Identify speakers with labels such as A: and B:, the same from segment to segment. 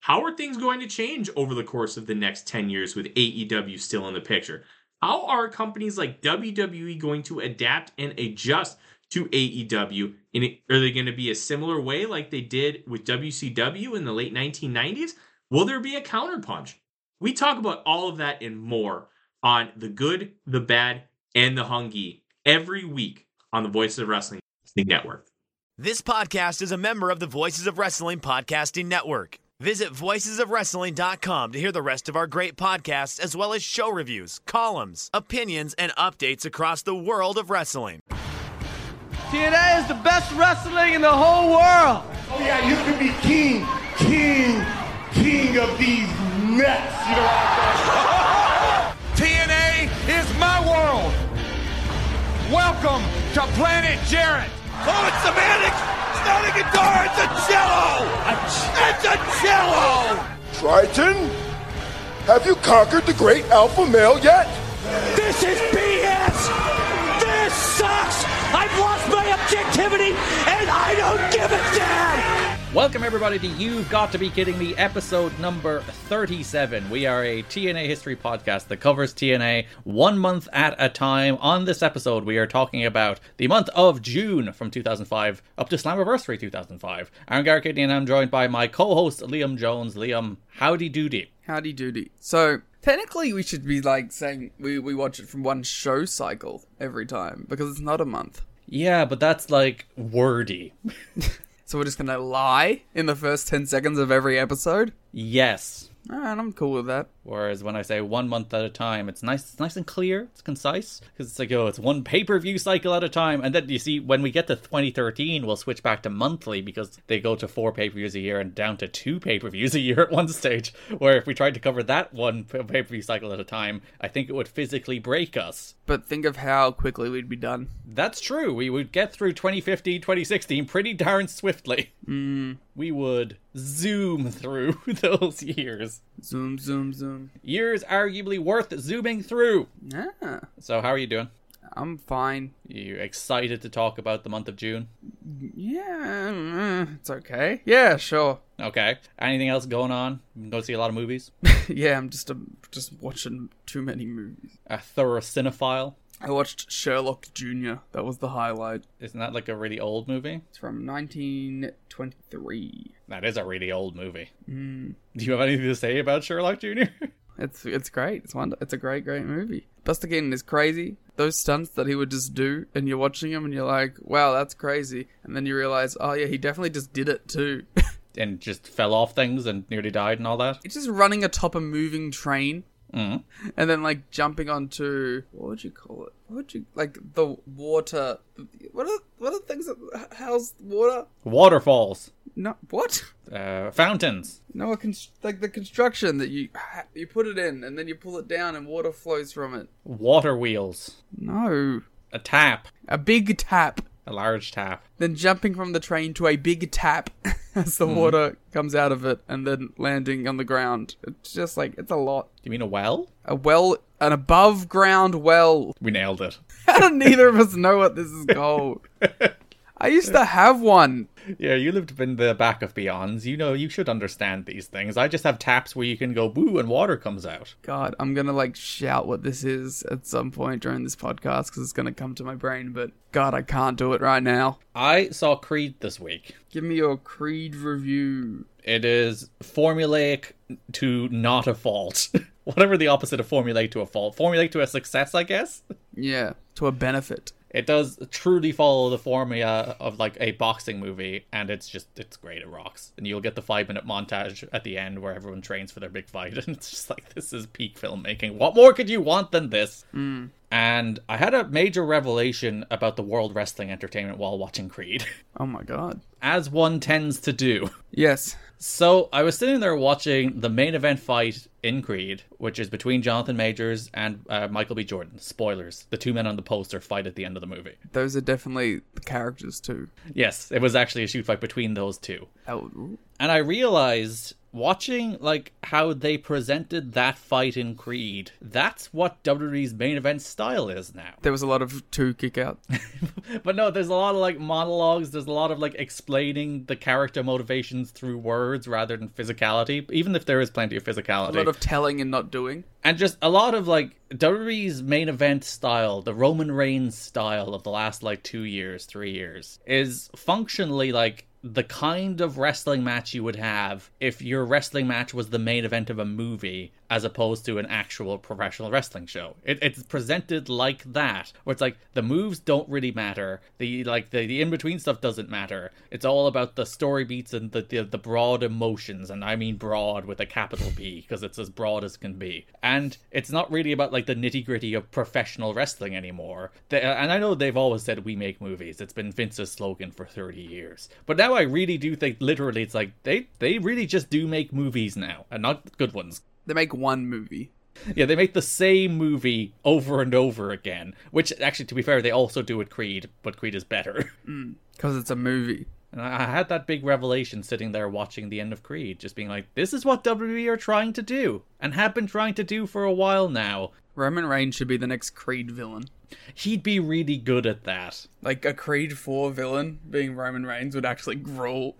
A: how are things going to change over the course of the next 10 years with AEW still in the picture? How are companies like WWE going to adapt and adjust to AEW? And are they going to be a similar way like they did with WCW in the late 1990s? Will there be a counterpunch? We talk about all of that and more on the good, the bad, and the hungy every week on the Voice of Wrestling Network.
B: This podcast is a member of the Voices of Wrestling Podcasting Network. Visit voicesofwrestling.com to hear the rest of our great podcasts, as well as show reviews, columns, opinions, and updates across the world of wrestling.
C: TNA is the best wrestling in the whole world.
D: Oh yeah, you can be king, king, king of these nuts. You know what
E: I'm saying? TNA is my world. Welcome to Planet Jarrett.
F: Oh, it's semantics. It's not a guitar, it's a cello! A ch- it's a cello!
G: Triton, have you conquered the great alpha male yet?
H: This is BS! This sucks! I've lost my objectivity and I don't give a damn!
I: Welcome, everybody, to You've Got to Be Kidding Me, episode number 37. We are a TNA history podcast that covers TNA one month at a time. On this episode, we are talking about the month of June from 2005 up to Slammiversary 2005. I'm Garrett Kidney, and I'm joined by my co host, Liam Jones. Liam, howdy doody.
J: Howdy doody. So, technically, we should be like saying we, we watch it from one show cycle every time because it's not a month.
I: Yeah, but that's like wordy.
J: so we're just gonna lie in the first 10 seconds of every episode?
I: Yes.
J: Alright, I'm cool with that.
I: Whereas when I say one month at a time, it's nice, it's nice and clear, it's concise, because it's like, oh, it's one pay per view cycle at a time. And then you see, when we get to 2013, we'll switch back to monthly because they go to four pay per views a year and down to two pay per views a year at one stage. Where if we tried to cover that one pay per view cycle at a time, I think it would physically break us.
J: But think of how quickly we'd be done.
I: That's true. We would get through 2015, 2016 pretty darn swiftly.
J: Mm.
I: We would zoom through those years.
J: Zoom, zoom, zoom.
I: Years arguably worth zooming through.
J: Yeah.
I: So how are you doing?
J: I'm fine.
I: You excited to talk about the month of June?
J: Yeah, it's okay. Yeah, sure.
I: Okay. Anything else going on? Go see a lot of movies.
J: yeah, I'm just a, just watching too many movies.
I: A thorough cinephile.
J: I watched Sherlock Jr. That was the highlight.
I: Isn't that like a really old movie?
J: It's from 1923.
I: That is a really old movie.
J: Mm.
I: Do you have anything to say about Sherlock Jr.?
J: it's it's great. It's one. It's a great great movie. Buster Keaton is crazy. Those stunts that he would just do, and you're watching him, and you're like, "Wow, that's crazy," and then you realize, "Oh yeah, he definitely just did it too."
I: and just fell off things and nearly died and all that.
J: It's just running atop a moving train
I: Mm-hmm.
J: and then like jumping onto what would you call it? What would you like the water? What are what are things that house water?
I: Waterfalls.
J: No, what?
I: Uh, fountains.
J: No, con- like the construction that you you put it in and then you pull it down and water flows from it.
I: Water wheels.
J: No,
I: A tap.
J: a big tap.
I: A large tap.
J: Then jumping from the train to a big tap as the water comes out of it and then landing on the ground. It's just like it's a lot.
I: Do you mean a well?
J: A well, an above ground well
I: We nailed it.
J: How do neither of us know what this is called? I used to have one.
I: Yeah, you lived in the back of Beyonds. You know, you should understand these things. I just have taps where you can go boo and water comes out.
J: God, I'm gonna like shout what this is at some point during this podcast because it's gonna come to my brain. But God, I can't do it right now.
I: I saw Creed this week.
J: Give me your Creed review.
I: It is formulaic to not a fault. Whatever the opposite of formulate to a fault. Formulate to a success, I guess.
J: Yeah, to a benefit.
I: It does truly follow the formula of like a boxing movie, and it's just it's great. It rocks, and you'll get the five minute montage at the end where everyone trains for their big fight, and it's just like this is peak filmmaking. What more could you want than this?
J: Mm.
I: And I had a major revelation about the World Wrestling Entertainment while watching Creed.
J: Oh my god.
I: As one tends to do.
J: Yes.
I: So I was sitting there watching the main event fight in Creed, which is between Jonathan Majors and uh, Michael B. Jordan. Spoilers: the two men on the poster fight at the end of the movie.
J: Those are definitely the characters too.
I: Yes, it was actually a shoot fight between those two.
J: Oh.
I: And I realized watching like how they presented that fight in Creed. That's what WWE's main event style is now.
J: There was a lot of two kick out.
I: but no, there's a lot of like monologues, there's a lot of like explaining the character motivations through words rather than physicality, even if there is plenty of physicality. A
J: lot of telling and not doing.
I: And just a lot of like WWE's main event style, the Roman Reigns style of the last like 2 years, 3 years is functionally like the kind of wrestling match you would have if your wrestling match was the main event of a movie as opposed to an actual professional wrestling show. It, it's presented like that, where it's like the moves don't really matter, the like the, the in between stuff doesn't matter. It's all about the story beats and the, the the broad emotions, and I mean broad with a capital B because it's as broad as can be. And it's not really about like the nitty gritty of professional wrestling anymore. They, and I know they've always said we make movies. It's been Vince's slogan for thirty years, but now I really do think literally it's like they they really just do make movies now and not good ones.
J: They make one movie.
I: Yeah, they make the same movie over and over again, which actually to be fair they also do with Creed, but Creed is better.
J: Because mm, it's a movie.
I: And I had that big revelation sitting there watching the end of Creed, just being like, this is what WWE are trying to do, and have been trying to do for a while now.
J: Roman Reigns should be the next Creed villain.
I: He'd be really good at that.
J: Like a Creed 4 villain being Roman Reigns would actually rule.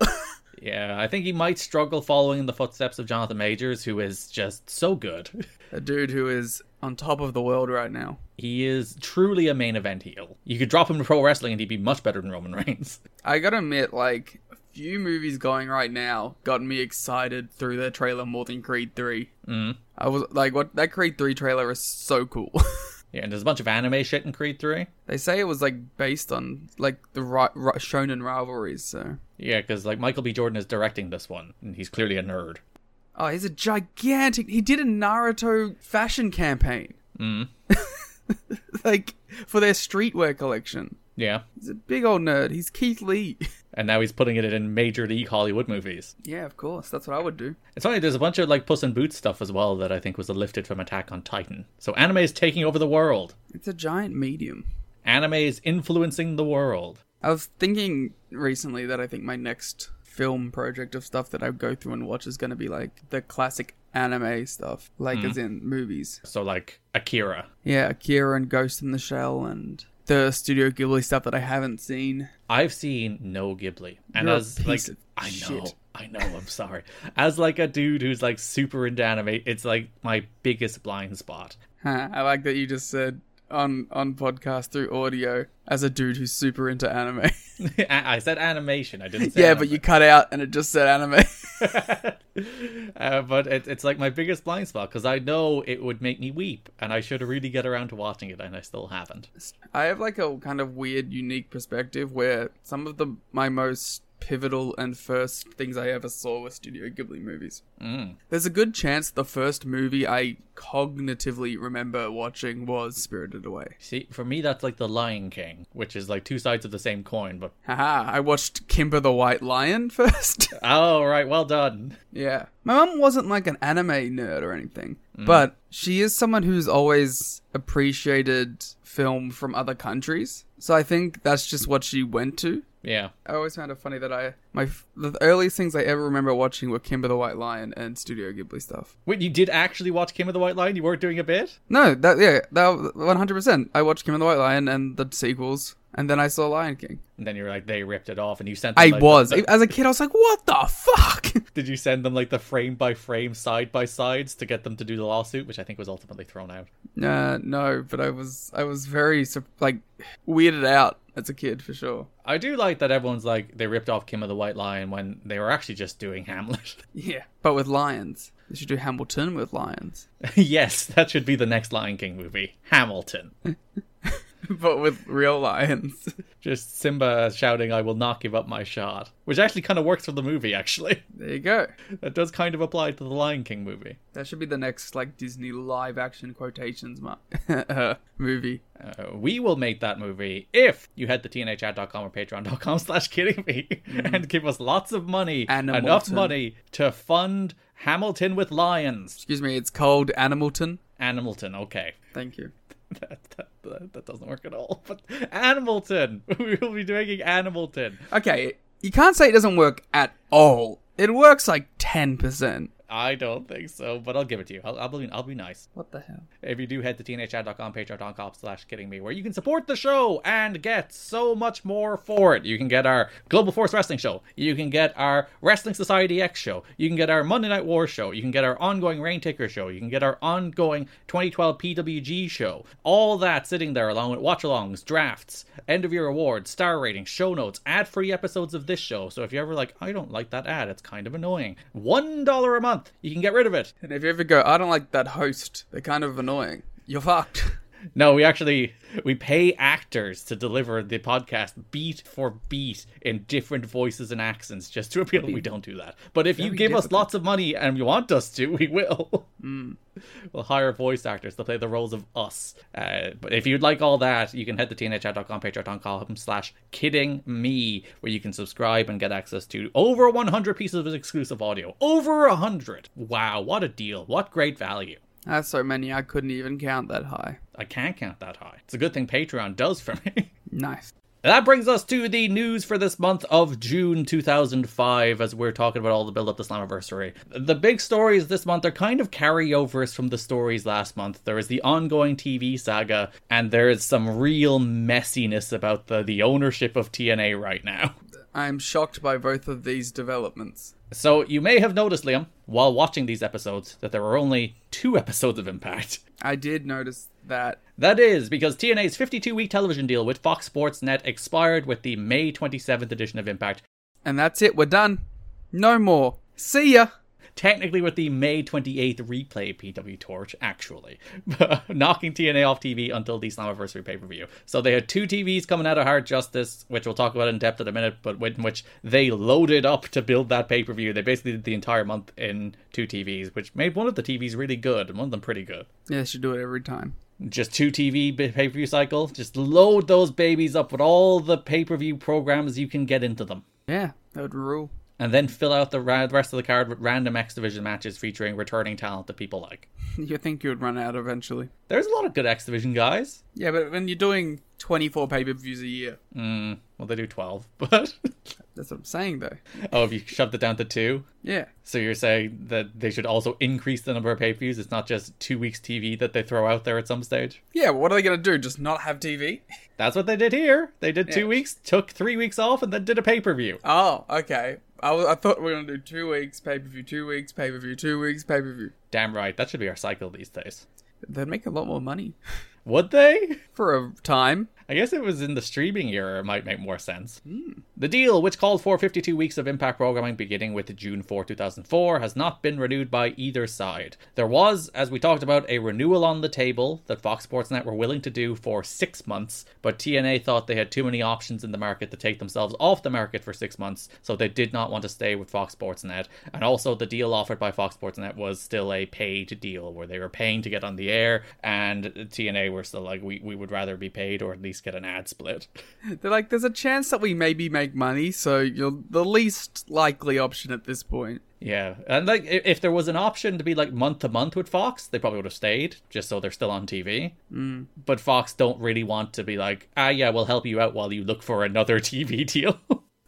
I: yeah, I think he might struggle following in the footsteps of Jonathan Majors, who is just so good.
J: a dude who is on top of the world right now.
I: He is truly a main event heel. You could drop him to pro wrestling and he'd be much better than Roman Reigns.
J: I gotta admit, like, a few movies going right now got me excited through their trailer more than Creed 3.
I: Mm.
J: I was like, what? That Creed 3 trailer is so cool.
I: Yeah, and there's a bunch of anime shit in Creed 3.
J: They say it was like based on like the ri- ri- shonen rivalries, so.
I: Yeah, cuz like Michael B Jordan is directing this one and he's clearly a nerd.
J: Oh, he's a gigantic. He did a Naruto fashion campaign.
I: Mm.
J: like for their streetwear collection.
I: Yeah.
J: He's a big old nerd. He's Keith Lee.
I: and now he's putting it in major league Hollywood movies.
J: Yeah, of course. That's what I would do.
I: It's funny, there's a bunch of like Puss and Boots stuff as well that I think was lifted from Attack on Titan. So anime is taking over the world.
J: It's a giant medium.
I: Anime is influencing the world.
J: I was thinking recently that I think my next film project of stuff that I go through and watch is going to be like the classic anime stuff, like mm. as in movies.
I: So like Akira.
J: Yeah, Akira and Ghost in the Shell and the Studio Ghibli stuff that I haven't seen.
I: I've seen no Ghibli, and You're as like I know, shit. I know, I'm sorry. As like a dude who's like super into anime, it's like my biggest blind spot.
J: Huh, I like that you just said on on podcast through audio as a dude who's super into anime.
I: I said animation. I didn't.
J: yeah,
I: anime.
J: but you cut out and it just said anime.
I: uh, but it, it's like my biggest blind spot because I know it would make me weep, and I should really get around to watching it, and I still haven't.
J: I have like a kind of weird, unique perspective where some of the my most pivotal and first things I ever saw were Studio Ghibli movies.
I: Mm.
J: There's a good chance the first movie I cognitively remember watching was Spirited Away.
I: See, for me, that's like The Lion King, which is like two sides of the same coin, but.
J: Haha, I watched Kimber the White Lion first.
I: oh, right, well done.
J: Yeah. My mum wasn't like an anime nerd or anything, mm. but she is someone who's always appreciated film from other countries. So I think that's just what she went to.
I: Yeah.
J: I always found it funny that I my the earliest things I ever remember watching were Kimber the White Lion and Studio Ghibli stuff.
I: Wait, you did actually watch Kimber the White Lion? You weren't doing a bit?
J: No, that yeah, that one hundred percent. I watched Kimber the White Lion and the sequels, and then I saw Lion King.
I: And then you were like, they ripped it off, and you sent.
J: I
I: like
J: was
I: the,
J: as a kid. I was like, what the fuck?
I: Did you send them like the frame by frame, side by sides to get them to do the lawsuit, which I think was ultimately thrown out?
J: Uh, no, but I was I was very like weirded out as a kid for sure.
I: I do like that everyone's like they ripped off Kim of the White Lion when they were actually just doing Hamlet.
J: Yeah, but with lions. They should do Hamilton with lions,
I: yes, that should be the next Lion King movie, Hamilton.
J: but with real lions.
I: Just Simba shouting, "I will not give up my shard," which actually kind of works for the movie. Actually,
J: There you go.
I: that does kind of apply to the Lion King movie.
J: That should be the next like Disney live action quotations mark uh, movie.
I: Uh, we will make that movie if you head to tnhchat.com or patreon.com slash kidding me and give us lots of money,
J: Animalton.
I: enough money to fund Hamilton with lions.
J: Excuse me, it's called Animalton.
I: Animalton, okay.
J: Thank you.
I: That, that, that, that doesn't work at all. But Animalton! We will be doing Animalton.
J: Okay, you can't say it doesn't work at all. It works like ten percent.
I: I don't think so, but I'll give it to you. I'll, I'll, be, I'll be nice.
J: What the hell?
I: If you do head to tnhchat.com, patreon.com slash kidding me, where you can support the show and get so much more for it. You can get our Global Force Wrestling show. You can get our Wrestling Society X show. You can get our Monday Night War show. You can get our ongoing Rain Ticker show. You can get our ongoing 2012 PWG show. All that sitting there along with watch alongs, drafts, end of year awards, star ratings, show notes, ad free episodes of this show. So if you're ever like, I don't like that ad, it's kind of annoying. $1 a month, you can get rid of it.
J: And if you ever go, I don't like that host. They're kind of annoying. You're fucked.
I: No, we actually we pay actors to deliver the podcast beat for beat in different voices and accents just to appeal. We don't do that, but if you
J: very
I: give us
J: difficult. Hmm.
I: lots of money and you want us to, we will. We'll hire voice actors to play the roles of us. Uh, but if you'd like all that, you can head to tnhchat.com, patreon.com slash kidding me, where you can subscribe and get access to over 100 pieces of exclusive audio. Over 100! Wow, what a deal. What great value.
J: That's so many I couldn't even count that high.
I: I can't count that high. It's a good thing Patreon does for me.
J: Nice.
I: That brings us to the news for this month of June 2005, as we're talking about all the build up to Slammiversary. The big stories this month are kind of carryovers from the stories last month. There is the ongoing TV saga, and there is some real messiness about the, the ownership of TNA right now.
J: I'm shocked by both of these developments.
I: So, you may have noticed, Liam, while watching these episodes, that there were only two episodes of Impact.
J: I did notice that.
I: That is because TNA's 52 week television deal with Fox Sports Net expired with the May 27th edition of Impact,
J: And that's it. We're done. No more. See ya.
I: technically with the May 28th replay of PW Torch, actually, knocking TNA off TV until the Slammiversary pay per view. So they had two TVs coming out of Hard Justice, which we'll talk about in depth in a minute, but in which they loaded up to build that pay per view. They basically did the entire month in two TVs, which made one of the TVs really good and one of them pretty good
J: Yeah, they should do it every time.
I: just two TV pay per view cycle. Just load those babies up with all the pay per view programs you can get into them.
J: Yeah, that would rule.
I: And then fill out the ra- rest of the card with random X Division matches featuring returning talent that people like.
J: You think you would run out eventually.
I: There's a lot of good X Division guys.
J: Yeah, but when you're doing 24 pay per views a year,
I: Well, they do 12, but.
J: that's what I'm saying though.
I: oh, if you shoved it down to two?
J: Yeah.
I: So you're saying that they should also increase the number of pay per views? It's not just two weeks TV that they throw out there at some stage?
J: Yeah, but what are they going to do? Just not have TV?
I: That's what they did here. They did
J: Yeah.
I: two weeks, took three weeks off, and then did a pay per view.
J: Oh, okay. I, w- I thought we were going to do two weeks, pay per view, two weeks, pay per view, two weeks, pay per view.
I: Damn right. That should be our cycle these days.
J: They'd make a lot more money.
I: Would they?
J: For a time.
I: I guess it was in the streaming era, it might make more sense. The deal, which called for 52 weeks of Impact programming beginning with June 4, 2004, has not been renewed by either side. There was, as we talked about, a renewal on the table that Fox Sports Net were willing to do for six months, but TNA thought they had too many options in the market to take themselves off the market for six months, so they did not want to stay with Fox Sports Net. And also, the deal offered by Fox Sports Net was still a paid deal where they were paying to get on the air, and TNA were still like, we, we would rather be paid or at least get an ad split.
J: They're like, there's a chance that we maybe make money, so you're the least likely option at this point.
I: Yeah, and like i- if there was an option to be like month to month with Fox, they probably would have stayed just so they're still on TV. Mm. But Fox don't really want to be like, ah, yeah, we'll help you out while you look for another TV deal.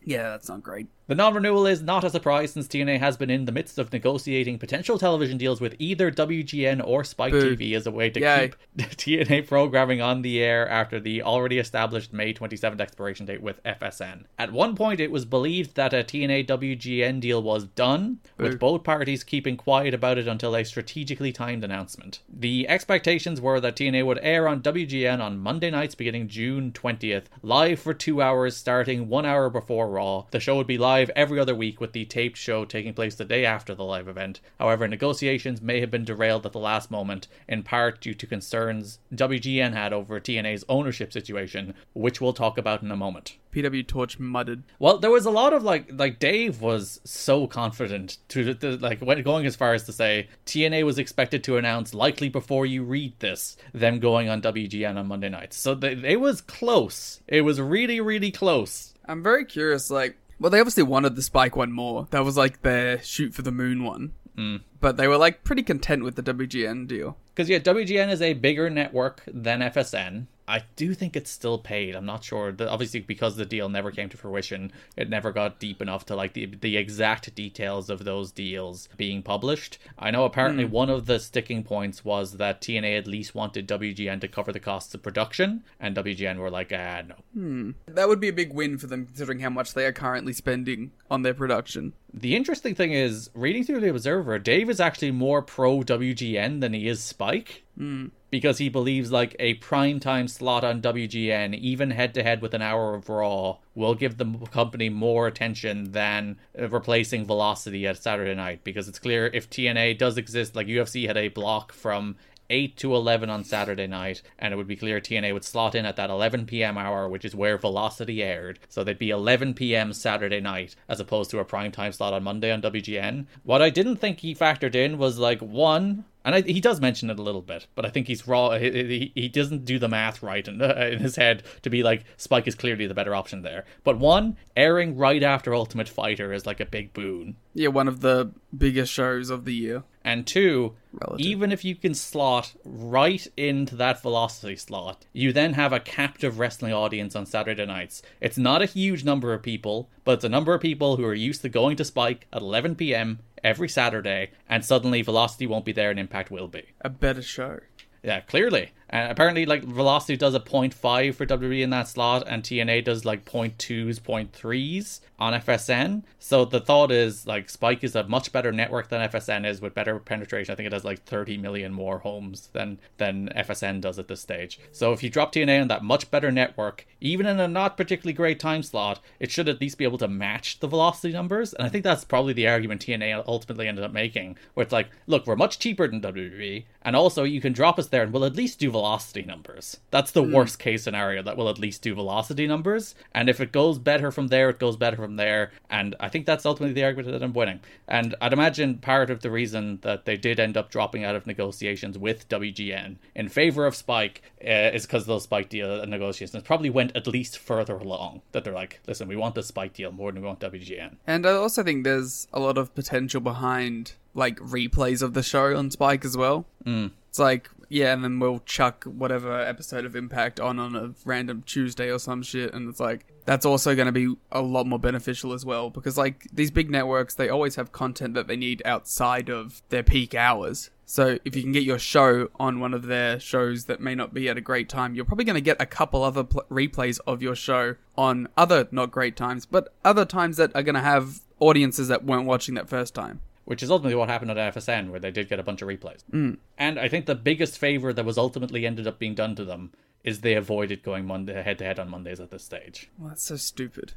J: Yeah, that's not great.
I: the non-renewal is not a surprise since TNA has been in the midst of negotiating potential television deals with either WGN or Spike
J: Boo.
I: TV as a way to
J: Yay.
I: keep TNA programming on the air after the already established May 27th expiration date with FSN. At one point, it was believed that a TNA WGN deal was done, with both parties keeping quiet about it until a strategically timed announcement. The expectations were that TNA would air on WGN on Monday nights beginning June 20th, live for two hours starting one hour before Raw. The show would be live live every other week, with the taped show taking place the day after the live event. However, negotiations may have been derailed at the last moment, in part due to concerns WGN had over TNA's ownership situation, which we'll talk about in a moment.
J: PW Torch mudded.
I: Well, there was a lot of like, like Dave was so confident to the, the, like went going as far as to say TNA was expected to announce likely before you read this them going on WGN on Monday nights. So they, it was close. It was really, really close.
J: I'm very curious. Like, well, they obviously wanted the Spike one more. That was like their shoot for the moon one.
I: Mm.
J: But they were like pretty content with the WGN deal.
I: Because yeah, WGN is a bigger network than FSN. I do think it's still paid. I'm not sure. The, obviously, because the deal never came to fruition, it never got deep enough to like the the exact details of those deals being published. I know apparently mm. one of the sticking points was that TNA at least wanted WGN to cover the costs of production, and WGN were like, ah, no.
J: Hmm. That would be a big win for them, considering how much they are currently spending on their production.
I: The interesting thing is, reading through the Observer, Dave is actually more pro WGN than he is Spike.
J: Mm.
I: Because he believes like a prime time slot on WGN, even head to head with an hour of Raw, will give the company more attention than uh, replacing Velocity at Saturday night. Because it's clear if TNA does exist, like UFC had a block from 8 to 11 on Saturday night, and it would be clear TNA would slot in at that 11 p.m. hour, which is where Velocity aired. So they'd be 11 p.m. Saturday night, as opposed to a prime time slot on Monday on WGN. What I didn't think he factored in was like, one, and I, he does mention it a little bit, but I think he's raw. He, he, he doesn't do the math right in, uh, in his head to be like Spike is clearly the better option there. But one airing right after Ultimate Fighter is like a big boon.
J: Yeah, one of the biggest shows of the year.
I: And two,
J: Relative.
I: even if you can slot right into that velocity slot, you then have a captive wrestling audience on Saturday nights. It's not a huge number of people, but it's a number of people who are used to going to Spike at 11 p.m. every Saturday, and suddenly Velocity won't be there and Impact will be.
J: A better show.
I: Yeah, clearly. And apparently, like Velocity does a 0.5 for WWE in that slot, and TNA does like 0.2s, 0.3s on FSN. So the thought is like Spike is a much better network than FSN is with better penetration. I think it has like 30 million more homes than than FSN does at this stage. So if you drop TNA on that much better network, even in a not particularly great time slot, it should at least be able to match the Velocity numbers. And I think that's probably the argument TNA ultimately ended up making, where it's like, look, we're much cheaper than WWE, and also you can drop us there, and we'll at least do velocity numbers. That's the mm. worst case scenario that will at least do velocity numbers. And if it goes better from there, it goes better from there. And I think that's ultimately the argument that I'm winning. And I'd imagine part of the reason that they did end up dropping out of negotiations with WGN in favor of Spike uh, is because those Spike deal negotiations probably went at least further along. That they're like, listen, we want the Spike deal more than we want WGN.
J: And I also think there's a lot of potential behind like replays of the show on Spike as well.
I: Mm.
J: It's like yeah, and then we'll chuck whatever episode of Impact on on a random Tuesday or some shit, and it's like that's also going to be a lot more beneficial as well because like these big networks, they always have content that they need outside of their peak hours. So if you can get your show on one of their shows that may not be at a great time, you're probably going to get a couple other pl- replays of your show on other not great times, but other times that are going to have audiences that weren't watching that first time
I: which is ultimately what happened at FSN, where they did get a bunch of replays.
J: Mm.
I: And I think the biggest favor that was ultimately ended up being done to them is they avoided going Monday head to head on Mondays at this stage.
J: Well, that's so stupid.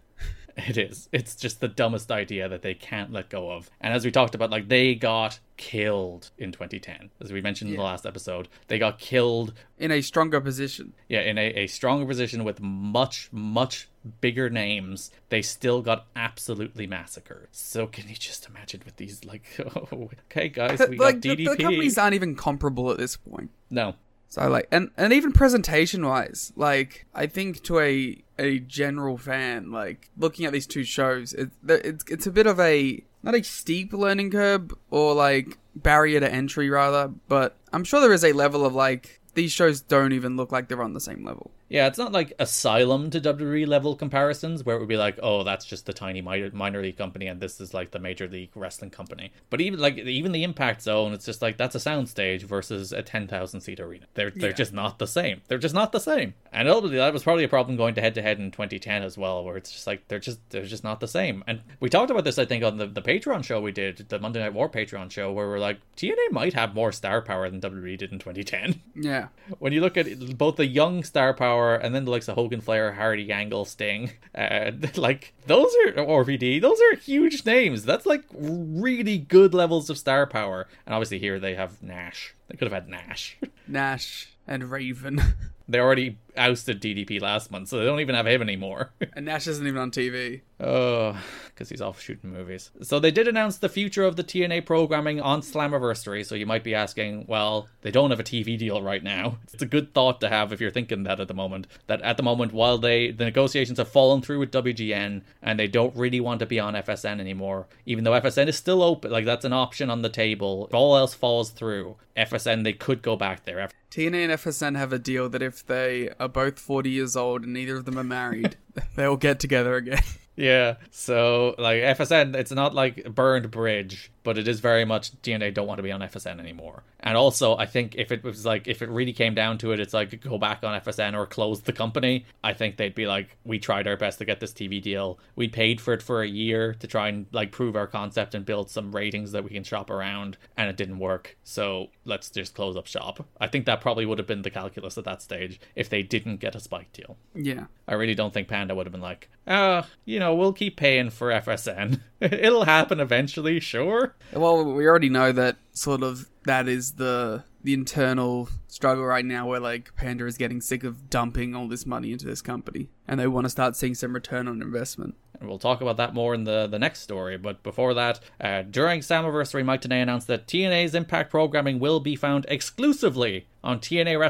I: it is. It's just the dumbest idea that they can't let go of. And as we talked about, like they got killed in 2010, as we mentioned in
J: Yeah.
I: the last episode. They got killed
J: In a stronger position.
I: yeah, in a, a stronger position with much, much bigger names, they still got absolutely massacred. So can you just imagine with these like, oh, okay guys, we
J: like
I: got
J: the,
I: DDP.
J: the companies aren't even comparable at this point.
I: no,
J: So like, and and even presentation wise, like I think to a a general fan, like looking at these two shows, it, the- it's it's a bit of a not a steep learning curve or like barrier to entry rather, but I'm sure there is a level of like these shows don't even look like they're on the same level.
I: Yeah, it's not like Asylum to WWE level comparisons where it would be like, oh, that's just the tiny minor, minor league company and this is like the major league wrestling company. But even like even the Impact Zone, it's just like that's a soundstage versus a ten thousand seat arena. They're they're
J: Yeah.
I: just not the same. They're just not the same. And ultimately, that was probably a problem going to head to head in 2010 as well, where it's just like they're just they're just not the same. And we talked about this, I think, on the the Patreon show we did, the Monday Night War Patreon show, where we're like TNA might have more star power than WWE E did in 2010
J: Yeah,
I: when you look at it, both the young star power Hour, and then the likes of Hogan, Flair, Hardy, Angle, Sting. Uh, like those are RVD. Those are huge names. That's like really good levels of star power. And obviously here they have Nash. They could have had Nash.
J: Nash and Raven.
I: They already ousted DDP last month, so they don't even have him anymore.
J: and Nash isn't even on TV.
I: Oh, because he's off shooting movies. So they did announce the future of the TNA programming on Slammiversary. So you might be asking, well, they don't have a TV deal right now. It's a good thought to have if you're thinking that at the moment. That at the moment, while they the negotiations have fallen through with WGN and they don't really want to be on FSN anymore, even though FSN is still open, like that's an option on the table. If all else falls through, FSN they could go back there.
J: TNA and FSN have a deal that if they are both 40 years old and neither of them are married, they'll get together again.
I: Yeah. So like FSN, it's not like burned bridge, but it is very much DNA don't want to be on FSN anymore. And also, I think if it was like if it really came down to it, it's like go back on FSN or close the company. I think they'd be like, we tried our best to get this TV deal. We paid for it for a year to try and like prove our concept and build some ratings that we can shop around, and it didn't work. So let's just close up shop. I think that probably would have been the calculus at that stage if they didn't get a spike deal.
J: Yeah.
I: I really don't think Panda would have been like, uh, you know, we'll keep paying for FSN. It'll happen eventually, sure.
J: Well, we already know that sort of that is the the internal struggle right now where like Panda is getting sick of dumping all this money into this company and they want to start seeing some return on investment.
I: And we'll talk about that more in the, the next story. But before that, uh, during Slammiversary, Mike Tanay announced that TNA's Impact programming will be found exclusively on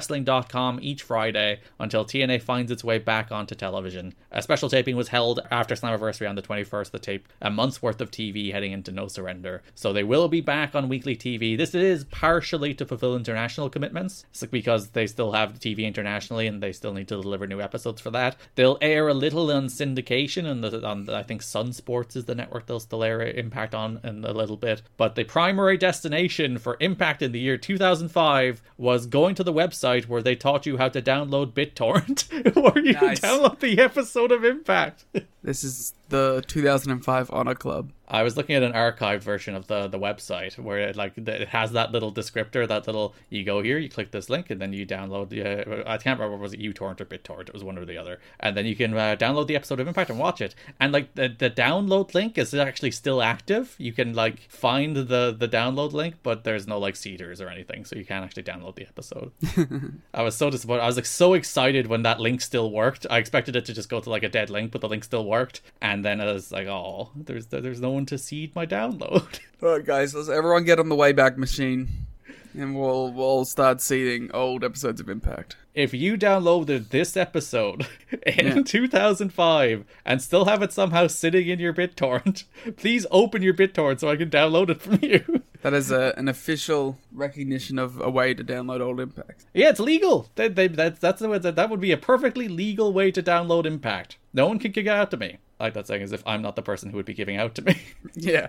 I: TNAWrestling.com each Friday until TNA finds its way back onto television. A special taping was held after Slammiversary on the 21st. The tape a month's worth of TV heading into No Surrender. So they will be back on weekly TV. This is partially to fulfill international commitments it's because they still have TV internationally and they still need to deliver new episodes for that. They'll air a little on syndication and the, on the, I think Sun Sports is the network they'll still air Impact on in a little bit. But the primary destination for Impact in the year 2005 was going to the website where they taught you how to download BitTorrent, where you nice. can download the episode of Impact.
J: this is the 2005 Honor Club.
I: I was looking at an archived version of the the website where it like it has that little descriptor, that little you go here, you click this link, and then you download the. Uh, I can't remember was it uTorrent or BitTorrent. It was one or the other, and then you can uh, download the episode of Impact and watch it. And like the, the download link is actually still active. You can like find the the download link, but there's no like seeders or anything, so you can't actually download the episode. I was so disappointed. I was like so excited when that link still worked. I expected it to just go to like a dead link, but the link still worked. And then I was like, oh, there's there's no to seed my download.
J: All right, guys, let's everyone get on the Wayback Machine, and we'll we'll start seeding old episodes of Impact.
I: If you downloaded this episode in yeah. 2005 and still have it somehow sitting in your BitTorrent, please open your BitTorrent so I can download it from you.
J: That is a, an official recognition of a way to download old Impact.
I: Yeah, it's legal. They, they, that, that's the way, that, that would be a perfectly legal way to download Impact. No one can kick out to me like that saying as if I'm not the person who would be giving out to me.
J: yeah.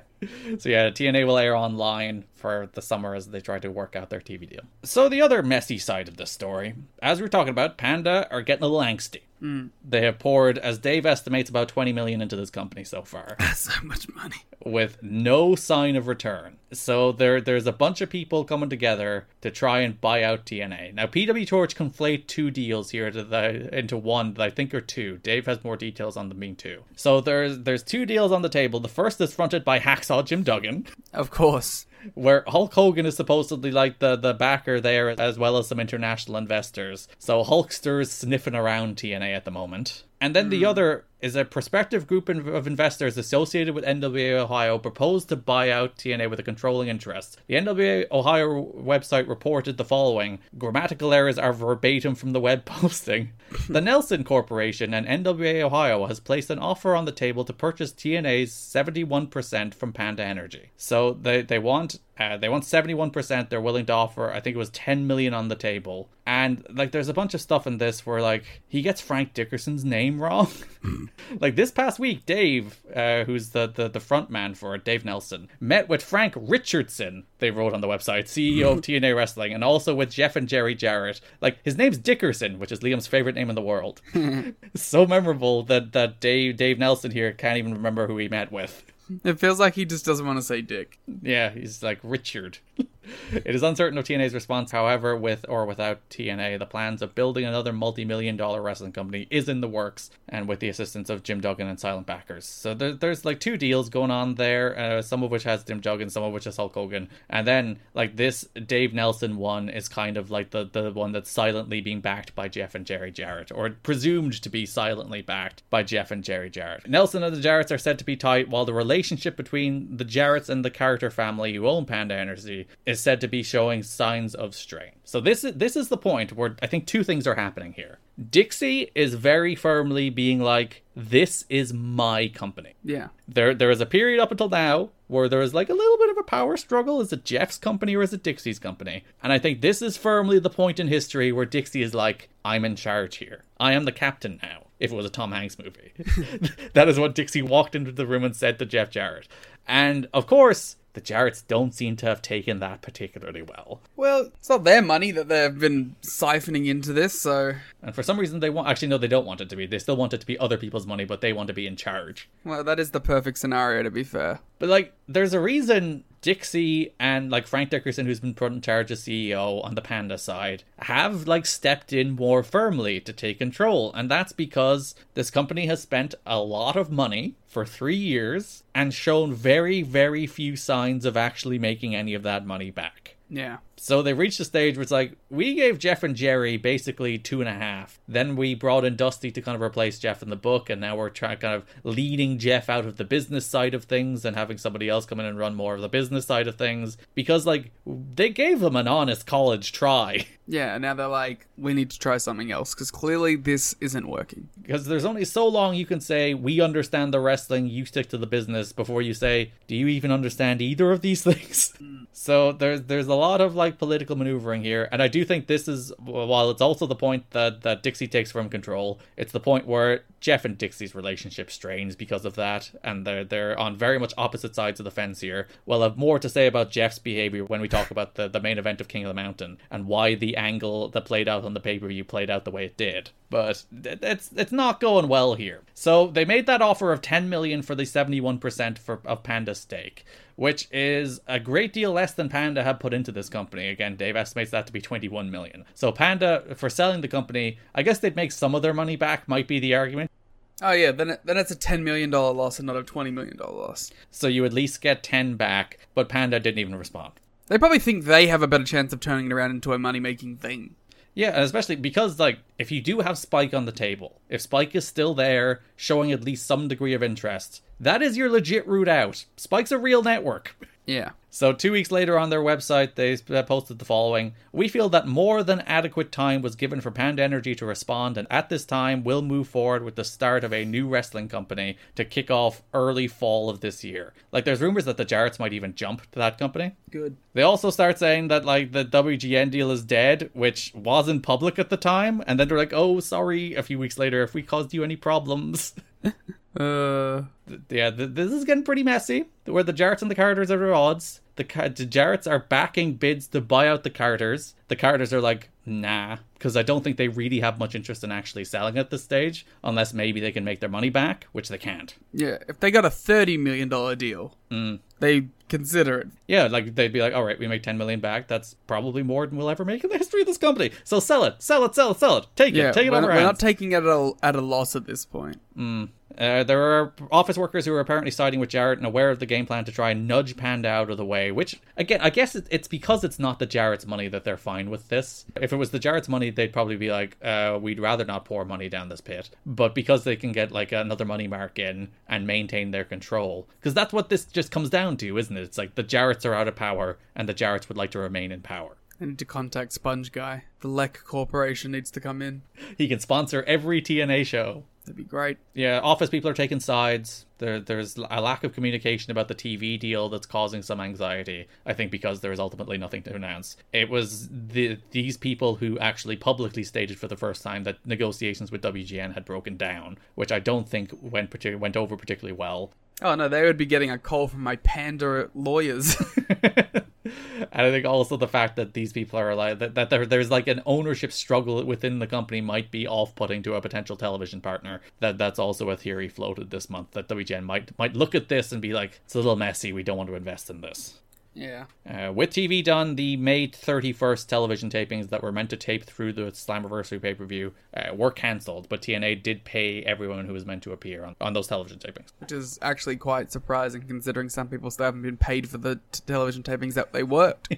I: So yeah, TNA will air online for the summer as they try to work out their TV deal. So the other messy side of this story, as we we're talking about, Panda are getting a little angsty.
J: Mm.
I: They have poured, as Dave estimates, about 20 million into this company so far.
J: That's so much money.
I: With no sign of return. So there, there's a bunch of people coming together to try and buy out TNA. Now, PW Torch conflate two deals here the, into one that I think are two. Dave has more details on them being two. So there's there's two deals on the table. The first is fronted by Hacksaw Jim Duggan.
J: Of course
I: where Hulk Hogan is supposedly like the, the backer there, as well as some international investors. So Hulkster is sniffing around TNA at the moment. And then mm. the other is a prospective group of investors associated with NWA Ohio proposed to buy out TNA with a controlling interest. The NWA Ohio website reported the following grammatical errors are verbatim from the web posting. the Nelson Corporation and NWA Ohio has placed an offer on the table to purchase TNA's 71% from Panda Energy. So they, they want uh, they want 71%. They're willing to offer, I think it was 10 million on the table. And like, there's a bunch of stuff in this where like he gets Frank Dickerson's name wrong. like this past week, Dave, uh, who's the, the the front man for it, Dave Nelson, met with Frank Richardson. They wrote on the website, CEO of TNA Wrestling, and also with Jeff and Jerry Jarrett. Like his name's Dickerson, which is Liam's favorite name in the world. so memorable that that Dave Dave Nelson here can't even remember who he met with.
J: It feels like he just doesn't want to say dick.
I: Yeah, he's like Richard. It is uncertain of TNA's response, however, with or without TNA, the plans of building another multi million dollar wrestling company is in the works, and with the assistance of Jim Duggan and Silent Backers. So there, there's like two deals going on there, uh, some of which has Jim Duggan, some of which has Hulk Hogan. And then, like, this Dave Nelson one is kind of like the, the one that's silently being backed by Jeff and Jerry Jarrett, or presumed to be silently backed by Jeff and Jerry Jarrett. Nelson and the Jarretts are said to be tight, while the relationship between the Jarretts and the character family who own Panda Energy is said to be showing signs of strain. So this is this is the point where I think two things are happening here. Dixie is very firmly being like, this is my company.
J: Yeah.
I: There there is a period up until now where there is like a little bit of a power struggle. Is it Jeff's company or is it Dixie's company? And I think this is firmly the point in history where Dixie is like, I'm in charge here. I am the captain now. If it was a Tom Hanks movie. that is what Dixie walked into the room and said to Jeff Jarrett. And of course, the Jarretts don't seem to have taken that particularly well.
J: Well, it's not their money that they've been siphoning into this, so.
I: And for some reason, they want. Actually, no, they don't want it to be. They still want it to be other people's money, but they want to be in charge.
J: Well, that is the perfect scenario, to be fair.
I: But, like, there's a reason Dixie and like Frank Dickerson, who's been put in charge as CEO on the Panda side, have like stepped in more firmly to take control. And that's because this company has spent a lot of money for three years and shown very, very few signs of actually making any of that money back.
J: Yeah.
I: So they reached a stage where it's like, we gave Jeff and Jerry basically two and a half. Then we brought in Dusty to kind of replace Jeff in the book, and now we're trying kind of leading Jeff out of the business side of things and having somebody else come in and run more of the business side of things. Because like they gave them an honest college try.
J: Yeah, and now they're like, we need to try something else because clearly this isn't working.
I: Because there's only so long you can say, we understand the wrestling, you stick to the business, before you say, do you even understand either of these things? Mm. So there's there's a lot of like political maneuvering here, and I do think this is while it's also the point that that Dixie takes from control. It's the point where Jeff and Dixie's relationship strains because of that, and they're they're on very much opposite sides of the fence here. We'll have more to say about Jeff's behavior when we talk about the the main event of King of the Mountain and why the angle that played out on the pay per view played out the way it did. But it's it's not going well here. So they made that offer of ten million for the seventy one percent for of Panda stake which is a great deal less than Panda had put into this company. Again, Dave estimates that to be 21 million. So Panda, for selling the company, I guess they'd make some of their money back. Might be the argument.
J: Oh yeah, then it, then it's a ten million dollar loss and not a twenty million dollar loss.
I: So you at least get ten back, but Panda didn't even respond.
J: They probably think they have a better chance of turning it around into a money making thing.
I: Yeah, especially because like if you do have Spike on the table, if Spike is still there, showing at least some degree of interest, that is your legit route out. Spike's a real network.
J: Yeah.
I: So, two weeks later on their website, they uh, posted the following We feel that more than adequate time was given for Panda Energy to respond, and at this time, we'll move forward with the start of a new wrestling company to kick off early fall of this year. Like, there's rumors that the Jarretts might even jump to that company.
J: Good.
I: They also start saying that, like, the WGN deal is dead, which wasn't public at the time, and then they're like, oh, sorry, a few weeks later, if we caused you any problems.
J: Uh,
I: yeah, th- this is getting pretty messy. Where the Jarretts and the Carters are at odds. The, Car- the Jarretts are backing bids to buy out the Carters. The Carters are like, nah, because I don't think they really have much interest in actually selling at this stage, unless maybe they can make their money back, which they can't.
J: Yeah, if they got a thirty million dollar deal,
I: mm.
J: they consider it.
I: Yeah, like they'd be like, all right, we make ten million back. That's probably more than we'll ever make in the history of this company. So sell it, sell it, sell it, sell it. Take
J: yeah,
I: it, take it
J: we're
I: over.
J: Not, we're
I: hands.
J: not taking it at a, at a loss at this point.
I: Mm. Uh, there are office workers who are apparently siding with Jarrett and aware of the game plan to try and nudge Panda out of the way, which, again, I guess it, it's because it's not the Jarrett's money that they're fine with this. If it was the Jarrett's money, they'd probably be like, uh, we'd rather not pour money down this pit. But because they can get, like, another money mark in and maintain their control, because that's what this just comes down to, isn't it? It's like the Jarrett's are out of power and the Jarrett's would like to remain in power.
J: I need to contact Sponge Guy. The Leck Corporation needs to come in.
I: He can sponsor every TNA show.
J: That'd be great.
I: Yeah, office people are taking sides. There, there's a lack of communication about the TV deal that's causing some anxiety. I think because there is ultimately nothing to announce. It was the these people who actually publicly stated for the first time that negotiations with WGN had broken down, which I don't think went particular went over particularly well.
J: Oh no, they would be getting a call from my panda lawyers.
I: and I think also the fact that these people are like that, that there, there's like an ownership struggle within the company might be off-putting to a potential television partner. That that's also a theory floated this month that WGN might might look at this and be like, it's a little messy. We don't want to invest in this.
J: Yeah.
I: Uh, with TV done, the May 31st television tapings that were meant to tape through the Slammiversary pay per view uh, were cancelled, but TNA did pay everyone who was meant to appear on, on those television tapings.
J: Which is actually quite surprising considering some people still haven't been paid for the t- television tapings that they worked.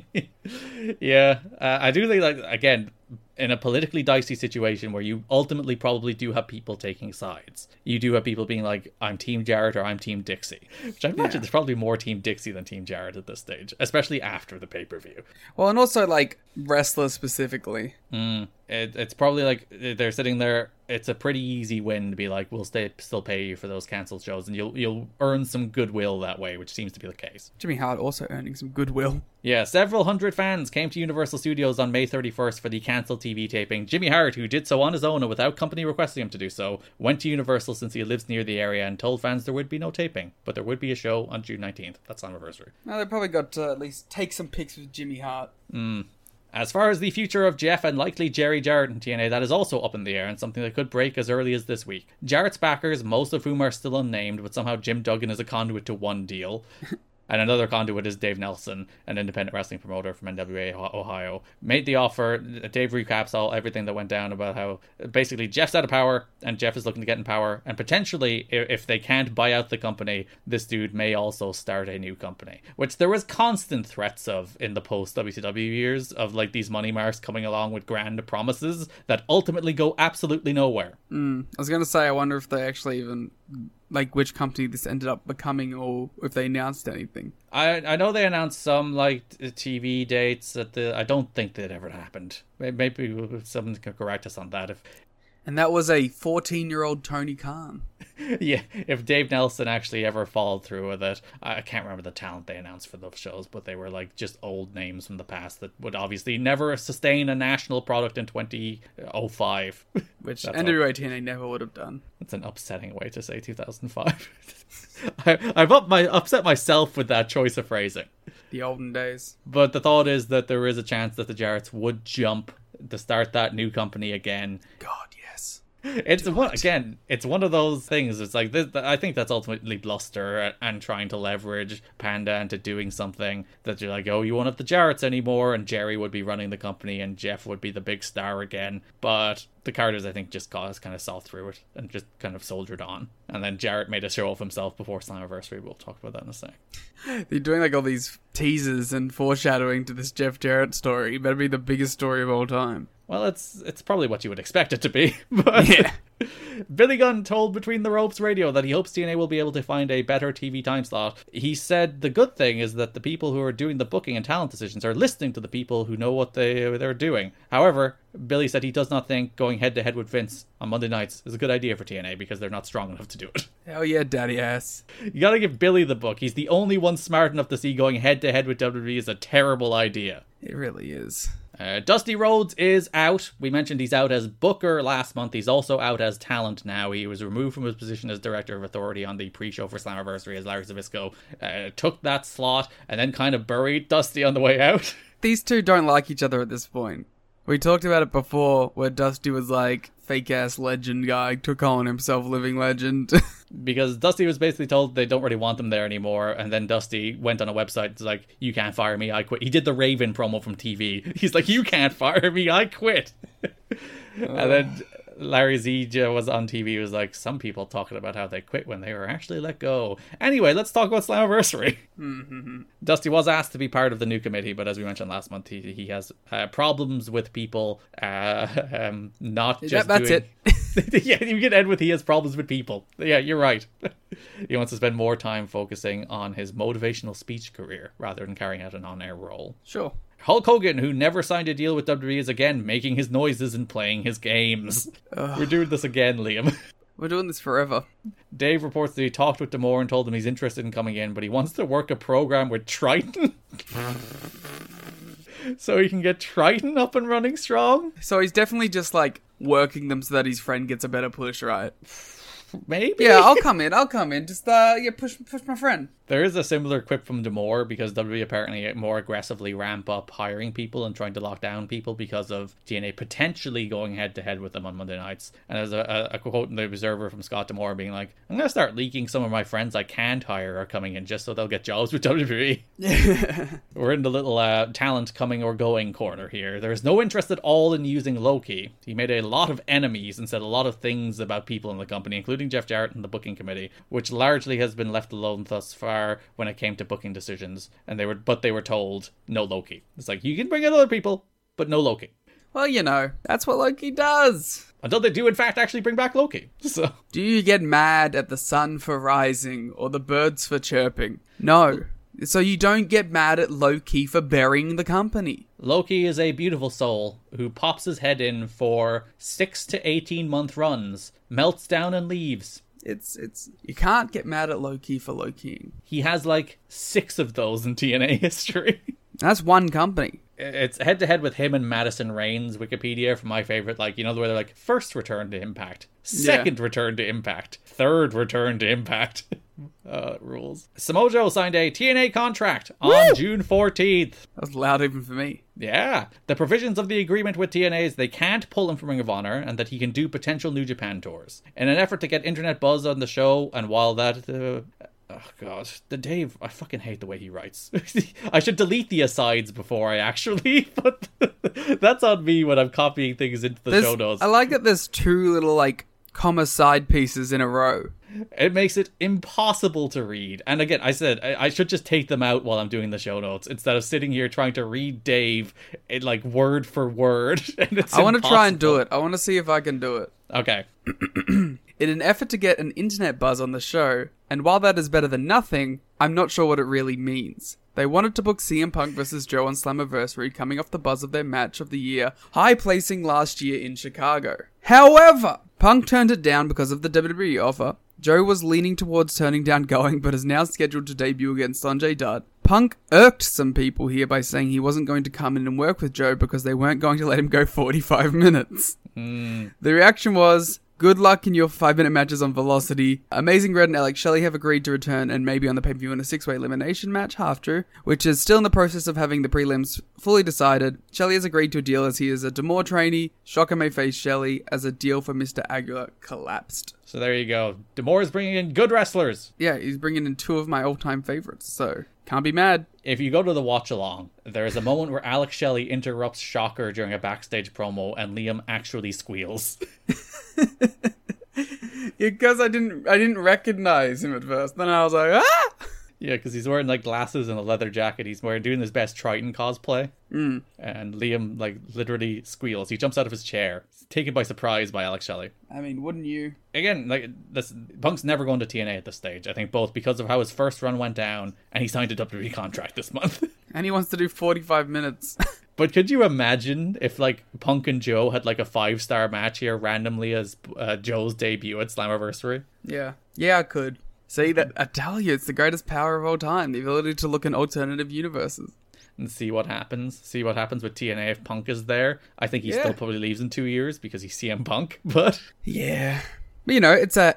I: yeah, uh, I do think, like, again, in a politically dicey situation where you ultimately probably do have people taking sides. You do have people being like, I'm Team Jarrett or I'm Team Dixie. Which I imagine
J: Yeah.
I: there's probably more Team Dixie than Team Jarrett at this stage, especially after the pay per view.
J: Well, and also like wrestlers specifically.
I: Mm. It, it's probably like they're sitting there. It's a pretty easy win to be like, we'll stay, still pay you for those cancelled shows, and you'll you'll earn some goodwill that way, which seems to be the case.
J: Jimmy Hart also earning some goodwill.
I: Yeah, several hundred fans came to Universal Studios on May 31st for the cancelled TV taping. Jimmy Hart, who did so on his own and without company requesting him to do so, went to Universal since he lives near the area and told fans there would be no taping, but there would be a show on June 19th. That's anniversary.
J: Now they probably got to at least take some pics with Jimmy Hart.
I: Mm. As far as the future of Jeff and likely Jerry Jarrett in TNA, that is also up in the air and something that could break as early as this week. Jarrett's backers, most of whom are still unnamed, but somehow Jim Duggan is a conduit to one deal. And another conduit is Dave Nelson, an independent wrestling promoter from NWA Ho- Ohio, made the offer. Dave recaps all everything that went down about how basically Jeff's out of power, and Jeff is looking to get in power, and potentially i- if they can't buy out the company, this dude may also start a new company, which there was constant threats of in the post WCW years of like these money marks coming along with grand promises that ultimately go absolutely nowhere.
J: Mm. I was gonna say, I wonder if they actually even like which company this ended up becoming, or if they announced anything.
I: I I know they announced some like t- TV dates that the I don't think that ever happened. May- Maybe someone can correct us on that. If
J: And that was a 14-year-old Tony Khan.
I: yeah, if Dave Nelson actually ever followed through with it, I I can't remember the talent they announced for those shows, but they were like just old names from the past that would obviously never sustain a national product in 2005,
J: which
I: That's all.
J: NWA TNA never would have done.
I: That's an upsetting way to say 2005. I, I've up my upset myself with that choice of phrasing.
J: The olden days.
I: But the thought is that there is a chance that the Jarretts would jump to start that new company again.
J: God, yes.
I: It's one again. It's one of those things. It's like this, I think that's ultimately bluster and trying to leverage Panda into doing something that you're like, oh, you won't have the Jarretts anymore, and Jerry would be running the company, and Jeff would be the big star again. But the Carters, I think, just got, kind of saw through it and just kind of soldiered on. And then Jarrett made a show of himself before Slammiversary. We'll talk about that in a sec.
J: They're doing like all these teasers and foreshadowing to this Jeff Jarrett story. It better be the biggest story of all time.
I: Well, it's it's probably what you would expect it to be. But Billy Gunn told Between the Ropes Radio that he hopes TNA will be able to find a better TV time slot. He said the good thing is that the people who are doing the booking and talent decisions are listening to the people who know what they they're doing. However, Billy said he does not think going head to head with Vince on Monday nights is a good idea for TNA because they're not strong enough to do it.
J: Hell yeah, daddy ass.
I: You gotta give Billy the book. He's the only one smart enough to see going head to head with WWE is a terrible idea.
J: It really is.
I: Uh, Dusty Rhodes is out. We mentioned he's out as Booker last month. He's also out as talent now. He was removed from his position as director of authority on the pre-show for Slammiversary as Larry Zabisco uh, took that slot and then kind of buried Dusty on the way out.
J: These two don't like each other at this point. We talked about it before where Dusty was like, fake ass legend guy took on himself living legend.
I: because Dusty was basically told they don't really want him there anymore. And then Dusty went on a website and was like, "You can't fire me. I quit." He did the Raven promo from TV. He's like, "You can't fire me. I quit." and then Larry Zija was on TV. He was like, "Some people talking about how they quit when they were actually let go." Anyway, let's talk about Slammiversary.
J: Mm-hmm.
I: Dusty was asked to be part of the new committee, but as we mentioned last month, he, he has uh, problems with people uh, um, not
J: Yeah,
I: just.
J: that's
I: doing... it. yeah, you can end with he has problems with people. Yeah, you're right. he wants to spend more time focusing on his motivational speech career rather than carrying out an on-air role.
J: sure.
I: Hulk Hogan, who never signed a deal with WWE, is again making his noises and playing his games.
J: Ugh.
I: We're doing this again, Liam.
J: We're doing this forever.
I: Dave reports that he talked with Demore and told him he's interested in coming in, but he wants to work a program with Triton. so he can get Triton up and running strong?
J: So he's definitely just like working them so that his friend gets a better push, right?
I: Maybe.
J: Yeah, I'll come in. I'll come in. Just uh, yeah, push push my friend.
I: There is a similar quip from Demore because WWE apparently more aggressively ramp up hiring people and trying to lock down people because of TNA potentially going head to head with them on Monday nights. And there's a, a, a quote in the Observer from Scott Demore being like, "I'm gonna start leaking some of my friends I can't hire are coming in just so they'll get jobs with E." WWE." We're in the little uh, talent coming or going corner here. There is no interest at all in using Loki. He made a lot of enemies and said a lot of things about people in the company, including Jeff Jarrett and the booking committee, which largely has been left alone thus far when it came to booking decisions. And they were, but they were told no Loki. It's like you can bring in other people, but no Loki.
J: Well, you know, that's what Loki does.
I: Until they do, in fact, actually bring back Loki. So,
J: do you get mad at the sun for rising or the birds for chirping? No. So you don't get mad at Loki for burying the company.
I: Loki is a beautiful soul who pops his head in for six to eighteen month runs, melts down and leaves.
J: It's it's you can't get mad at Loki for Lokiing.
I: He has like six of those in TNA history.
J: That's one company
I: it's head to head with him and Madison Rain's Wikipedia for my favorite. Like, you know, the way they're like, first return to Impact, second yeah. return to Impact, third return to Impact. uh, rules. Samojo signed a TNA contract Woo! on June 14th.
J: That was loud even for me.
I: Yeah. The provisions of the agreement with TNA is they can't pull him from Ring of Honor and that he can do potential New Japan tours. In an effort to get internet buzz on the show, and while that. Uh, oh god the dave i fucking hate the way he writes i should delete the asides before i actually but that's on me when i'm copying things into the
J: there's,
I: show notes
J: i like that there's two little like comma side pieces in a row
I: it makes it impossible to read and again i said I, I, should just take them out while i'm doing the show notes instead of sitting here trying to read dave in, like word for word
J: i want to try and do it i want to see if i can do it
I: okay
J: in an effort to get an internet buzz on the show, and while that is better than nothing, I'm not sure what it really means. They wanted to book CM Punk vs. Joe on Slammiversary coming off the buzz of their match of the year, high placing last year in Chicago. However, Punk turned it down because of the WWE offer. Joe was leaning towards turning down going, but is now scheduled to debut against Sanjay Dutt. Punk irked some people here by saying he wasn't going to come in and work with Joe because they weren't going to let him go 45 minutes.
I: Mm.
J: The reaction was, Good luck in your five minute matches on Velocity. Amazing Red and Alex Shelley have agreed to return and maybe on the pay per view in a six way elimination match, half true, which is still in the process of having the prelims fully decided. Shelley has agreed to a deal as he is a Demore trainee. Shocker may face Shelley as a deal for Mr. Aguilar collapsed.
I: So there you go. Demore is bringing in good wrestlers.
J: Yeah, he's bringing in two of my all time favorites, so can't be mad.
I: If you go to the watch along, there is a moment where Alex Shelley interrupts Shocker during a backstage promo and Liam actually squeals.
J: because I didn't I didn't recognize him at first. Then I was like, ah
I: yeah, because he's wearing like glasses and a leather jacket. He's wearing doing his best Triton cosplay.
J: Mm.
I: And Liam like literally squeals. He jumps out of his chair, he's taken by surprise by Alex Shelley.
J: I mean, wouldn't you?
I: Again, like this, Punk's never going to TNA at this stage. I think both because of how his first run went down, and he signed a WWE contract this month.
J: and he wants to do forty-five minutes.
I: But could you imagine if like Punk and Joe had like a five star match here randomly as uh, Joe's debut at Slammiversary?
J: Yeah, yeah, I could. See that I tell you, it's the greatest power of all time—the ability to look in alternative universes
I: and see what happens. See what happens with TNA if Punk is there. I think he yeah. still probably leaves in two years because he's CM Punk. But
J: yeah, but, you know, it's a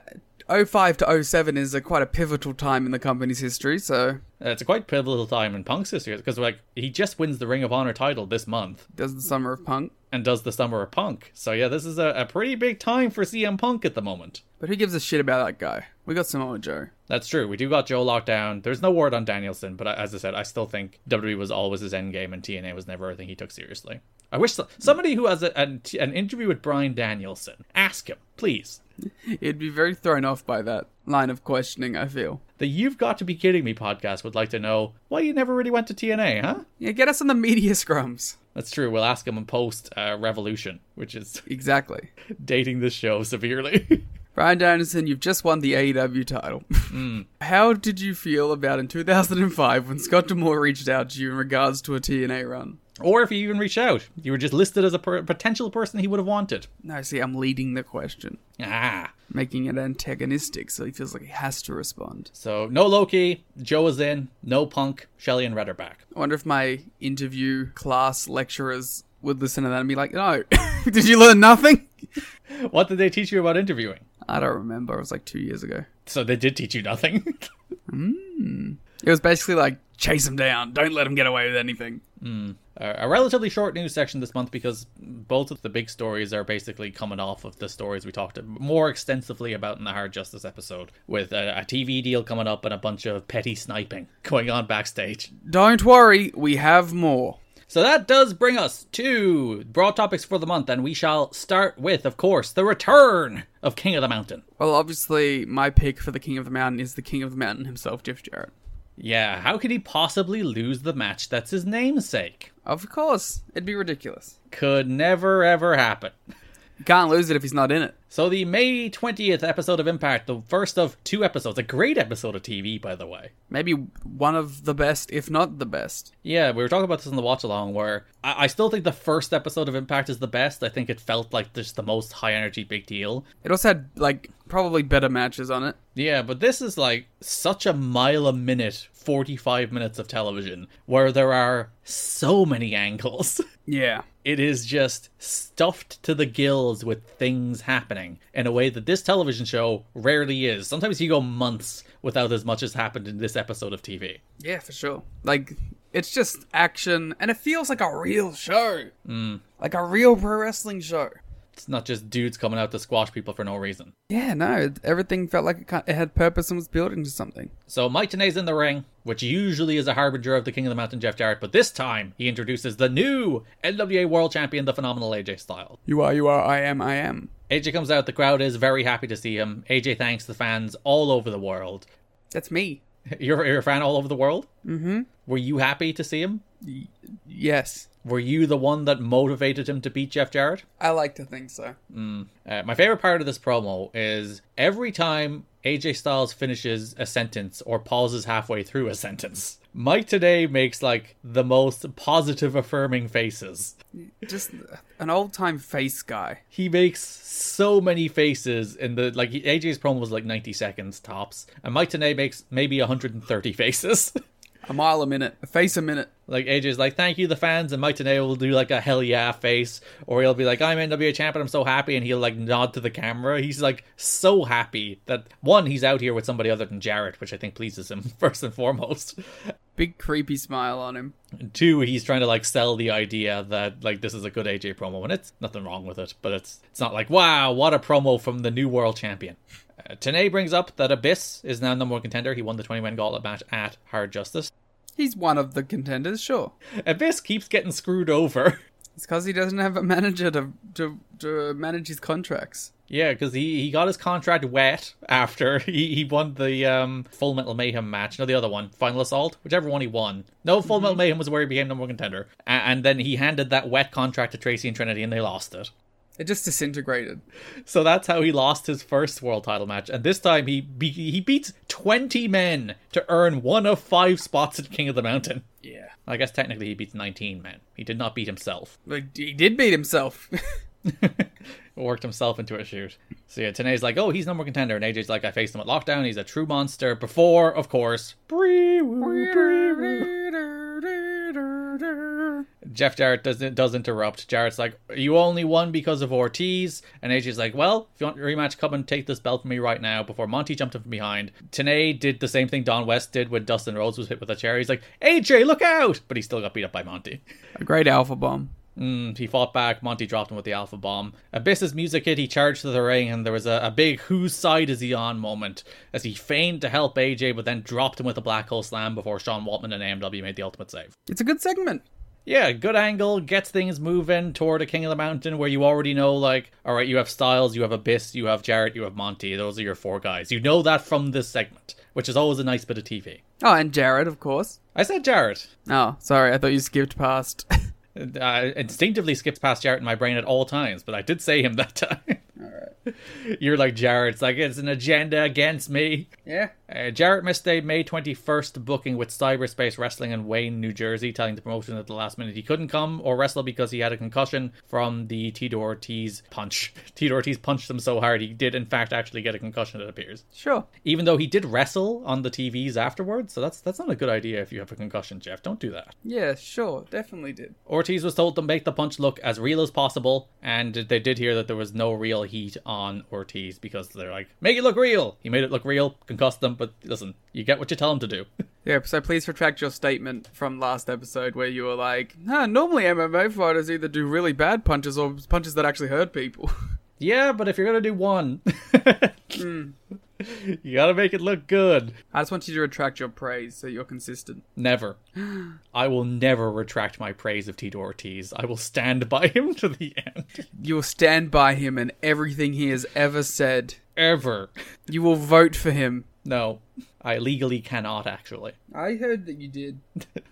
J: 05 to 07 is a quite a pivotal time in the company's history. So
I: it's a quite pivotal time in Punk's history because like he just wins the Ring of Honor title this month.
J: Does the Summer of Punk
I: and does the Summer of Punk. So yeah, this is a, a pretty big time for CM Punk at the moment.
J: But who gives a shit about that guy? We got Samoa Joe.
I: That's true. We do got Joe locked down. There's no word on Danielson, but as I said, I still think WWE was always his end game, and TNA was never a thing he took seriously. I wish so- somebody who has a, an, an interview with Brian Danielson ask him, please.
J: He'd be very thrown off by that line of questioning, I feel.
I: The You've Got to Be Kidding Me podcast would like to know why you never really went to TNA, huh?
J: Yeah, get us on the media scrums.
I: That's true. We'll ask him in post uh, Revolution, which is
J: exactly
I: dating this show severely.
J: Brian Danielson, you've just won the AEW title.
I: Mm.
J: How did you feel about in 2005 when Scott Demore reached out to you in regards to a TNA run?
I: Or if you even reached out, you were just listed as a per- potential person he would have wanted.
J: No, see, I'm leading the question.
I: Ah.
J: Making it antagonistic, so he feels like he has to respond.
I: So, no Loki, Joe is in, no Punk, Shelly and Red are back.
J: I wonder if my interview class lecturers would listen to that and be like, no, did you learn nothing?
I: What did they teach you about interviewing?
J: I don't remember. It was like two years ago.
I: So they did teach you nothing.
J: mm. It was basically like chase him down. Don't let him get away with anything.
I: Mm. Uh, a relatively short news section this month because both of the big stories are basically coming off of the stories we talked more extensively about in the Hard Justice episode, with a, a TV deal coming up and a bunch of petty sniping going on backstage.
J: Don't worry, we have more.
I: So that does bring us to broad topics for the month, and we shall start with, of course, the return of King of the Mountain.
J: Well, obviously, my pick for the King of the Mountain is the King of the Mountain himself, Jeff Jarrett.
I: Yeah, how could he possibly lose the match that's his namesake?
J: Of course, it'd be ridiculous.
I: Could never ever happen.
J: Can't lose it if he's not in it.
I: So the May 20th episode of Impact, the first of two episodes, a great episode of TV, by the way.
J: Maybe one of the best, if not the best.
I: Yeah, we were talking about this in the watch along where I, I, still think the first episode of Impact is the best. I think it felt like just the most high energy big deal.
J: It also had like probably better matches on it.
I: Yeah, but this is like such a mile a minute, 45 minutes of television where there are so many angles.
J: Yeah.
I: It is just stuffed to the gills with things happening in a way that this television show rarely is. Sometimes you go months without as much as happened in this episode of TV.
J: Yeah, for sure. Like, it's just action, and it feels like a real show.
I: Mm.
J: Like a real pro wrestling show.
I: It's not just dudes coming out to squash people for no reason.
J: Yeah, no, everything felt like it, it had purpose and was building to something.
I: So Mike Tenay's in the ring, which usually is a harbinger of the King of the Mountain, Jeff Jarrett, but this time he introduces the new NWA World Champion, the phenomenal AJ Styles.
J: You are, you are, I am, I am.
I: AJ comes out, the crowd is very happy to see him. AJ thanks the fans all over the world.
J: That's me.
I: You're, you're a fan all over the world?
J: Mm-hmm.
I: Were you happy to see him?
J: Y- yes.
I: Were you the one that motivated him to beat Jeff Jarrett?
J: I like to think so.
I: Mm. Uh, my favorite part of this promo is every time AJ Styles finishes a sentence or pauses halfway through a sentence, Mike today makes like the most positive affirming faces.
J: Just an old time face guy.
I: He makes so many faces in the like AJ's promo was like 90 seconds tops, and Mike today makes maybe 130 faces.
J: a mile a minute, a face a minute.
I: Like AJ's like, thank you, the fans, and Mike Tenay will do like a hell yeah face, or he'll be like, I'm NWA champion, I'm so happy, and he'll like nod to the camera. He's like so happy that one, he's out here with somebody other than Jarrett, which I think pleases him first and foremost.
J: Big creepy smile on him.
I: And two, he's trying to like sell the idea that like this is a good AJ promo, and it's nothing wrong with it, but it's it's not like wow, what a promo from the new world champion. Uh, Tanay brings up that Abyss is now number one contender. He won the 20 man gauntlet match at Hard Justice.
J: He's one of the contenders, sure.
I: Abyss keeps getting screwed over.
J: It's because he doesn't have a manager to, to, to manage his contracts.
I: Yeah, because he, he got his contract wet after he, he won the um, Full Metal Mayhem match. No, the other one, Final Assault, whichever one he won. No, Full mm-hmm. Metal Mayhem was where he became number one contender. And, and then he handed that wet contract to Tracy and Trinity and they lost it.
J: It just disintegrated.
I: So that's how he lost his first world title match, and this time he be- he beats twenty men to earn one of five spots at King of the Mountain.
J: Yeah,
I: I guess technically he beats nineteen men. He did not beat himself.
J: But he did beat himself.
I: Worked himself into a shoot. So yeah, Tanae's like, oh, he's number one contender, and AJ's like, I faced him at lockdown. He's a true monster. Before, of course, Jeff Jarrett does does interrupt. Jarrett's like, "You only won because of Ortiz," and AJ's like, "Well, if you want your rematch, come and take this belt from me right now." Before Monty jumped in from behind, Tanay did the same thing Don West did when Dustin Rhodes was hit with a chair. He's like, "AJ, look out!" But he still got beat up by Monty.
J: A great alpha bomb.
I: Mm, he fought back. Monty dropped him with the alpha bomb. Abyss's music hit. He charged to the ring, and there was a, a, big "whose side is he on" moment as he feigned to help AJ, but then dropped him with a black hole slam before Sean Waltman and AMW made the ultimate save.
J: It's a good segment.
I: Yeah, good angle, gets things moving toward a King of the Mountain where you already know, like, all right, you have Styles, you have Abyss, you have Jarrett, you have Monty. Those are your four guys. You know that from this segment, which is always a nice bit of TV.
J: Oh, and Jarrett, of course.
I: I said Jarrett.
J: Oh, sorry, I thought you skipped past.
I: I instinctively skipped past Jarrett in my brain at all times, but I did say him that time.
J: All
I: right. You're like Jarrett's like it's an agenda against me.
J: Yeah.
I: Uh, Jarrett missed a May 21st booking with Cyberspace Wrestling in Wayne, New Jersey, telling the promotion at the last minute he couldn't come or wrestle because he had a concussion from the Tito Ortiz punch. Tito Ortiz punched him so hard he did in fact actually get a concussion. It appears.
J: Sure.
I: Even though he did wrestle on the TVs afterwards, so that's that's not a good idea if you have a concussion, Jeff. Don't do that.
J: Yeah, sure, definitely did.
I: Ortiz was told to make the punch look as real as possible, and they did hear that there was no real heat on Ortiz because they're like, make it look real. He made it look real, concussed them, but listen, you get what you tell him to do.
J: Yeah, so please retract your statement from last episode where you were like, "Huh, normally MMA fighters either do really bad punches or punches that actually hurt people.
I: Yeah, but if you're gonna do one, Hmm. you gotta make it look good.
J: I just want you to retract your praise so you're consistent.
I: Never. I will never retract my praise of Tito Ortiz. I will stand by him to the end.
J: You'll stand by him and everything he has ever said.
I: Ever.
J: You will vote for him.
I: No, I legally cannot actually.
J: I heard that you did.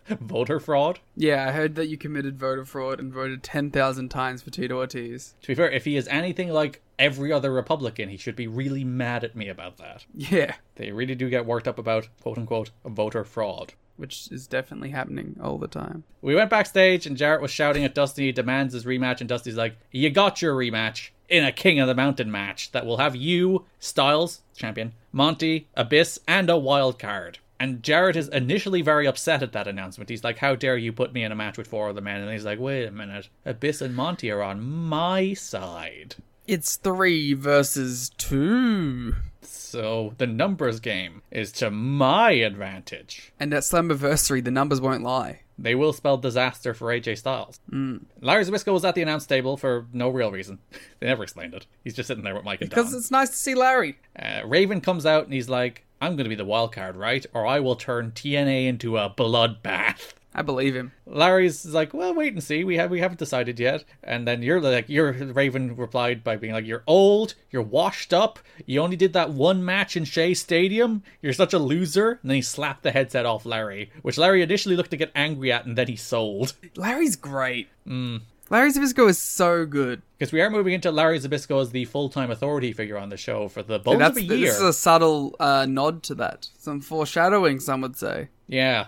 I: Voter fraud?
J: Yeah, I heard that you committed voter fraud and voted 10,000 times for Tito Ortiz.
I: To be fair, if he is anything like every other Republican, he should be really mad at me about that.
J: Yeah.
I: They really do get worked up about, quote unquote, voter fraud.
J: Which is definitely happening all the time.
I: We went backstage and Jarrett was shouting at Dusty, demands his rematch, and Dusty's like, You got your rematch in a King of the Mountain match that will have you, Styles, champion, Monty, Abyss, and a wild card. And Jarrett is initially very upset at that announcement. He's like, How dare you put me in a match with four other men? And he's like, Wait a minute, Abyss and Monty are on my side.
J: It's three versus two.
I: So the numbers game is to my advantage.
J: And at Slammiversary, the numbers won't lie.
I: They will spell disaster for AJ Styles.
J: Mm.
I: Larry Zabisco was at the announce table for no real reason. they never explained it. He's just sitting there with Mike and
J: Because
I: Don.
J: it's nice to see Larry.
I: Uh, Raven comes out and he's like, I'm going to be the wild card, right? Or I will turn TNA into a bloodbath.
J: I believe him.
I: Larry's like, well, wait and see. We have we haven't decided yet. And then you're like, your Raven replied by being like, you're old, you're washed up, you only did that one match in Shea Stadium. You're such a loser. And then he slapped the headset off Larry, which Larry initially looked to get angry at, and then he sold.
J: Larry's great.
I: Mm.
J: Larry Zabisco is so good.
I: Because we are moving into Larry Zabisco as the full time authority figure on the show for the bones
J: that's,
I: of a
J: th-
I: year.
J: This is a subtle uh, nod to that. Some foreshadowing, some would say.
I: Yeah,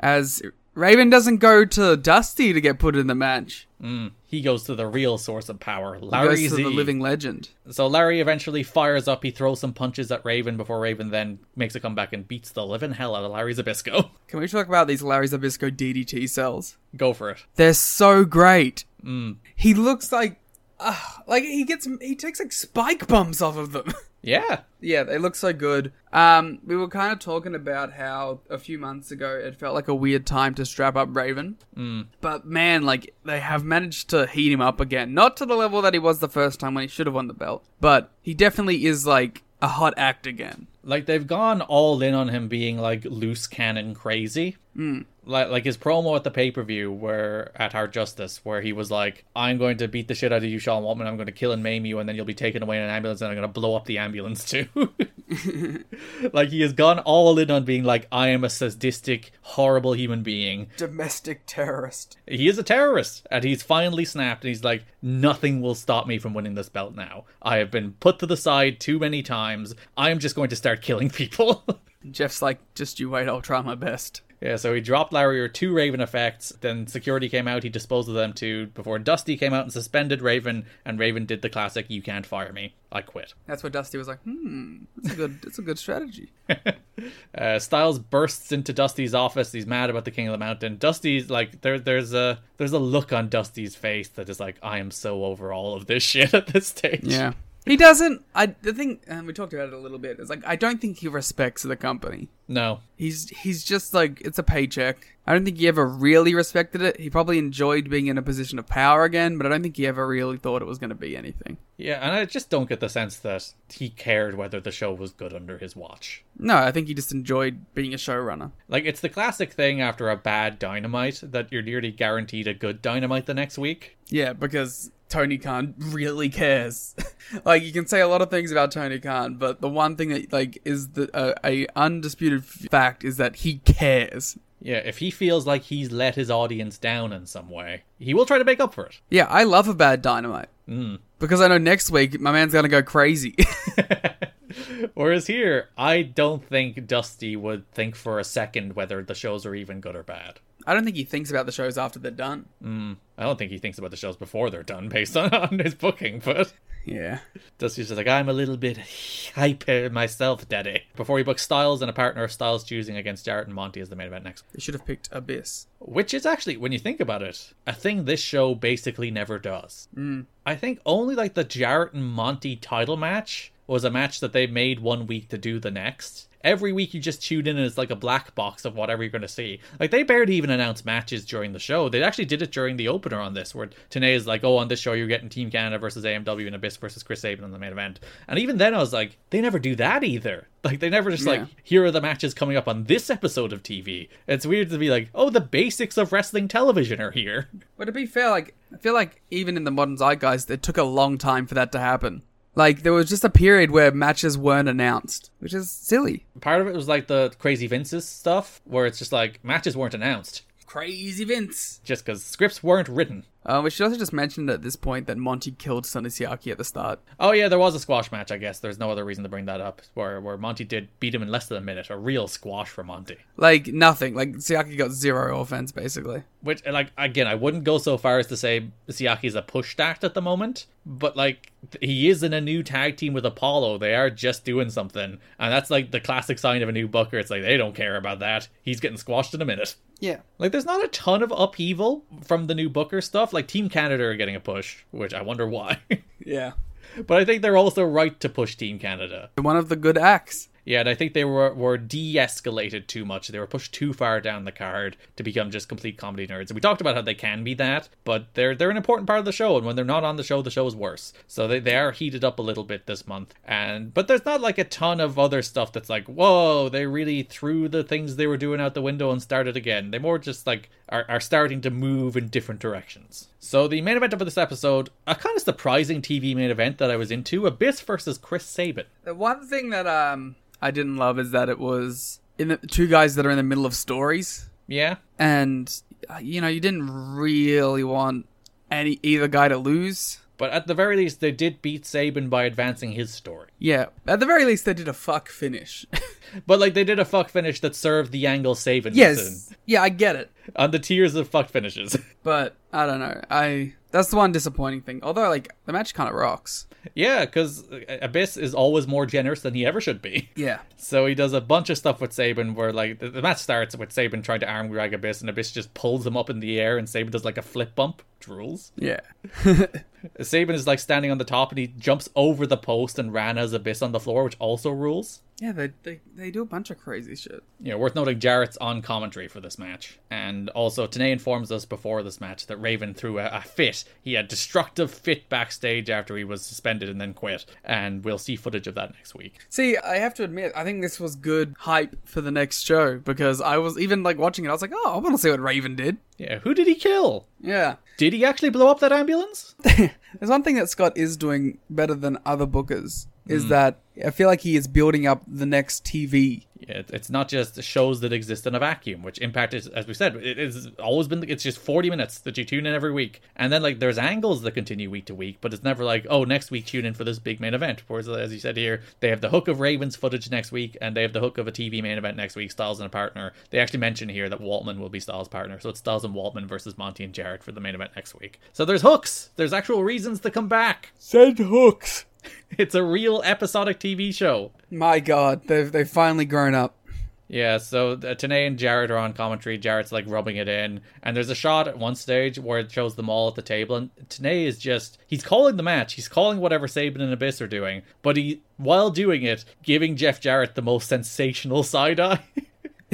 J: As Raven doesn't go to Dusty to get put in the match.
I: Mm. he goes to the real source of power,
J: He
I: Larry
J: goes to
I: Z.
J: the living legend.
I: So Larry eventually fires up. He throws some punches at Raven before Raven then makes a comeback and beats the living hell out of Larry Zabisco.
J: Can we talk about these Larry Zabisco DDT cells?
I: Go for it.
J: They're so great.
I: Mm.
J: He looks like, uh, like he gets he takes like spike bumps off of them.
I: Yeah.
J: Yeah, they look so good. Um, we were kind of talking about how a few months ago it felt like a weird time to strap up Raven,
I: Mm.
J: but man, like they have managed to heat him up again. Not to the level that he was the first time when he should have won the belt, but he definitely is like a hot act again.
I: Like they've gone all in on him being like loose cannon crazy.
J: Mm.
I: Like like his promo at the pay per view where at Hard Justice where he was like, I'm going to beat the shit out of you, Sean Waltman, I'm gonna kill and maim you, and then you'll be taken away in an ambulance and I'm gonna blow up the ambulance too. like he has gone all in on being like, I am a sadistic, horrible human being.
J: Domestic terrorist.
I: He is a terrorist, and he's finally snapped, and he's like, nothing will stop me from winning this belt now. I have been put to the side too many times. I am just going to start killing people.
J: Jeff's like, just you wait, I'll try my best.
I: yeah, so he dropped Larry or two Raven effects, then security came out, he disposed of them too, before Dusty came out and suspended Raven, and Raven did the classic, you can't fire me, I quit.
J: That's where Dusty was like, hmm, that's a good, that's a good strategy.
I: Uh, Styles bursts into Dusty's office. He's mad about the King of the Mountain. Dusty's like there. There's a there's a look on Dusty's face that is like I am so over all of this shit at this stage.
J: Yeah. He doesn't. I the thing, and we talked about it a little bit. Is like I don't think he respects the company.
I: No.
J: He's he's just like it's a paycheck. I don't think he ever really respected it. He probably enjoyed being in a position of power again, but I don't think he ever really thought it was going to be anything.
I: Yeah, and I just don't get the sense that he cared whether the show was good under his watch.
J: No, I think he just enjoyed being a showrunner.
I: Like it's the classic thing after a bad dynamite that you're nearly guaranteed a good dynamite the next week.
J: Yeah, because Tony Khan really cares. like you can say a lot of things about Tony Khan, but the one thing that like is the uh, a undisputed f- fact is that he cares.
I: Yeah, if he feels like he's let his audience down in some way, he will try to make up for it.
J: Yeah, I love a bad dynamite.
I: Mm.
J: Because I know next week my man's gonna go crazy.
I: Whereas here, I don't think Dusty would think for a second whether the shows are even good or bad.
J: I don't think he thinks about the shows after they're done.
I: Mm, I don't think he thinks about the shows before they're done based on, on his booking, but
J: Yeah.
I: Dusty's just like, I'm a little bit hyper myself, daddy. Before he books Styles and a partner of Styles choosing against Jarrett and Monty as the main event next.
J: They should have picked Abyss.
I: Which is actually, when you think about it, a thing this show basically never does.
J: Mm.
I: I think only like the Jarrett and Monty title match was a match that they made one week to do the next. every week you just tune in and it's like a black box of whatever you're going to see. Like they barely even announce matches during the show. They actually did it during the opener on this, where Tanay is like, "Oh, on this show you're getting Team Canada versus AMW and Abyss versus Chris Sabin in the main event." And even then, I was like, they never do that either. Like they never just
J: Yeah.
I: like here are the matches coming up on this episode of TV. It's weird to be like, oh, the basics of wrestling television are here.
J: But to be fair, like I feel like even in the modern zeitgeist, it took a long time for that to happen. Like there was just a period where matches weren't announced, which is silly.
I: Part of it was like the crazy Vince's stuff, where it's just like matches weren't announced
J: Crazy Vince.
I: just because scripts weren't written.
J: Uh, we should also just mention at this point that Monty killed Sonny Siaki at the start.
I: Oh yeah, there was a squash match. I guess there's no other reason to bring that up. Where where Monty did beat him in less than a minute, a real squash for Monty.
J: Like nothing. Like Siaki got zero offense basically.
I: Which and, like again, I wouldn't go so far as to say Siaki's a pushed act at the moment, but like th- he is in a new tag team with Apollo. They are just doing something, and that's like the classic sign of a new booker. It's like they don't care about that. He's getting squashed in a minute.
J: Yeah.
I: Like, there's not a ton of upheaval from the new Booker stuff. Like, Team Canada are getting a push, which I wonder why.
J: Yeah.
I: but I think they're also right to push Team Canada.
J: One of the good acts.
I: Yeah, and I think they were, were de escalated too much. They were pushed too far down the card to become just complete comedy nerds. And we talked about how they can be that, but they're they're an important part of the show, and when they're not on the show, the show is worse. So they, they are heated up a little bit this month. And but there's not like a ton of other stuff that's like, whoa, they really threw the things they were doing out the window and started again. They more just like are, are starting to move in different directions. So the main event of this episode, a kind of surprising TV main event that I was into, Abyss versus Chris Sabin.
J: The one thing that um I didn't love is that it was in the, two guys that are in the middle of stories.
I: Yeah.
J: and uh, you know you didn't really want any either guy to lose.
I: But at the very least, they did beat Saban by advancing his story.
J: Yeah, at the very least they did a fuck finish.
I: But like they did a fuck finish that served the angle Saban was
J: yes, yeah, I get it,
I: in on the tiers of fuck finishes.
J: but I don't know. I that's the one disappointing thing. Although like the match kind of rocks.
I: yeah, because Abyss is always more generous than he ever should be.
J: Yeah,
I: So he does a bunch of stuff with Saban where like the, the match starts with Saban trying to arm drag Abyss and Abyss just pulls him up in the air and Saban does like a flip bump. Which rules.
J: yeah.
I: Saban is like standing on the top and he jumps over the post and ran as Abyss on the floor, which also rules.
J: Yeah, they, they they do a bunch of crazy shit.
I: you know, worth noting Jarrett's on commentary for this match. And also, Tanay informs us before this match that Raven threw a, a fit. He had destructive fit backstage after he was suspended and then quit. And we'll see footage of that next week.
J: See, I have to admit, I think this was good hype for the next show because I was even like watching it. I was like, oh, I want to see what Raven did.
I: Yeah, who did he kill?
J: Yeah,
I: Did he actually blow up that ambulance?
J: There's one thing that Scott is doing better than other bookers is that I feel like he is building up the next TV.
I: Yeah, it- it's not just shows that exist in a vacuum, which Impact is, as we said, it has always been. It's just forty minutes that you tune in every week, and then like there's angles that continue week to week, but it's never like, oh, next week tune in for this big main event. Whereas, as you said here, they have the hook of Ravens footage next week, and they have the hook of a TV main event next week. Styles and a partner. They actually mention here that Waltman will be Styles' partner, so it's Styles and Waltman versus Monty and Jarrett for the main event next week. So there's hooks. There's actual reasons to come back.
J: Send hooks.
I: It's a real episodic TV show.
J: My God, they've they've finally grown up.
I: Yeah, so uh, Tanay and Jarrett are on commentary. Jarrett's like rubbing it in, and there's a shot at one stage where it shows them all at the table, and Tanay is just—he's calling the match. He's calling whatever Saban and Abyss are doing, but he, while doing it, giving Jeff Jarrett the most sensational side eye.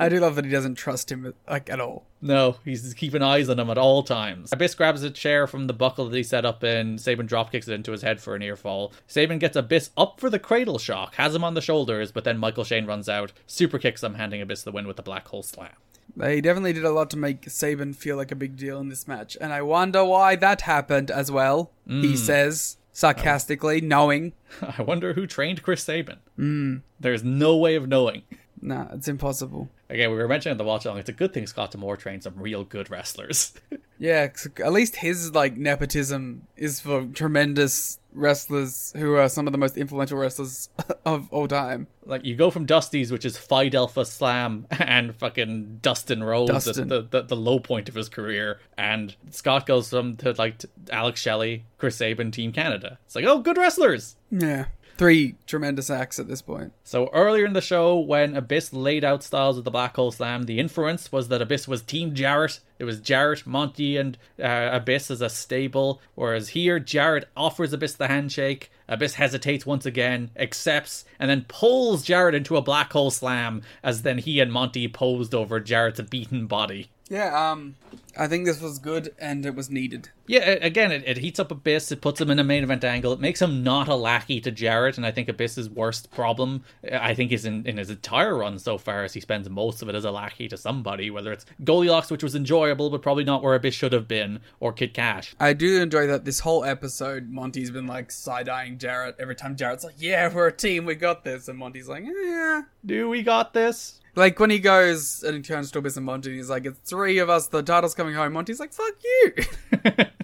J: I do love that he doesn't trust him like at all.
I: No, he's keeping eyes on him at all times. Abyss grabs a chair from the buckle that he set up in. Saban dropkicks it into his head for an earfall. Saban gets Abyss up for the cradle shock, has him on the shoulders, but then Michael Shane runs out, super kicks him, handing Abyss the win with a black hole slam.
J: They definitely did a lot to make Saban feel like a big deal in this match, and I wonder why that happened as well. He says sarcastically, knowing,
I: I wonder who trained Chris Saban. There's no way of knowing.
J: "Nah, it's impossible."
I: Again, we were mentioning at the watch along. It's a good thing Scott Demore trained some real good wrestlers.
J: Yeah, 'cause at least his like nepotism is for tremendous wrestlers who are some of the most influential wrestlers of all time.
I: like you go from Dusty's, which is Phi Delpha Slam, and fucking Dustin Rhodes, at
J: Dustin.
I: The, the the low point of his career, and Scott goes from to like to Alex Shelley, Chris Saban, Team Canada. It's like, oh, good wrestlers.
J: Yeah. Three tremendous acts at this point.
I: So earlier in the show, when Abyss laid out Styles with the Black Hole Slam, the inference was that Abyss was Team Jarrett. It was Jarrett, Monty, and uh, Abyss as a stable. Whereas here, Jarrett offers Abyss the handshake. Abyss hesitates once again, accepts, and then pulls Jarrett into a black hole slam. As then he and Monty posed over Jarrett's beaten body.
J: Yeah, um, I think this was good and it was needed.
I: Yeah, a- again, it, it heats up Abyss. It puts him in a main event angle. It makes him not a lackey to Jarrett, and I think Abyss's worst problem, uh, I think, is in, in his entire run so far, as he spends most of it as a lackey to somebody, whether it's Goldilocks, which was enjoyable, but probably not where Abyss should have been, or Kid Cash.
J: I do enjoy that this whole episode, Monty's been like side eyeing Jarrett every time Jarrett's like, yeah, we're a team, we got this. And Monty's like, yeah.
I: Do we got this?
J: Like when he goes and he turns to Abyss and Monty, he's like, it's three of us, the title's coming home. Monty's like, fuck you.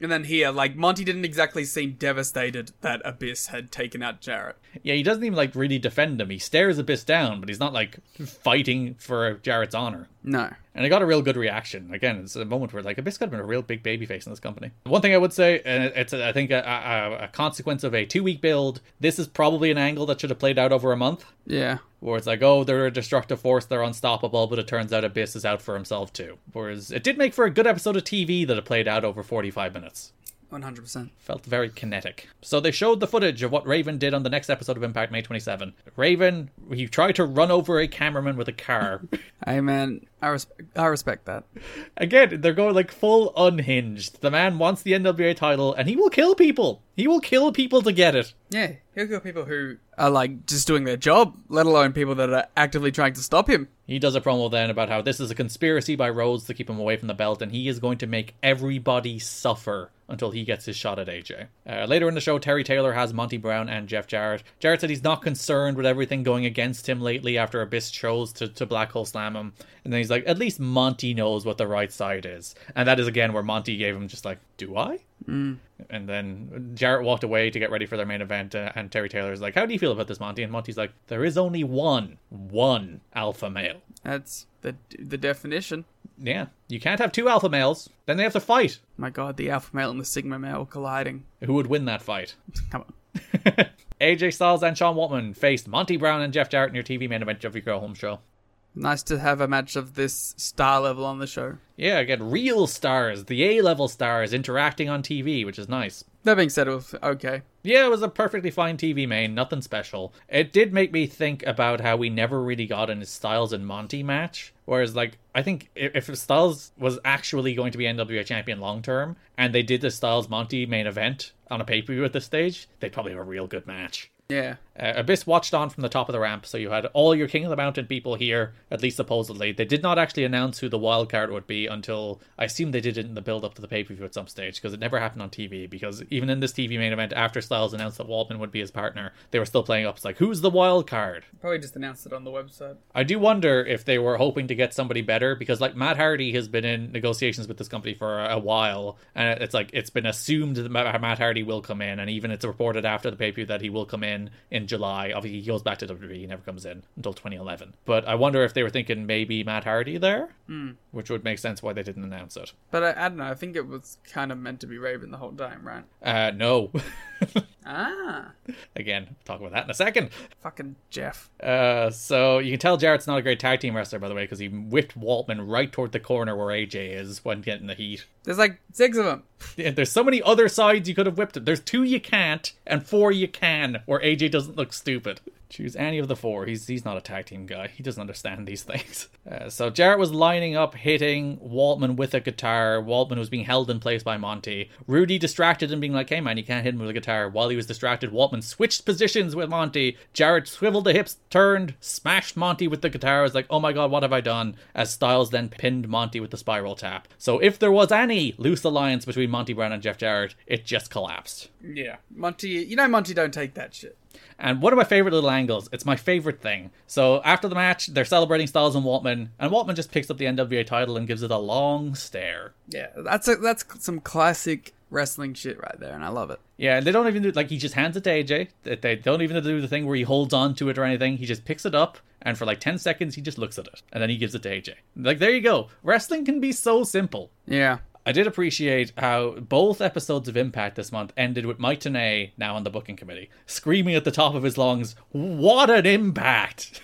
J: and then here, like, Monty didn't exactly seem devastated that Abyss had taken out Jarrett.
I: Yeah, he doesn't even like really defend him. He stares Abyss down, but he's not like fighting for Jarrett's honor.
J: No.
I: And it got a real good reaction. Again, it's a moment where like Abyss could have been a real big babyface in this company. One thing I would say, and it- it's I think a, a, a consequence of a two week build. This is probably an angle that should have played out over a month.
J: Yeah.
I: Where it's like, oh, they're a destructive force, they're unstoppable, but it turns out Abyss is out for himself too. Whereas it did make for a good episode of TV that it played out over 45 minutes.
J: 100%.
I: Felt very kinetic. So they showed the footage of what Raven did on the next episode of Impact May 27. Raven, he tried to run over a cameraman with a car.
J: Hey, man, I, res- I respect that.
I: Again, they're going like full unhinged. The man wants the NWA title and he will kill people. He will kill people to get it.
J: Yeah, he'll kill people who are like just doing their job, let alone people that are actively trying to stop him.
I: He does a promo then about how this is a conspiracy by Rhodes to keep him away from the belt, and he is going to make everybody suffer until he gets his shot at AJ. Uh, later in the show, Terry Taylor has Monty Brown and Jeff Jarrett. Jarrett said he's not concerned with everything going against him lately after Abyss chose to, to black hole slam him. And then he's like, at least Monty knows what the right side is. And that is again where Monty gave him just like, do I?
J: Mm.
I: And then Jarrett walked away to get ready for their main event, uh, and Terry Taylor's like, "How do you feel about this, Monty?" And Monty's like, "There is only one, one alpha male.
J: That's the the definition.
I: Yeah, you can't have two alpha males. Then they have to fight.
J: My God, the alpha male and the sigma male colliding.
I: Who would win that fight?
J: Come on.
I: AJ Styles and Sean Waltman faced Monty Brown and Jeff Jarrett in your TV main event of your Go Home show.
J: Nice to have a match of this star level on the show.
I: Yeah, again, real stars, the A-level stars interacting on TV, which is nice.
J: That being said, it was okay.
I: Yeah, it was a perfectly fine TV main, nothing special. It did make me think about how we never really got in a Styles and Monty match. Whereas, like, I think i- if Styles was actually going to be NWA champion long term, and they did the Styles Monty main event on a pay per view at this stage, they'd probably have a real good match.
J: Yeah.
I: Uh, Abyss watched on from the top of the ramp, so you had all your King of the Mountain people here, at least supposedly. They did not actually announce who the wild card would be until I assume they did it in the build up to the pay per view at some stage, because it never happened on TV. Because even in this TV main event, after Styles announced that Waltman would be his partner, they were still playing up. It's like, who's the wild card?
J: Probably just announced it on the website.
I: I do wonder if they were hoping to get somebody better because, like, Matt Hardy has been in negotiations with this company for a while, and it's like it's been assumed that Ma- Matt Hardy will come in, and even it's reported after the pay per view that he will come in in July. Obviously, he goes back to WWE; he never comes in until 2011. But I wonder if they were thinking maybe Matt Hardy there,
J: Hmm.
I: which would make sense why they didn't announce it.
J: But I, I don't know. I think it was kind of meant to be Raven the whole time, right?
I: Uh, no.
J: Ah,
I: Again, talk about that in a second.
J: fucking Jeff.
I: Uh, so you can tell Jarrett's not a great tag team wrestler, by the way, because he whipped Waltman right toward the corner where AJ is when getting the heat.
J: There's like six of them.
I: Yeah, There's so many other sides you could have whipped him. There's two you can't, and four you can, where AJ doesn't look stupid. Choose any of the four. He's he's not a tag team guy. He doesn't understand these things. Uh, so Jarrett was lining up, hitting Waltman with a guitar. Waltman was being held in place by Monty. Rudy distracted him, being like, "Hey man, you can't hit him with a guitar." While he was distracted, Waltman switched positions with Monty. Jarrett swiveled the hips, turned, smashed Monty with the guitar. I was like, "Oh my god, what have I done?" As Styles then pinned Monty with the spiral tap. So if there was any loose alliance between Monty Brown and Jeff Jarrett, it just collapsed.
J: Yeah, Monty. You know Monty don't take that shit.
I: And one of my favorite little angles, it's my favorite thing. So after the match, they're celebrating Styles and Waltman, and Waltman just picks up the NWA title and gives it a long stare.
J: Yeah, that's a, that's some classic wrestling shit right there, and I love it.
I: Yeah, they don't even do like he just hands it to AJ. They- They don't even do the thing where he holds on to it or anything. He just picks it up and for like ten seconds he just looks at it and then he gives it to AJ. Like there you go. Wrestling can be so simple.
J: Yeah,
I: I did appreciate how both episodes of Impact this month ended with Mike Tenay, now on the booking committee, screaming at the top of his lungs, What an impact!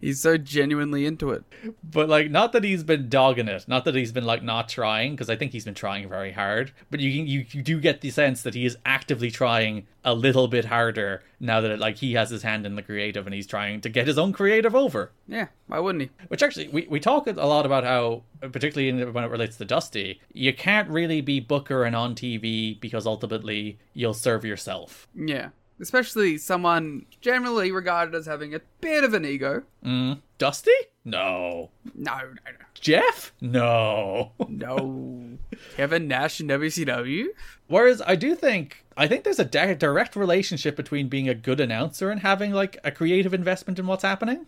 J: he's so genuinely into it.
I: But, like, not that he's been dogging it, not that he's been, like, not trying, because I think he's been trying very hard, but you, you, you do get the sense that he is actively trying a little bit harder now that, like, he has his hand in the creative and he's trying to get his own creative over.
J: Yeah, why wouldn't he?
I: Which actually, we, we talk a lot about how, particularly in, when it relates to Dusty, you can't really be Booker and on TV because ultimately you'll serve yourself.
J: Yeah. Especially someone generally regarded as having a bit of an ego.
I: Mm. Dusty? No.
J: No, no, no.
I: Jeff? No.
J: no. Kevin Nash in WCW?
I: Whereas I do think I think there's a di- direct relationship between being a good announcer and having like a creative investment in what's happening.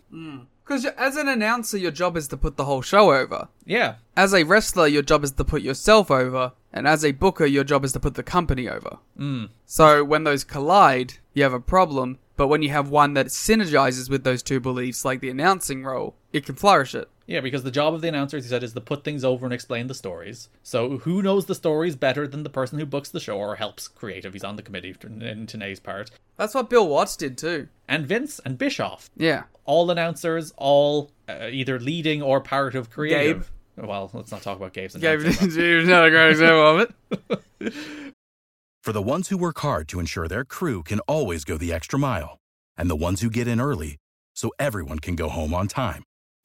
J: Because as an announcer, your job is to put the whole show over.
I: Yeah.
J: As a wrestler, your job is to put yourself over, and as a booker, your job is to put the company over.
I: Mm.
J: So when those collide, you have a problem. But when you have one that synergizes with those two beliefs, like the announcing role, it can flourish it.
I: Yeah, because the job of the announcer, as you said, is to put things over and explain the stories. So who knows the stories better than the person who books the show or helps creative? He's on the committee in Tanae's part.
J: That's what Bill Watts did too.
I: And Vince and Bischoff.
J: Yeah.
I: All announcers, all uh, either leading or part of creative. Gabe. Well, let's not talk about Gabe's
J: Gabe is not a great example of
I: it.
K: For the ones who work hard to ensure their crew can always go the extra mile, and the ones who get in early so everyone can go home on time,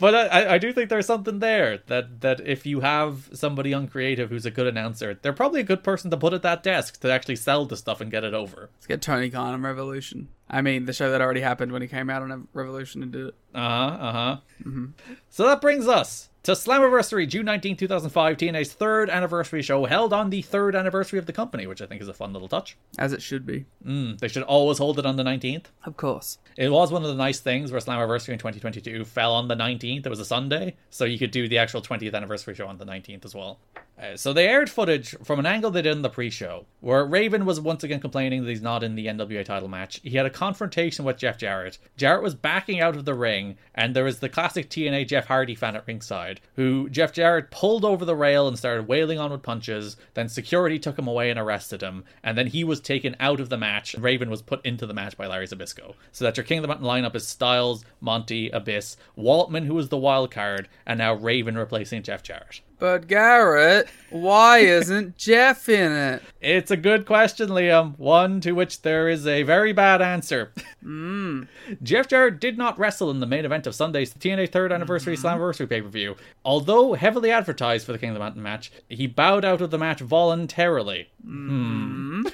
I: But I, I do think there's something there that that if you have somebody on creative who's a good announcer, they're probably a good person to put at that desk to actually sell the stuff and get it over.
J: Let's get Tony Khan on Revolution. I mean, the show that already happened when he came out on Revolution and did it.
I: Uh huh. Uh huh. Mm-hmm. So that brings us to Slammiversary, June 19, 2005, TNA's third anniversary show, held on the third anniversary of the company, which I think is a fun little touch.
J: As it should be.
I: Mm, they should always hold it on the 19th.
J: Of course.
I: It was one of the nice things where Slammiversary in 2022 fell on the 19th. It was a Sunday, so you could do the actual 20th anniversary show on the 19th as well. Uh, so they aired footage from an angle they did in the pre-show, where Raven was once again complaining that he's not in the NWA title match. He had a confrontation with Jeff Jarrett. Jarrett was backing out of the ring, and there was the classic TNA Jeff Hardy fan at ringside, who Jeff Jarrett pulled over the rail and started wailing on with punches. Then security took him away and arrested him, and then he was taken out of the match. And Raven was put into the match by Larry Zabisco. So that your King of the Mountain lineup is Styles, Monty, Abyss, Waltman, who was the wild card, and now Raven replacing Jeff Jarrett.
J: But Garrett, why isn't Jeff in it?
I: It's a good question, Liam. One to which there is a very bad answer.
J: Mm.
I: Jeff Jarrett did not wrestle in the main event of Sunday's TNA 3rd Anniversary mm Slammiversary pay per view. Although heavily advertised for the King of the Mountain match, he bowed out of the match voluntarily.
J: Mm. Mm.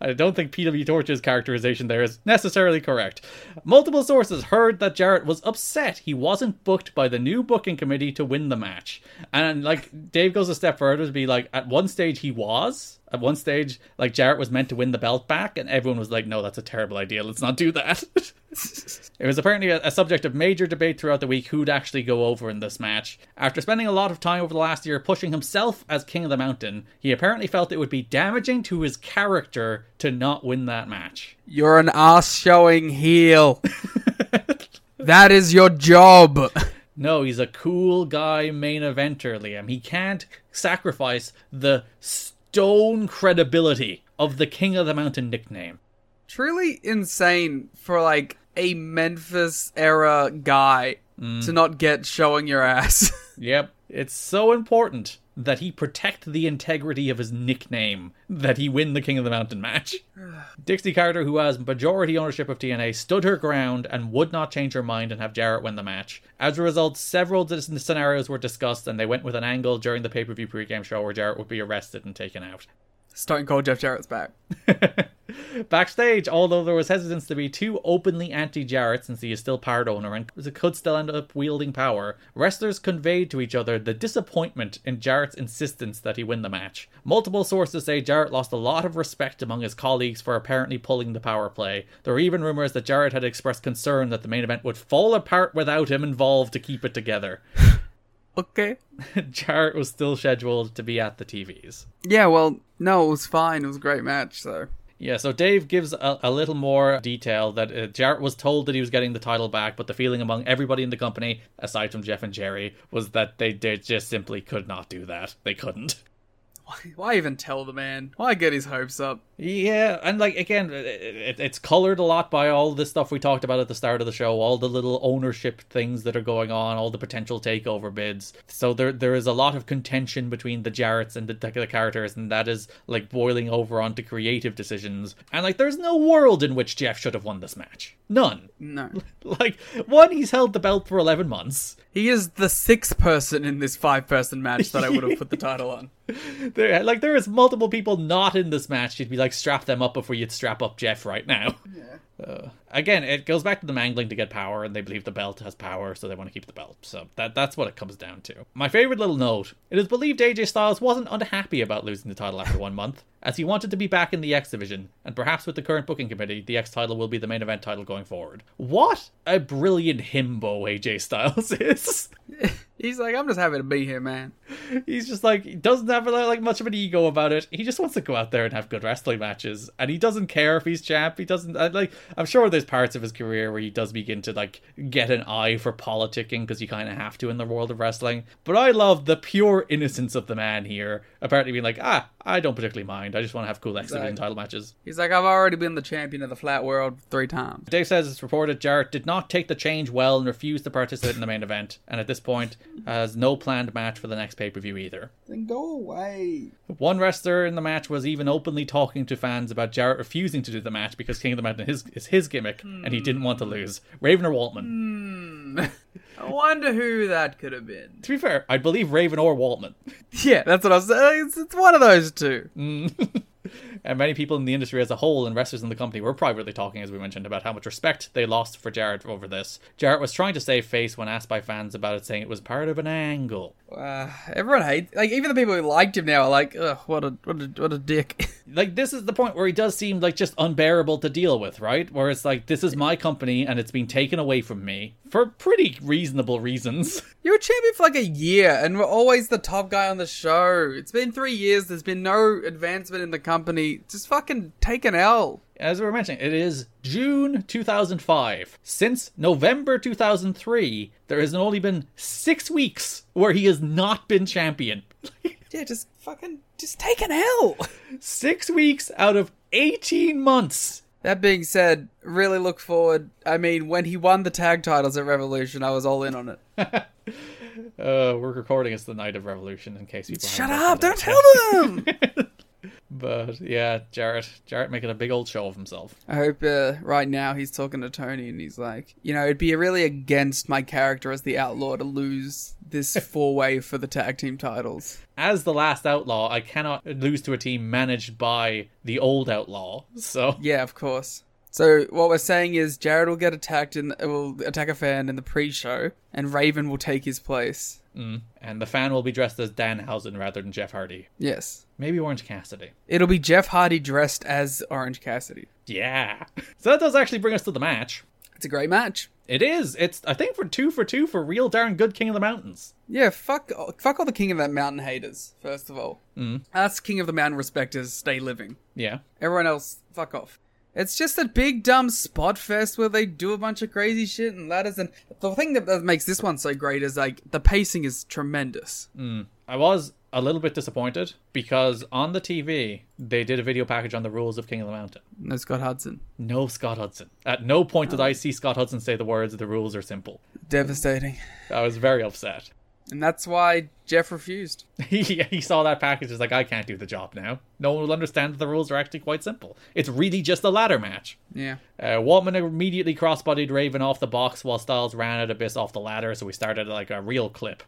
I: I don't think PW Torch's characterization there is necessarily correct. Multiple sources heard that Jarrett was upset he wasn't booked by the new booking committee to win the match. And like, Dave goes a step further to be like, at one stage he was. At one stage, like Jarrett was meant to win the belt back, and everyone was like, "No, that's a terrible idea. Let's not do that." it was apparently a, a, subject of major debate throughout the week who'd actually go over in this match. After spending a lot of time over the last year pushing himself as King of the Mountain, he apparently felt it would be damaging to his character to not win that match.
J: You're an ass-showing heel. that is your job.
I: No, he's a cool guy main eventer, Liam. He can't sacrifice the stone credibility of the King of the Mountain nickname.
J: Truly insane for like a Memphis era guy to not get showing your ass.
I: Yep. It's so important that he protect the integrity of his nickname that he win the King of the Mountain match. Dixie Carter, who has majority ownership of TNA, stood her ground and would not change her mind and have Jarrett win the match. As a result, several dis- scenarios were discussed and they went with an angle during the pay per view pregame show where Jarrett would be arrested and taken out.
J: Stone Cold Jeff Jarrett's back.
I: Backstage, although there was hesitance to be too openly anti Jarrett since he is still part owner and could still end up wielding power, wrestlers conveyed to each other the disappointment in Jarrett's insistence that he win the match. Multiple sources say Jarrett lost a lot of respect among his colleagues for apparently pulling the power play. There were even rumors that Jarrett had expressed concern that the main event would fall apart without him involved to keep it together.
J: okay.
I: Jarrett was still scheduled to be at the TVs.
J: Yeah, well, no, it was fine. It was a great match, so.
I: Yeah, so Dave gives a, a little more detail that uh, Jarrett was told that he was getting the title back, but the feeling among everybody in the company, aside from Jeff and Jerry, was that they, they just simply could not do that. They couldn't.
J: Why, why even tell the man? Why get his hopes up?
I: Yeah, and like again, it, it, it's colored a lot by all the stuff we talked about at the start of the show, all the little ownership things that are going on, all the potential takeover bids. So there, there is a lot of contention between the Jarretts and the, the characters, and that is like boiling over onto creative decisions. And like, there's no world in which Jeff should have won this match. None.
J: No.
I: Like, one, he's held the belt for eleven months.
J: He is the sixth person in this five person match that I would have put the title on.
I: There, like, there is multiple people not in this match. You'd be like, strap them up before you'd strap up Jeff right now. Yeah. Uh, again, it goes back to the mangling to get power, and they believe the belt has power, so they want to keep the belt. So that that's what it comes down to. My favorite little note: it is believed AJ Styles wasn't unhappy about losing the title after one month, as he wanted to be back in the X division, and perhaps with the current booking committee, the X title will be the main event title going forward. What a brilliant himbo AJ Styles is!
J: He's like, I'm just happy to be here, man.
I: He's just like he doesn't have like much of an ego about it. He just wants to go out there and have good wrestling matches, and he doesn't care if he's champ. He doesn't I, like. I'm sure there's parts of his career where he does begin to like get an eye for politicking because you kind of have to in the world of wrestling. But I love the pure innocence of the man here. Apparently, being like, ah, I don't particularly mind. I just want to have cool X Division
J: Exactly.
I: title matches.
J: He's like, I've already been the champion of the flat world three times.
I: Dave says it's reported Jarrett did not take the change well and refused to participate in the main event, and at this point has no planned match for the next pay per view either.
J: Then go away.
I: One wrestler in the match was even openly talking to fans about Jarrett refusing to do the match because King of the Mountain is, is his gimmick and he didn't want to lose. Raven or Waltman?
J: I wonder who that could have been.
I: To be fair, I believe Raven or Waltman.
J: Yeah, that's what I was saying. It's, it's one of those two.
I: And many people in the industry as a whole and wrestlers in the company were privately talking, as we mentioned, about how much respect they lost for Jarrett over this. Jarrett was trying to save face when asked by fans about it, saying it was part of an angle.
J: Uh, everyone hates, like even the people who liked him now are like, ugh, what a what a what a dick.
I: like this is the point where he does seem like just unbearable to deal with, right? Where it's like this is my company and it's been taken away from me for pretty reasonable reasons.
J: you were champion for like a year, and we're always the top guy on the show. It's been three years. There's been no advancement in the company. Just fucking take an L.
I: As we were mentioning, it is June 2005. Since November 2003, there has only been six weeks where he has not been champion.
J: Yeah, just fucking just take an L.
I: Six weeks out of 18 months.
J: That being said, really look forward. I mean, when he won the tag titles at Revolution, I was all in on it.
I: Uh, we're recording it's the night of Revolution in case people.
J: Shut
I: haven't
J: up! Don't
I: listened to
J: tell them.
I: it. But yeah, Jarrett, Jarrett making a big old show of himself.
J: I hope uh, right now he's talking to Tony and he's like, you know, it'd be really against my character as the outlaw to lose this four way for the tag team titles.
I: as the last outlaw, I cannot lose to a team managed by the old outlaw. So
J: Yeah, of course. So what we're saying is Jared will get attacked in will attack a fan in the pre-show, and Raven will take his place.
I: and the fan will be dressed as Danhausen rather than Jeff Hardy.
J: Yes,
I: Maybe Orange Cassidy.
J: it'll be Jeff Hardy dressed as Orange Cassidy.
I: Yeah. So that does actually bring us to the match.
J: It's a great match.
I: It is. It's I think for two for two for real darn good King of the Mountains.
J: Yeah, fuck, fuck all the King of that Mountain haters. First of all, mm. us King of the Mountain respecters stay living.
I: Yeah.
J: Everyone else, fuck off. It's just a big dumb spot fest where they do a bunch of crazy shit and ladders. And the thing that, that makes this one so great is like the pacing is tremendous.
I: Mm. I was a little bit disappointed because on the TV they did a video package on the rules of King of the Mountain.
J: No Scott Hudson.
I: No Scott Hudson. At no point did I see Scott Hudson say the words "the rules are simple."
J: Devastating.
I: I was very upset.
J: And that's why Jeff refused.
I: he, he saw that package. He's like, I can't do the job now. No one will understand that the rules are actually quite simple. It's really just a ladder match.
J: Yeah.
I: Uh, Waltman immediately crossbodied Raven off the box while Styles ran at Abyss off the ladder, so we started like a real clip.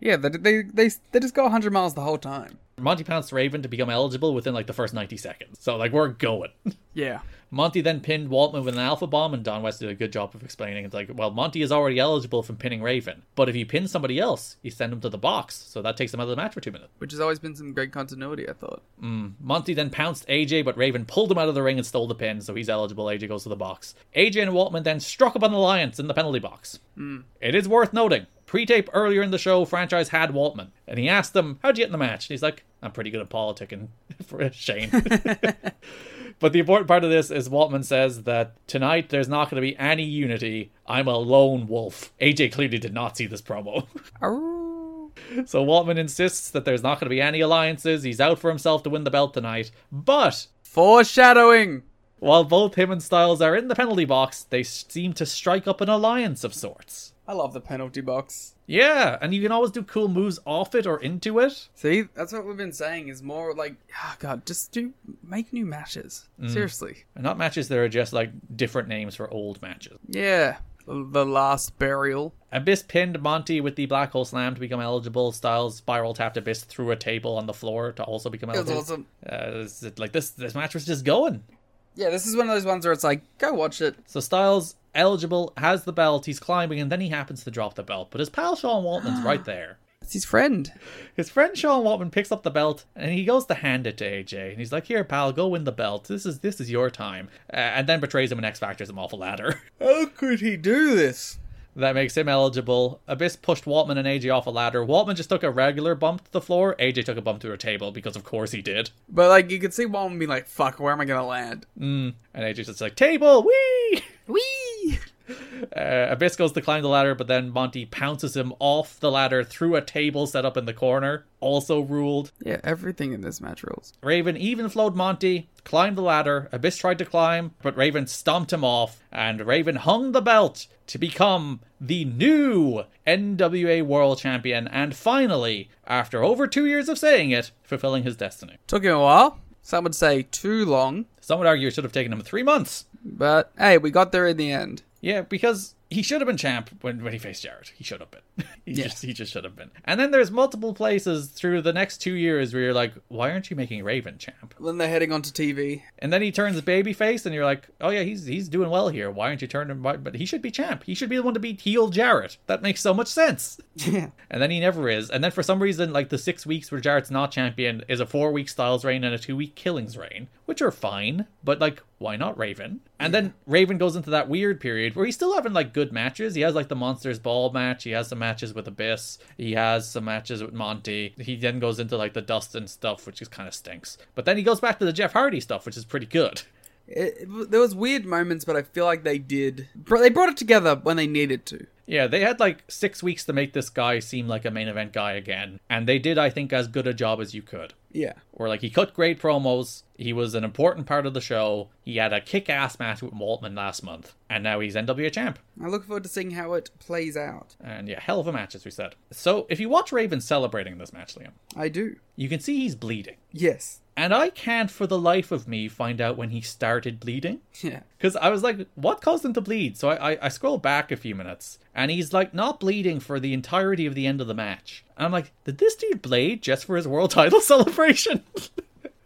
J: Yeah, they they they, they just go 100 miles the whole time.
I: Monty pounced Raven to become eligible within like the first 90 seconds. So like we're going.
J: Yeah.
I: Monty then pinned Waltman with an alpha bomb, and Don West did a good job of explaining. It's like, well, Monty is already eligible from pinning Raven, but if you pin somebody else, you send him to the box, so that takes him out of the match for two minutes.
J: Which has always been some great continuity, I thought.
I: Mm. Monty then pounced AJ, but Raven pulled him out of the ring and stole the pin, so he's eligible. AJ goes to the box. AJ and Waltman then struck up an alliance in the penalty box.
J: Mm.
I: It is worth noting. Pre-tape earlier in the show, franchise had Waltman, and he asked them, "How'd you get in the match?" And he's like, "I'm pretty good at politicking, for shame." but the important part of this is Waltman says that tonight there's not going to be any unity. I'm a lone wolf. AJ clearly did not see this promo. so Waltman insists that there's not going to be any alliances. He's out for himself to win the belt tonight. But
J: foreshadowing.
I: While both him and Styles are in the penalty box, they seem to strike up an alliance of sorts.
J: I love the penalty box.
I: Yeah, and you can always do cool moves off it or into it.
J: See, that's what we've been saying is more like, oh god, just do make new matches.
I: Mm.
J: Seriously.
I: And not matches that are just like different names for old matches.
J: Yeah. The last burial.
I: Abyss pinned Monty with the black hole slam to become eligible. Styles spiral tapped Abyss through a table on the floor to also become
J: It was
I: eligible.
J: awesome.
I: Uh, this is- like this, this match was just going.
J: Yeah, this is one of those ones where it's like, go watch it.
I: So Styles eligible has the belt. He's climbing, and then he happens to drop the belt. But his pal Sean Waltman's right there.
J: It's his friend.
I: His friend Sean Waltman picks up the belt and he goes to hand it to AJ and he's like, "Here, pal, go win the belt. This is this is your time." Uh, and then betrays him and X Factors him off a ladder.
J: How could he do this?
I: that makes him eligible. Abyss pushed Waltman and AJ off a ladder. Waltman just took a regular bump to the floor. AJ took a bump to a table because of course he did.
J: But like you could see one being like, fuck, where am I gonna land?
I: Mm. And AJ's just like, table, wee!
J: Wee!
I: Uh, Abyss goes to climb the ladder, but then Monty pounces him off the ladder through a table set up in the corner. Also ruled.
J: Yeah, everything in this match rules.
I: Raven even flowed Monty, climbed the ladder. Abyss tried to climb, but Raven stomped him off, and Raven hung the belt to become the new NWA World Champion, and finally, after over two years of saying it, fulfilling his destiny.
J: Took him a while. Some would say too long.
I: Some would argue it should have taken him three months.
J: But hey, we got there in the end.
I: Yeah, because he should have been champ when, when he faced Jared. He should have been. he
J: Yeah.
I: just he just should have been. And then there's multiple places through the next two years where you're like, why aren't you making Raven champ?
J: Then they're heading onto TV.
I: And then he turns babyface, and you're like, oh yeah, he's he's doing well here. Why aren't you turning? why- But he should be champ. He should be the one to beat heel Jarrett. That makes so much sense.
J: Yeah.
I: And then he never is. And then for some reason, like the six weeks where Jarrett's not champion is a four week Styles reign and a two week Killings reign, which are fine. But like, why not Raven? And then Raven goes into that weird period where he's still having like good matches. He has like the Monsters Ball match. He has some matches with Abyss. He has some matches with Monty. He then goes into like the Dustin stuff, which is kind of stinks. But then he goes back to the Jeff Hardy stuff, which is pretty good.
J: It, it- there was weird moments, but I feel like they did. Bro, they brought it together when they needed to.
I: Yeah, they had like six weeks to make this guy seem like a main event guy again, and they did, I think, as good a job as you could.
J: Yeah.
I: Where like he cut great promos, he was an important part of the show, he had a kick ass match with Waltman last month, and now he's NWA champ.
J: I look forward to seeing how it plays out.
I: And yeah, hell of a match, as we said. So if you watch Raven celebrating this match, Liam,
J: I do.
I: you can see he's bleeding.
J: Yes.
I: And I can't for the life of me find out when he started bleeding.
J: Yeah.
I: Because I was like, what caused him to bleed? So I, I, I scroll back a few minutes, and he's like not bleeding for the entirety of the end of the match. And I'm like, did this dude bleed just for his world title celebration?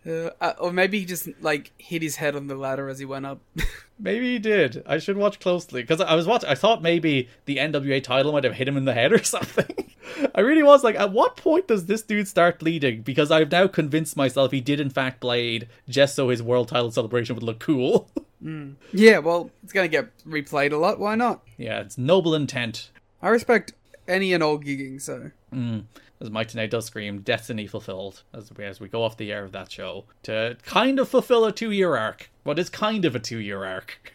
J: Uh, uh, or maybe he just like hit his head on the ladder as he went up.
I: maybe he did. I should watch closely because I was watching. I thought maybe the NWA title might have hit him in the head or something. I really was like, at what point does this dude start bleeding? Because I've now convinced myself he did in fact bleed just so his world title celebration would look cool.
J: yeah. Well, it's gonna get replayed a lot. Why not?
I: yeah, it's noble intent.
J: I respect any and all gigging, so
I: Mm. As Mike tonight does scream, destiny fulfilled, as we, as we go off the air of that show, to kind of fulfill a two year arc. What is kind of a two year arc.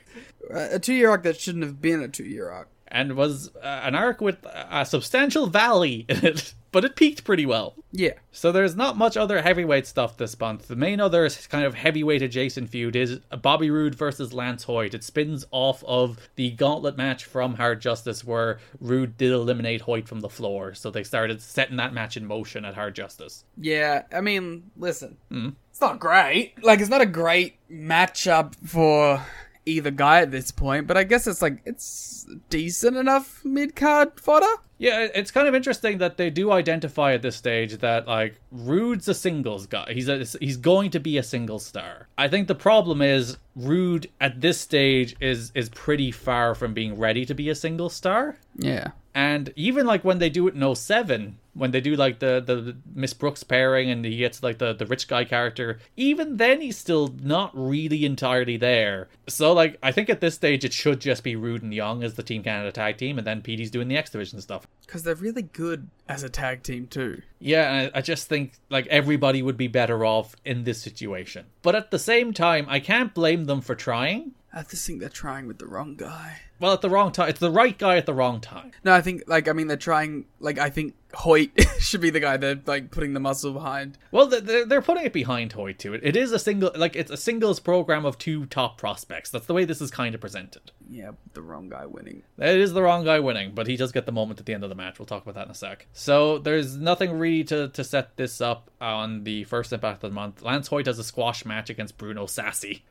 J: A two year arc that shouldn't have been a two year arc.
I: And was uh, an arc with a substantial valley in it, but it peaked pretty well.
J: Yeah.
I: So there's not much other heavyweight stuff this month. The main other kind of heavyweight adjacent feud is Bobby Roode versus Lance Hoyt. It spins off of the gauntlet match from Hard Justice where Roode did eliminate Hoyt from the floor. So they started setting that match in motion at Hard Justice.
J: Yeah, I mean, listen,
I: Mm.
J: it's not great. Like, it's not a great matchup for either guy at this point, but I guess it's like, it's decent enough mid card fodder.
I: Yeah, it- it's kind of interesting that they do identify at this stage that like Rude's a singles guy. He's a, he's going to be a single star. I think the problem is Rude at this stage is is pretty far from being ready to be a single star.
J: Yeah.
I: And even like when they do it in 07, when they do like the the Miss Brooks pairing and he gets like the the rich guy character, even then he's still not really entirely there. So like I think at this stage it should just be Rude and Young as the Team Canada tag team, and then PD's doing the X Division stuff.
J: Because they're really good as a tag team, too.
I: Yeah, I, I just think like everybody would be better off in this situation. But at the same time, I can't blame them for trying.
J: I just think they're trying with the wrong guy.
I: Well, at the wrong time, it's the right guy at the wrong time.
J: No, I think, like, I mean, they're trying, like, I think Hoyt should be the guy they're, like, putting the muscle behind.
I: Well, th- they're they're putting it behind Hoy too. It, it is a single like it's a singles program of two top prospects. That's the way this is kind of presented.
J: Yeah, the wrong guy winning.
I: It is the wrong guy winning, but he does get the moment at the end of the match. We'll talk about that in a sec. So there's nothing really to, to set this up on the first impact of the month. Lance Hoyt has a squash match against Bruno Sassy.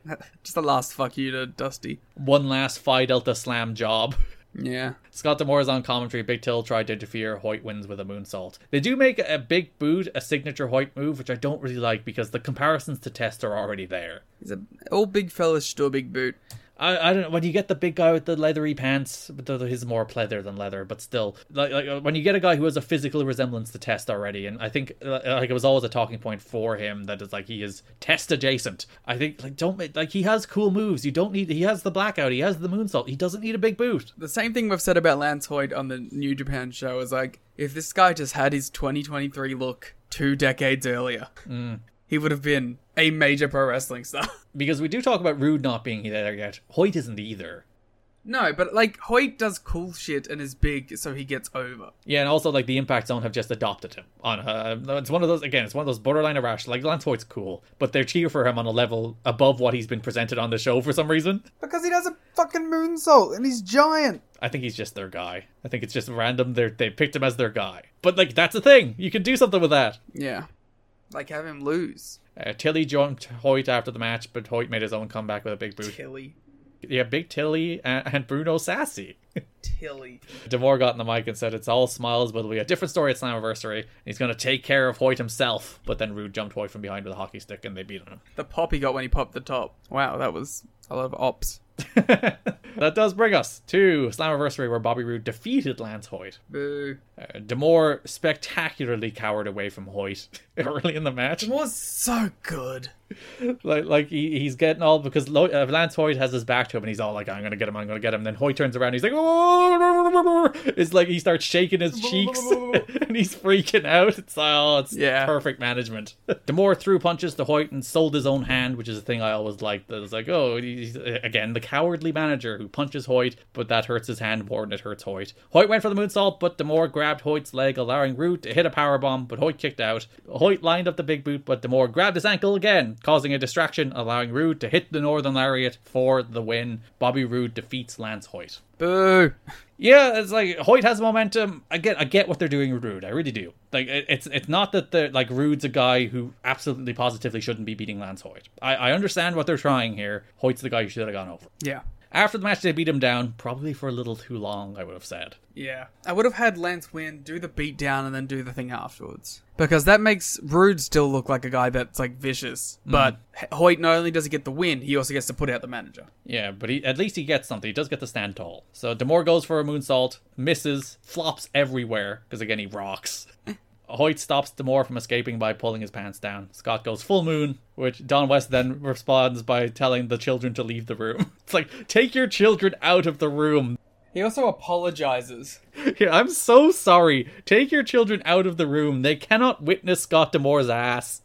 J: Just the last fuck you to Dusty.
I: One last Phi Delta slam job.
J: Yeah.
I: Scott Demore is on commentary. Big Till tried to interfere. Hoyt wins with a moonsault. They do make a big boot, a signature Hoyt move, which I don't really like because the comparisons to Test are already there.
J: He's a old big fella, still a big boot.
I: I, I don't know when you get the big guy with the leathery pants, but though he's more pleather than leather, but still, like, like uh, when you get a guy who has a physical resemblance to Test already, and I think uh, like it was always a talking point for him that it's like he is Test adjacent. I think like don't make- like he has cool moves. You don't need he has the blackout, he has the moonsault, he doesn't need a big boot.
J: The same thing we've said about Lance Hoyt on the New Japan show is like, if this guy just had his 2023 look two decades earlier,
I: Mm.
J: he would have been a major pro wrestling star.
I: Because we do talk about Rude not being there yet. Hoyt isn't either.
J: no, but like, Hoyt does cool shit and is big, so he gets over.
I: Yeah, and also like the Impact Zone have just adopted him. On uh, it's one of those again, it's one of those borderline irrational. Like Lance Hoyt's cool, but they're cheer for him on a level above what he's been presented on the show for some reason.
J: Because he does a fucking moonsault and he's giant.
I: I think he's just their guy. I think it's just random. They they picked him as their guy, but like that's a thing. You can do something with that.
J: Yeah. Like, have him lose.
I: Uh, Tilly joined Hoyt after the match, but Hoyt made his own comeback with a big boot.
J: Tilly.
I: Yeah, Big Tilly and, and Bruno Sassy.
J: Tilly.
I: Demore got in the mic and said it's all smiles, but it'll be a different story at Slammiversary. And he's going to take care of Hoyt himself. But then Rude jumped Hoyt from behind with a hockey stick and they beat on him.
J: The pop he got when he popped the top. Wow, that was a lot of ops.
I: That does bring us to Slammiversary, where Bobby Roode defeated Lance Hoyt.
J: Boo.
I: Uh, Demore spectacularly cowered away from Hoyt early in the match.
J: Demore's so good.
I: like like he, he's getting all because Lo- uh, Lance Hoyt has his back to him and he's all like, "I'm gonna get him, I'm gonna get him." then Hoyt turns around, and he's like, "Oh!" It's like he starts shaking his cheeks and he's freaking out. It's like, oh, it's
J: Yeah.
I: perfect management. Demore threw punches to Hoyt and sold his own hand, which is a thing I always liked. That was like, oh, he's, again the cowardly manager who punches Hoyt, but that hurts his hand more than it hurts Hoyt. Hoyt went for the moonsault, but Demore grabbed Hoyt's leg, allowing Root to hit a powerbomb, but Hoyt kicked out. Hoyt lined up the big boot, but Demore grabbed his ankle again, causing a distraction, allowing Root to hit the Northern Lariat for the win. Bobby Roode defeats Lance Hoyt.
J: Boo.
I: Yeah, it's like Hoyt has momentum. I get, I get what they're doing with Rude. I really do. Like, it, it's it's not that they're like Rude's a guy who absolutely positively shouldn't be beating Lance Hoyt. I, I understand what they're trying here. Hoyt's the guy who should have gone over.
J: Yeah.
I: After the match, they beat him down, probably for a little too long. I would have said.
J: Yeah. I would have had Lance win, do the beat down, and then do the thing afterwards. Because that makes Rude still look like a guy that's like vicious. But H- Hoyt not only does he get the win, he also gets to put out the manager.
I: Yeah, but he, at least he gets something. He does get to stand tall. So Demore goes for a moonsault, misses, flops everywhere, because again, he rocks. Hoyt stops Demore from escaping by pulling his pants down. Scott goes full moon, which Don West then responds by telling the children to leave the room. It's like, take your children out of the room.
J: He also apologizes.
I: Here, I'm so sorry. Take your children out of the room. They cannot witness Scott Demore's ass.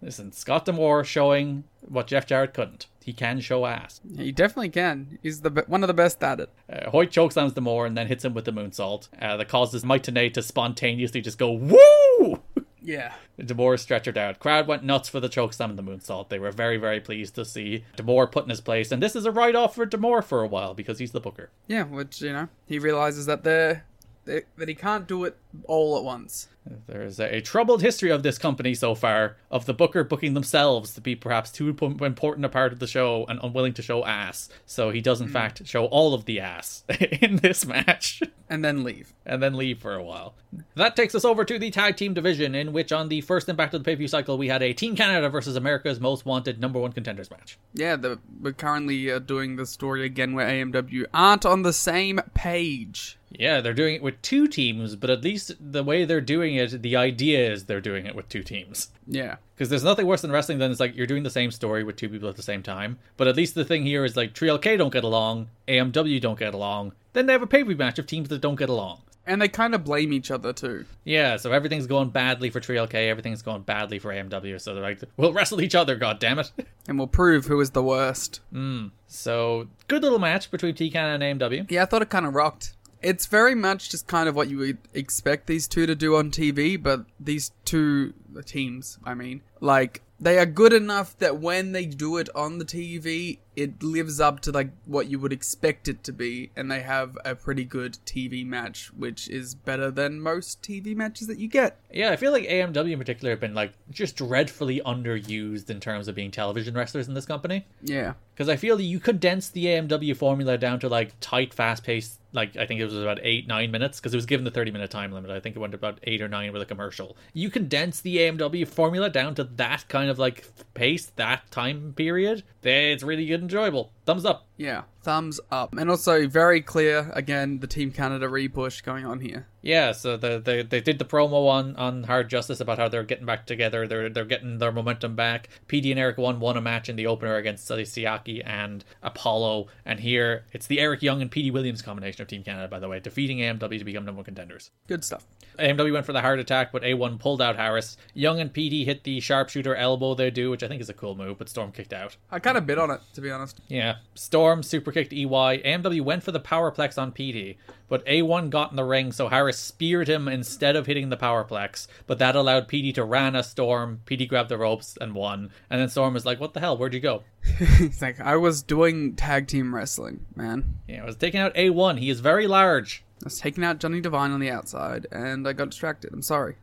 I: Listen, Scott Demore showing what Jeff Jarrett couldn't. He can show ass.
J: He definitely can. He's the be- one of the best at it.
I: Uh, Hoyt chokeslams Demore and then hits him with the moonsault uh, that causes Mike Tenay to spontaneously just go, woo!
J: Yeah.
I: DeBoer stretchered out. Crowd went nuts for the chokeslam and the moonsault. They were very, very pleased to see DeBoer put in his place. And this is a write off for DeBoer for a while because he's the booker.
J: Yeah, which, you know, he realizes that they're, they that he can't do it all at once.
I: There is a, a troubled history of this company so far, of the booker booking themselves to be perhaps too p- important a part of the show and unwilling to show ass. So he does, in fact, show all of the ass in this match.
J: And then leave.
I: And then leave for a while. That takes us over to the tag team division, in which on the first impact of the pay per view cycle, we had a Team Canada versus America's Most Wanted number one contenders match.
J: Yeah, the, we're currently uh, doing the story again where AMW aren't on the same page.
I: Yeah, they're doing it with two teams, but at least the way they're doing it, the idea is they're doing it with two teams.
J: Yeah.
I: Because there's nothing worse than wrestling than it's like you're doing the same story with two people at the same time. But at least the thing here is like Trio K don't get along, AMW don't get along, then they have a pay per view match of teams that don't get along.
J: And they kind of blame each other too.
I: Yeah, so everything's going badly for Trio K, everything's going badly for AMW, so they're like, we'll wrestle each other, God damn it,
J: And we'll prove who is the worst.
I: Mm. So, good little match between TCAN and AMW.
J: Yeah, I thought it kind of rocked. It's very much just kind of what you would expect these two to do on TV, but these two the teams, I mean, like they are good enough that when they do it on the TV, it lives up to like what you would expect it to be, and they have a pretty good TV match, which is better than most TV matches that you get.
I: Yeah, I feel like AMW in particular have been like just dreadfully underused in terms of being television wrestlers in this company.
J: Yeah.
I: Because I feel that you condense the AMW formula down to like tight, fast paced, like I think it was about eight, nine minutes, because it was given the 30 minute time limit. I think it went about eight or nine with a commercial. You condense the AMW formula down to that kind of like pace, that time period. It's really good and enjoyable. Thumbs up.
J: Yeah, thumbs up. And also very clear again the Team Canada repush going on here.
I: Yeah, so the, they they did the promo on on Hard Justice about how they're getting back together. They're they're getting their momentum back. PD and Eric won won a match in the opener against Sully Siaki and Apollo. And here it's the Eric Young and PD Williams combination of Team Canada, by the way, defeating AMW to become number one contenders.
J: Good stuff.
I: AMW went for the hard attack, but A1 pulled out Harris. Young and PD hit the sharpshooter elbow they do, which I think is a cool move, but Storm kicked out.
J: I kind of bit on it to be honest.
I: Yeah. Storm super kicked E EY. AMW went for the powerplex on PD, but A1 got in the ring, so Harris speared him instead of hitting the powerplex. But that allowed PD to ran a Storm. PD grabbed the ropes and won. And then Storm was like, "What the hell? Where'd you go?"
J: He's like, I was doing tag team wrestling, man.
I: Yeah, I was taking out A1. He is very large.
J: I was taking out Johnny Devine on the outside, and I got distracted. I'm sorry.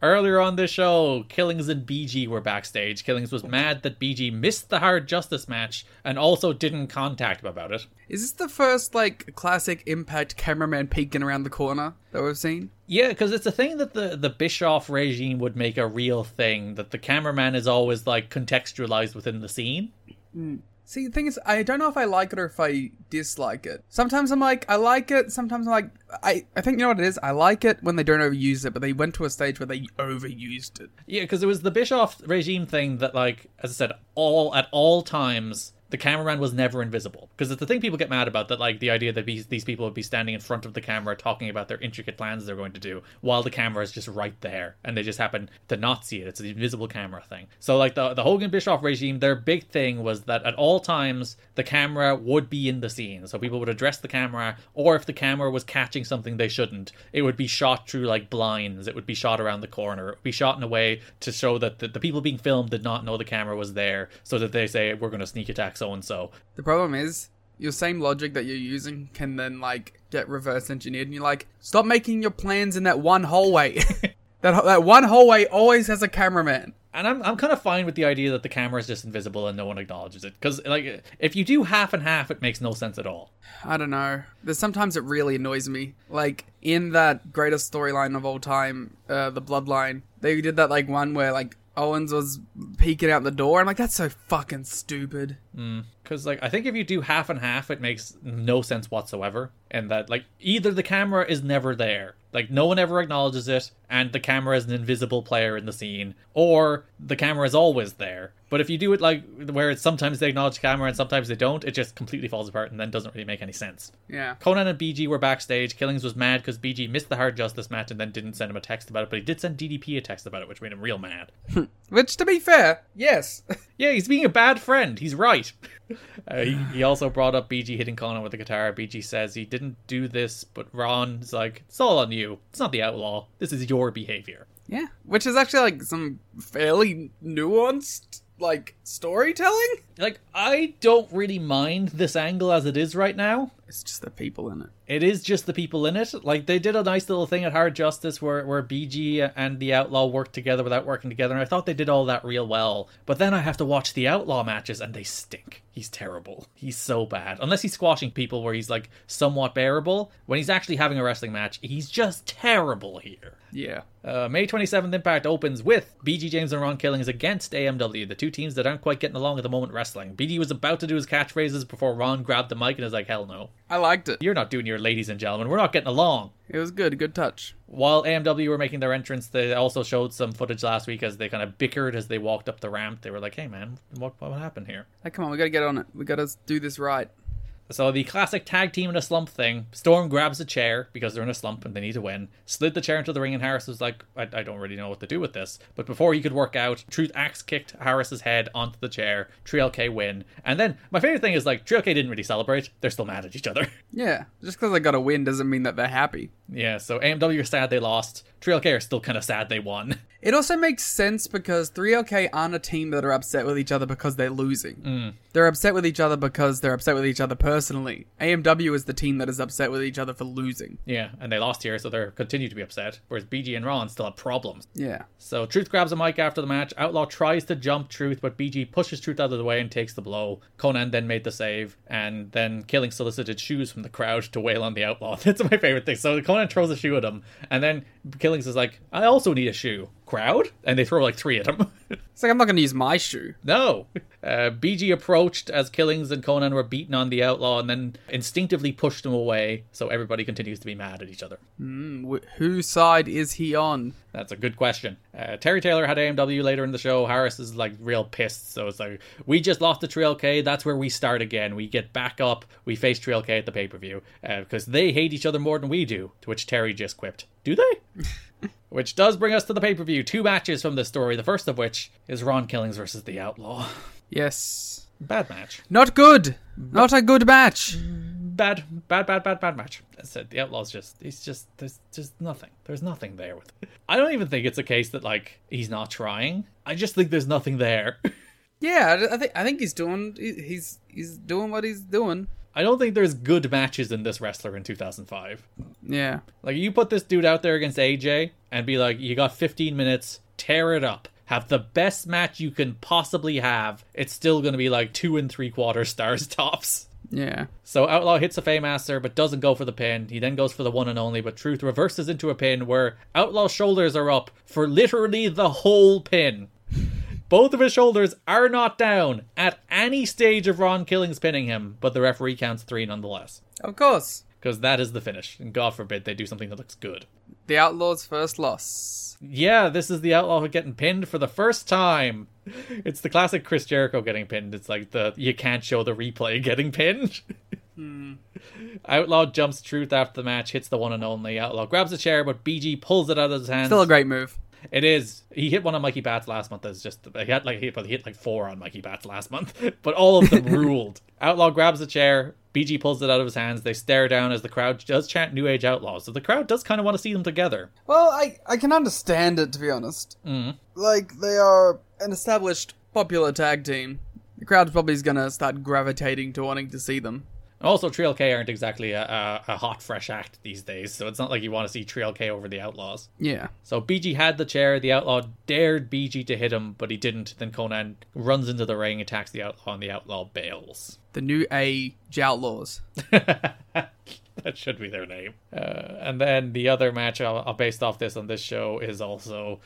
I: Earlier on this show, Killings and BG were backstage. Killings was mad that BG missed the Hard Justice match and also didn't contact him about it.
J: Is this the first like classic Impact cameraman peeking around the corner that we've seen?
I: Yeah, because it's a thing that the the Bischoff regime would make a real thing. That the cameraman is always like contextualized within the scene.
J: Mm. See, the thing is, I don't know if I like it or if I dislike it. Sometimes I'm like, I like it. Sometimes I'm like, I, I think you know what it is. I like it when they don't overuse it, but they went to a stage where they overused it.
I: Yeah, because it was the Bischoff regime thing that, like, as I said, all at all times the cameraman was never invisible because it's the thing people get mad about that like the idea that these, these people would be standing in front of the camera talking about their intricate plans they're going to do while the camera is just right there and they just happen to not see it it's the invisible camera thing so like the, the hogan bischoff regime their big thing was that at all times the camera would be in the scene so people would address the camera or if the camera was catching something they shouldn't it would be shot through like blinds it would be shot around the corner it would be shot in a way to show that the, the people being filmed did not know the camera was there so that they say we're going to sneak attack so and so.
J: The problem is your same logic that you're using can then like get reverse engineered, and you're like, stop making your plans in that one hallway. that that one hallway always has a cameraman.
I: And I'm I'm kind of fine with the idea that the camera is just invisible and no one acknowledges it because like if you do half and half, it makes no sense at all.
J: I don't know. There's sometimes it really annoys me. Like in that greatest storyline of all time, uh, the Bloodline, they did that like one where like Owens was peeking out the door. I'm like, that's so fucking stupid.
I: Because like I think if you do half and half, it makes no sense whatsoever. And that like either the camera is never there, like no one ever acknowledges it, and the camera is an invisible player in the scene, or the camera is always there. But if you do it like where it's sometimes they acknowledge the camera and sometimes they don't, it just completely falls apart and then doesn't really make any sense.
J: Yeah.
I: Conan and BG were backstage. Killings was mad because BG missed the Hard Justice match and then didn't send him a text about it, but he did send DDP a text about it, which made him real mad.
J: Which, to be fair, yes.
I: yeah, he's being a bad friend. He's right. Uh, he, he also brought up BG hitting Conan with a guitar. BG says he didn't do this, but Ron's like, it's all on you. It's not the outlaw. This is your behavior.
J: Yeah. Which is actually like some fairly nuanced like storytelling.
I: Like, I don't really mind this angle as it is right now.
J: It's just the people in it.
I: It is just the people in it. Like they did a nice little thing at Hard Justice where where BG and the Outlaw worked together without working together, and I thought they did all that real well. But then I have to watch the Outlaw matches, and they stink. He's terrible. He's so bad. Unless he's squashing people where he's like somewhat bearable. When he's actually having a wrestling match, he's just terrible here.
J: Yeah.
I: Uh, May 27th, Impact opens with BG James and Ron Killings against AMW, the two teams that aren't quite getting along at the moment wrestling. BG was about to do his catchphrases before Ron grabbed the mic and is like, hell no.
J: I liked it.
I: You're not doing your ladies and gentlemen. We're not getting along.
J: It was good. Good touch.
I: While AMW were making their entrance, they also showed some footage last week as they kind of bickered as they walked up the ramp. They were like, hey, man, what, what happened here?
J: Hey, come on, we gotta get on it. We gotta do this right.
I: So the classic tag team in a slump thing. Storm grabs a chair because they're in a slump and they need to win. Slid the chair into the ring and Harris was like, I, I don't really know what to do with this. But before he could work out, Truth axe kicked Harris's head onto the chair. Trio K win. And then my favorite thing is like Trio K didn't really celebrate. They're still mad at each other.
J: Yeah. Just because they got a win doesn't mean that they're happy.
I: yeah. So AMW are sad they lost. Trio K are still kind of sad they won.
J: It also makes sense because 3OK aren't a team that are upset with each other because they're losing. They're upset with each other because they're upset with each other personally. AMW is the team that is upset with each other for losing.
I: Yeah, and they lost here, so they're continue to be upset. Whereas BG and Ron still have problems.
J: Yeah.
I: So Truth grabs a mic after the match. Outlaw tries to jump Truth, but BG pushes Truth out of the way and takes the blow. Conan then made the save, and then Killing solicited shoes from the crowd to wail on the Outlaw. That's my favorite thing. So Conan throws a shoe at him, and then Killings is like, "I also need a shoe." Crowd, and they throw like three at him.
J: It's like, I'm not gonna use my shoe.
I: No. Uh, BG approached as Killings and Conan were beaten on the outlaw and then instinctively pushed him away, so everybody continues to be mad at each other.
J: Mm, wh- whose side is he on?
I: That's a good question. Uh, Terry Taylor had AMW later in the show. Harris is like real pissed, so it's like, we just lost to Trail K. That's where we start again. We get back up. We face Trail K at the pay per view because they hate each other more than we do, to which Terry just quipped, Do they? which does bring us to the pay per view. Two matches from this story, the first of which is Ron Killings versus the outlaw.
J: Yes.
I: Bad match.
J: Not good. Not a good match.
I: bad, bad, bad, bad, bad match. That's said The outlaw's just he's just there's just nothing. There's nothing there with. I don't even think it's a case that like he's not trying. I just think there's nothing there.
J: Yeah, I, I think I think he's doing he- he's he's doing what he's doing.
I: I don't think there's good matches in this wrestler in 2005.
J: Yeah.
I: Like you put this dude out there against AJ and be like, you got 15 minutes, tear it up, have the best match you can possibly have. It's still gonna be like two and three quarter stars tops.
J: Yeah.
I: So Outlaw hits a Faymaster but doesn't go for the pin. He then goes for the one and only, but Truth reverses into a pin where Outlaw's shoulders are up for literally the whole pin. Both of his shoulders are not down at any stage of Ron Killings pinning him, but the referee counts three nonetheless.
J: Of course.
I: Because that is the finish, and God forbid they do something that looks good.
J: The Outlaws' first loss.
I: Yeah, this is the outlaw getting pinned for the first time. It's the classic Chris Jericho getting pinned. It's like the you can't show the replay getting pinned. Outlaw jumps Truth after the match, hits the one and only. Outlaw grabs a chair, but BG pulls it out of his hands.
J: Still a great move.
I: It is. He hit one on Mikey Bats last month. That's just he had like he, but he hit like four on Mikey Bats last month. But all of them ruled. Outlaw grabs a chair. BG pulls it out of his hands. They stare down as the crowd does chant New Age Outlaw. So the crowd does kind of want to see them together.
J: Well, I I can understand it to be honest.
I: Mm.
J: Like they are an established popular tag team. The crowd probably is gonna start gravitating to wanting to see them.
I: Also, Trail K aren't exactly a, a, a hot, fresh act these days, so it's not like you want to see Trail K over the Outlaws.
J: Yeah.
I: So BG had the chair. The Outlaw dared BG to hit him, but he didn't. Then Conan runs into the ring, attacks the Outlaw, and the Outlaw bails.
J: The new age outlaws.
I: that should be their name. Uh, and then the other match I'll, I'll based off this on this show is also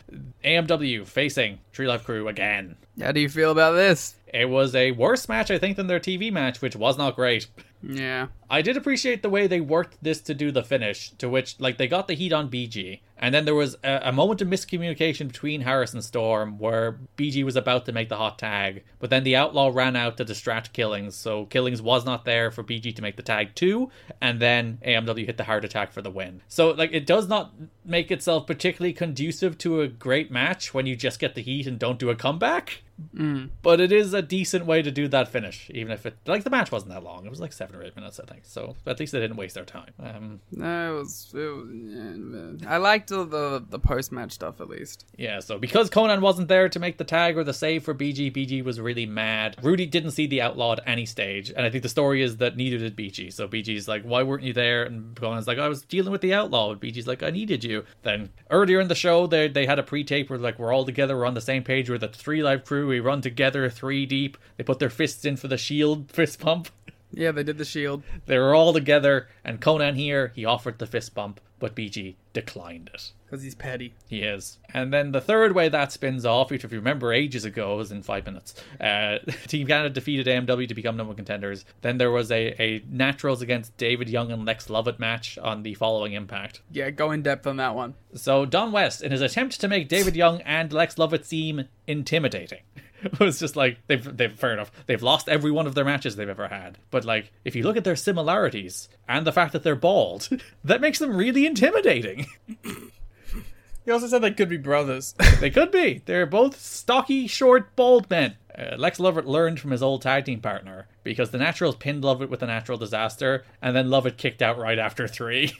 I: AMW facing Tree Life Crew again.
J: How do you feel about this?
I: It was a worse match, I think, than their TV match, which was not great.
J: Yeah.
I: I did appreciate the way they worked this to do the finish, to which, like, they got the heat on BG, and then there was a, a moment of miscommunication between Harris and Storm where BG was about to make the hot tag, but then the Outlaw ran out to distract Killings, so Killings was not there for BG to make the tag too, and then AMW hit the heart attack for the win. So, like, it does not make itself particularly conducive to a great match when you just get the heat and don't do a comeback.
J: Mm.
I: But it is a decent way to do that finish, even if it like the match wasn't that long. It was like seven or eight minutes, I think. So at least they didn't waste their time. Um,
J: No, it was. It was I liked the the, the post match stuff at least.
I: yeah, so because Conan wasn't there to make the tag or the save for BG, BG was really mad. Rudy didn't see the outlaw at any stage, and I think the story is that neither did BG. So BG's like, "Why weren't you there?" And Conan's like, "I was dealing with the outlaw." And BG's like, "I needed you." Then earlier in the show, they they had a pre-tape where like we're all together, we're on the same page, we're the three live crew, we run together, three deep. They put their fists in for the shield fist pump.
J: Yeah, they did the shield.
I: They were all together, and Conan here, he offered the fist bump, but BG declined it.
J: Because he's petty.
I: He is. And then the third way that spins off, which if you remember ages ago, was in five minutes. Uh, Team Canada defeated AMW to become number one contenders. Then there was a, a Naturals against David Young and Lex Lovett match on the following Impact.
J: Yeah, go in depth on that one.
I: So Don West, in his attempt to make David Young and Lex Lovett seem intimidating, was just like they've they've fair enough. They've lost every one of their matches they've ever had. But like, if you look at their similarities and the fact that they're bald, that makes them really intimidating.
J: He also said they could be brothers.
I: they could be. They're both stocky, short, bald men. Uh, Lex Lovett learned from his old tag team partner because the Naturals pinned Lovett with a natural disaster, and then Lovett kicked out right after three.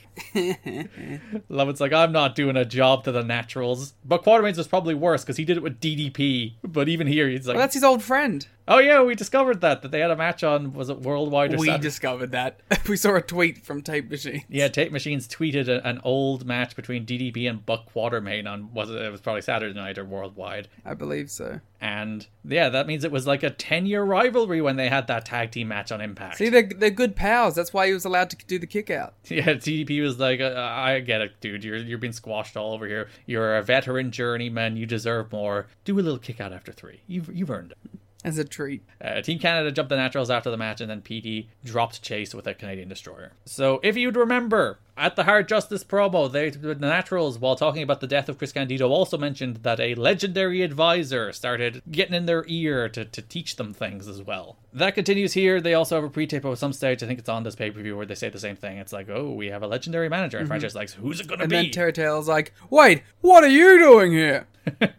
I: Lovett's like, I'm not doing a job to the Naturals. But Quartermains was probably worse because he did it with DDP. But even here, he's like,
J: well, that's his old friend.
I: Oh yeah, we discovered that that they had a match on was it Worldwide or
J: We
I: Saturday?
J: discovered that. we saw a tweet from Tape Machine.
I: Yeah, Tape Machines tweeted a, an old match between DDP and Buck Quatermain on was it, it was probably Saturday night or Worldwide,
J: I believe so.
I: and yeah, that means it was like a ten year rivalry when they had that tag team match on Impact.
J: See, they're, they're good pals. That's why he was allowed to do the kick out.
I: Yeah, DDP was like, uh, I get it, dude. You're you're being squashed all over here. You're a veteran journeyman. You deserve more. Do a little kick out after three. You've you've earned it.
J: As a treat.
I: Uh, Team Canada jumped the Naturals after the match, and then PD dropped Chase with a Canadian Destroyer. So, if you'd remember, at the Hard Justice promo, they, the Naturals, while talking about the death of Chris Candido, also mentioned that a legendary advisor started getting in their ear to, to teach them things as well. That continues here. They also have a pre tape at some stage. I think it's on this pay per view where they say the same thing. It's like, oh, we have a legendary manager. And
J: Mhm.
I: franchise likes, who's it going to
J: And
I: be?
J: then Terry Taylor's like, wait, what are you doing here?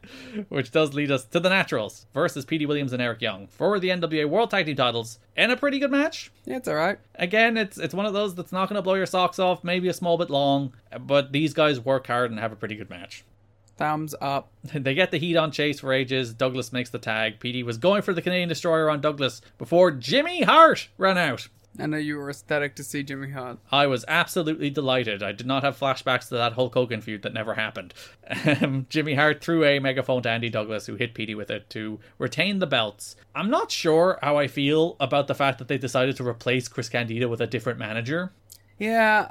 I: which does lead us to the Naturals versus PD Williams and Eric Young for the NWA World Tag Team titles, and a pretty good match.
J: Yeah, it's all right.
I: Again, it's it's one of those that's not going to blow your socks off. Maybe a small bit long, but these guys work hard and have a pretty good match.
J: Thumbs up.
I: They get the heat on Chase for ages. Douglas makes the tag. PD was going for the Canadian Destroyer on Douglas before Jimmy Hart ran out.
J: I know you were ecstatic to see Jimmy Hart.
I: I was absolutely delighted. I did not have flashbacks to that Hulk Hogan feud that never happened. Um, Jimmy Hart threw a megaphone to Andy Douglas, who hit Petey with it to retain the belts. I'm not sure how I feel about the fact that they decided to replace Chris Candido with a different manager.
J: Yeah,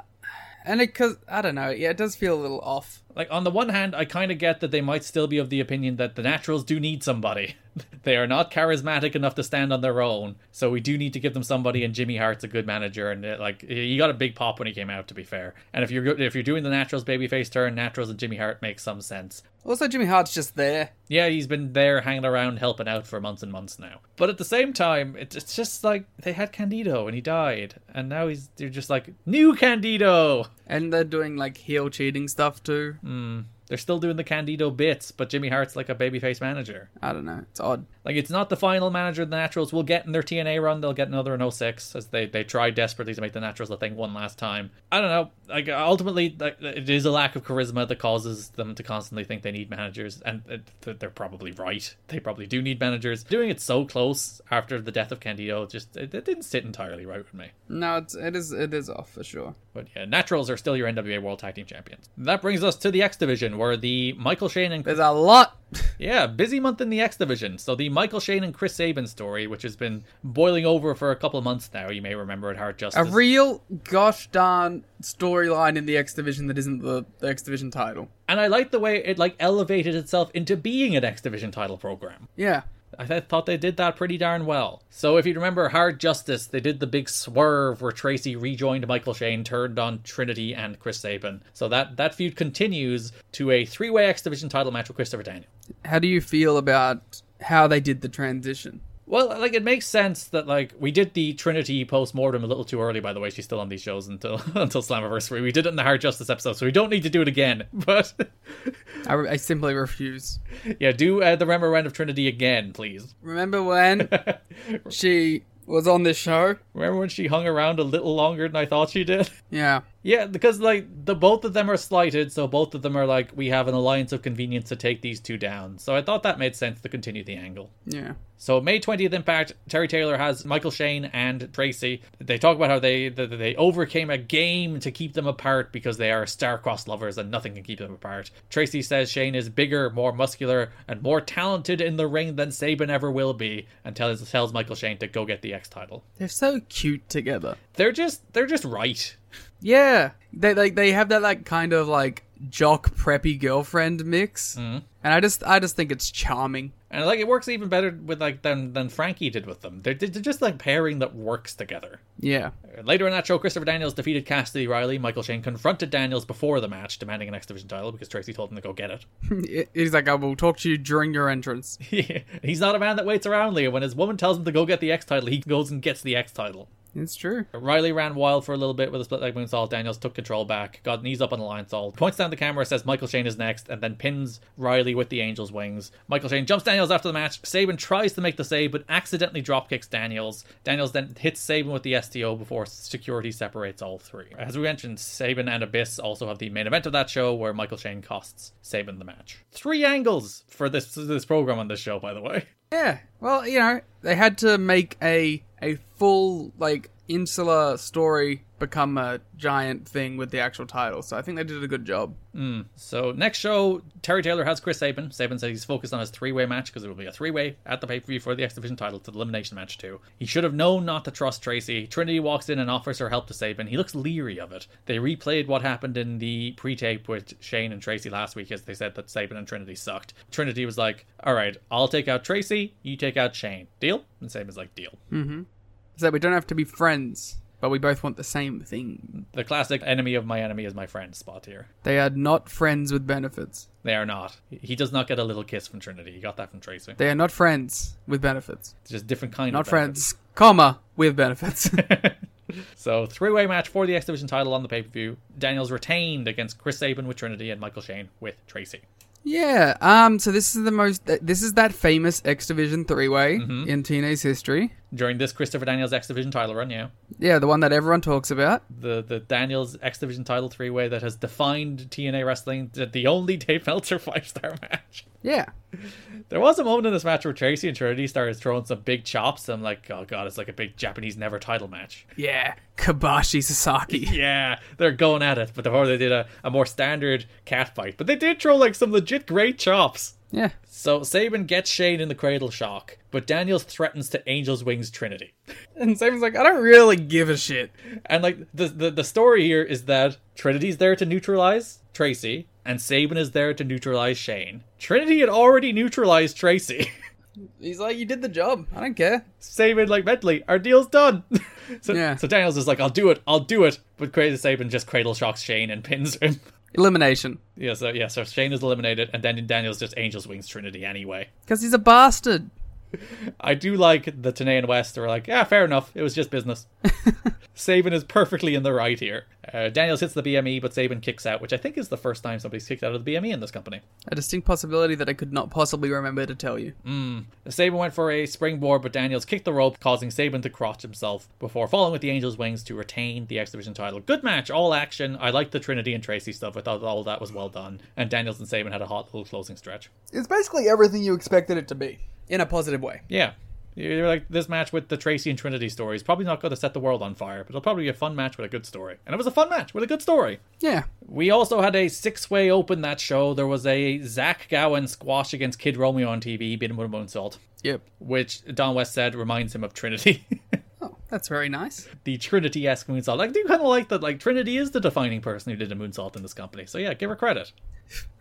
J: and it cause I don't know. Yeah, it does feel a little off.
I: Like, on the one hand, I kind of get that they might still be of the opinion that the Naturals do need somebody. they are not charismatic enough to stand on their own, so we do need to give them somebody. And Jimmy Hart's a good manager, and uh, like he got a big pop when he came out. To be fair, and if you're go- if you're doing the Naturals babyface turn, Naturals and Jimmy Hart make some sense.
J: Also, Jimmy Hart's just there.
I: Yeah, he's been there hanging around helping out for months and months now. But at the same time, it, it's just like they had Candido and he died, and now he's they're just like new Candido.
J: And they're doing like heel cheating stuff too.
I: Mm. They're still doing the Candido bits, but Jimmy Hart's like a babyface manager.
J: I don't know. It's odd.
I: Like it's not the final manager the Naturals will get in their TNA run. They'll get another in 06 as they they try desperately to make the Naturals a thing one last time. I don't know. Like ultimately, like, it is a lack of charisma that causes them to constantly think they need managers, and uh, th- they're probably right. They probably do need managers. Doing it so close after the death of Candido just it, it didn't sit entirely right with me.
J: No, it's it is it is off for sure.
I: But yeah, Naturals are still your NWA World Tag Team Champions. That brings us to the X Division, where the Michael Shane and
J: There's a lot.
I: Yeah, busy month in the X Division. So the Michael Shane and Chris Sabin story, which has been boiling over for a couple of months now, you may remember at Heart Justice.
J: A real gosh darn storyline in the X Division that isn't the, the X Division title.
I: and I like the way it like elevated itself into being an X Division title program.
J: Yeah.
I: I th- thought they did that pretty darn well. So if you remember Hard Justice, they did the big swerve where Tracy rejoined Michael Shane, turned on Trinity and Chris Sabin. So that that feud continues to a three-way X Division title match with Christopher Daniel.
J: How do you feel about how they did the transition?
I: Well, like it makes sense that like we did the Trinity post mortem a little too early. By the way, she's still on these shows until until Slammiversary. We did it in the Hard Justice episode, so we don't need to do it again. But
J: I, re- I simply refuse.
I: yeah, do uh, the Remoran of Trinity again, please.
J: Remember when she was on this show?
I: Remember when she hung around a little longer than I thought she did?
J: Yeah.
I: Yeah, because like the both of them are slighted, so both of them are like we have an alliance of convenience to take these two down. So I thought that made sense to continue the angle.
J: Yeah.
I: So May 20th Impact, Terry Taylor has Michael Shane and Tracy. They talk about how they that they overcame a game to keep them apart because they are star-crossed lovers and nothing can keep them apart. Tracy says Shane is bigger, more muscular, and more talented in the ring than Saban ever will be, and tells tells Michael Shane to go get the X title.
J: They're so cute together.
I: They're just they're just right.
J: Yeah. They like they have that like kind of like jock preppy girlfriend mix. Mm. And I just I just think it's charming.
I: And like it works even better with like than than Frankie did with them. They're, they're just like pairing that works together.
J: Yeah.
I: Later in that show, Christopher Daniels defeated Cassidy Riley. Michael Shane confronted Daniels before the match, demanding an X Division title because Tracy told him to go get it.
J: It- He's like, I will talk to you during your entrance.
I: He's not a man that waits around, Leo. When his woman tells him to go get the X title, he goes and gets the X title.
J: It's true.
I: Riley ran wild for a little bit with a split leg moonsault. Daniels took control back, got knees up on the line salt, points down the camera, says Michael Shane is next, and then pins Riley with the Angel's wings. Michael Shane jumps Daniels after the match. Saban tries to make the save, but accidentally dropkicks Daniels. Daniels then hits Saban with the STO before security separates all three. As we mentioned, Saban and Abyss also have the main event of that show where Michael Shane costs Saban the match. Three angles for this this program on this show, by the way.
J: Yeah. Well, you know, they had to make a a full like insular story become a giant thing with the actual title. So I think they did a good job.
I: Mm. So next show, Terry Taylor has Chris Sabin. Sabin said he's focused on his three-way match because it will be a three-way at the pay-per-view for the X Division title to the elimination match too. He should have known not to trust Tracy. Trinity walks in and offers her help to Sabin. He looks leery of it. They replayed what happened in the pre-tape with Shane and Tracy last week as they said that Sabin and Trinity sucked. Trinity was like, "All right, I'll take out Tracy. You take out Shane. Deal?" And Sabin's like, "Deal."
J: Mm-hmm. So we don't have to be friends, but we both want the same thing.
I: The classic enemy of my enemy is my friend spot here.
J: They are not friends with benefits.
I: They are not. He does not get a little kiss from Trinity. He got that from Tracy.
J: They are not friends with benefits.
I: It's just different kind
J: Not
I: of benefits.
J: friends, comma, with benefits.
I: So three-way match for the X Division title on the pay-per-view. Daniels retained against Chris Sabin with Trinity and Michael Shane with Tracy.
J: yeah. Um. So this is the most. This is that famous X Division three way
I: Mhm.
J: in TNA's history.
I: During this Christopher Daniels X Division title run, yeah.
J: Yeah, the one that everyone talks about.
I: The the Daniels X Division title three-way that has defined TNA wrestling, the- the only Dave Meltzer five-star match.
J: Yeah.
I: There was a moment in this match where Tracy and Trinity started throwing some big chops. I'm like, oh god, it's like a big Japanese never title match.
J: Yeah. Kabashi Sasaki.
I: Yeah, they're going at it, but before they did a, a more standard cat fight. But they did throw like some legit great chops.
J: Yeah.
I: So Saban gets Shane in the cradle shock, but Daniels threatens to Angel's Wings Trinity.
J: And Saban's like, I don't really give a shit.
I: And like the, the the story here is that Trinity's there to neutralize Tracy, and Saban is there to neutralize Shane. Trinity had already neutralized Tracy.
J: He's like, you did the job. I don't care.
I: Saban like mentally, our deal's done. so,
J: Yeah.
I: so Daniels is like, I'll do it, I'll do it. But Crazy Saban just cradle shocks Shane and pins him.
J: Elimination.
I: Yeah, so yeah, so Shane is eliminated, and then Daniels just Angel's Wings Trinity anyway.
J: Because he's a bastard.
I: I do like the Tanay and West are like, yeah, fair enough. It was just business. Saban is perfectly in the right here. Uh, Daniels hits the BME, but Saban kicks out, which I think is the first time somebody's kicked out of the BME in this company.
J: A distinct possibility that I could not possibly remember to tell you.
I: Mm. Saban went for a springboard, but Daniels kicked the rope, causing Saban to crotch himself before falling with the Angels' wings to retain the X Division title. Good match, all action. I liked the Trinity and Tracy stuff. I thought all that was well done. And Daniels and Saban had a hot little closing stretch.
J: It's basically everything you expected it to be. In a positive way.
I: Yeah. You're like this match with the Tracy and Trinity story is probably not going to set the world on fire, but it'll probably be a fun match with a good story. And it was a fun match with a good story.
J: Yeah.
I: We also had a six-way open that show. There was a Zach Gowen squash against Kid Romeo on TV, beating him with a moonsault.
J: Yep.
I: Which Don West said reminds him of Trinity.
J: That's very nice.
I: the Trinity-esque moonsault. I do kind of like that. Like Trinity is the defining person who did a moonsault in this company. So yeah, give her credit.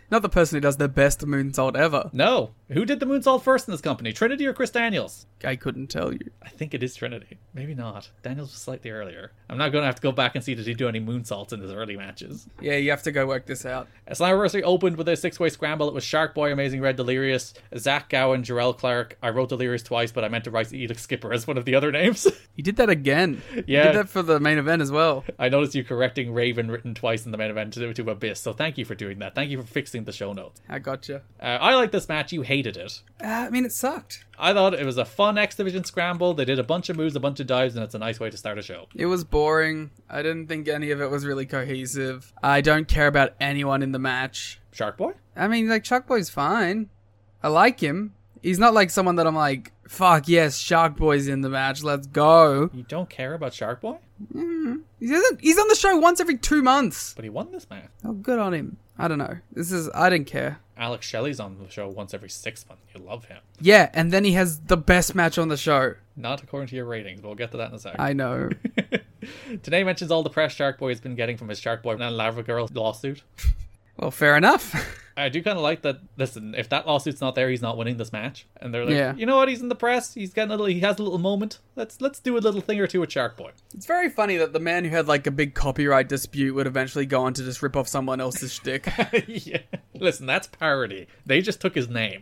J: Not the person who does the best moonsault ever.
I: No. Who did the moonsault first in this company? Trinity or Chris Daniels?
J: I couldn't tell you.
I: I think it is Trinity. Maybe not. Daniels was slightly earlier. I'm not going to have to go back and see did he do any moonsaults in his early matches.
J: Yeah, you have to go work this out.
I: Slammiversary opened with a six-way scramble. It was Shark Boy, Amazing Red, Delirious, Zach Gowen, Jarrell Clark. I wrote Delirious twice, but I meant to write Edith Skipper as one of the other names.
J: You did that again.
I: Yeah.
J: You did that for the main event as well.
I: I noticed you correcting Raven written twice in the main event to, to Abyss, so thank you for doing that. Thank you for fixing the show notes.
J: I gotcha.
I: Uh, I like this match. You hated it.
J: Uh, I mean, it sucked.
I: I thought it was a fun X Division scramble. They did a bunch of moves, a bunch of dives, and it's a nice way to start a show.
J: It was boring. I didn't think any of it was really cohesive. I don't care about anyone in the match.
I: Shark Boy?
J: I mean, like, Shark Boy's fine. I like him. He's not like someone that I'm like, fuck yes, Shark Boy's in the match. Let's go.
I: You don't care about Shark Boy?
J: Mm. He doesn't, he's on the show once every two months.
I: But he won this match.
J: Oh, good on him. I don't know. This is, I didn't care.
I: Alex Shelley's on the show once every six months. You love him.
J: Yeah, and then he has the best match on the show.
I: Not according to your ratings, but we'll get to that in a second.
J: I know.
I: Today mentions all the press Shark Boy has been getting from his Shark Boy and Lava Girl lawsuit.
J: well, fair enough.
I: I do kind of like that. Listen, if that lawsuit's not there, he's not winning this match. And they're like,
J: Yeah.
I: you know what? He's in the press. He's getting a little. He has a little moment. Let's let's do a little thing or two with Shark Boy.
J: It's very funny that the man who had like a big copyright dispute would eventually go on to just rip off someone else's shtick.
I: yeah. Listen, that's parody. They just took his name.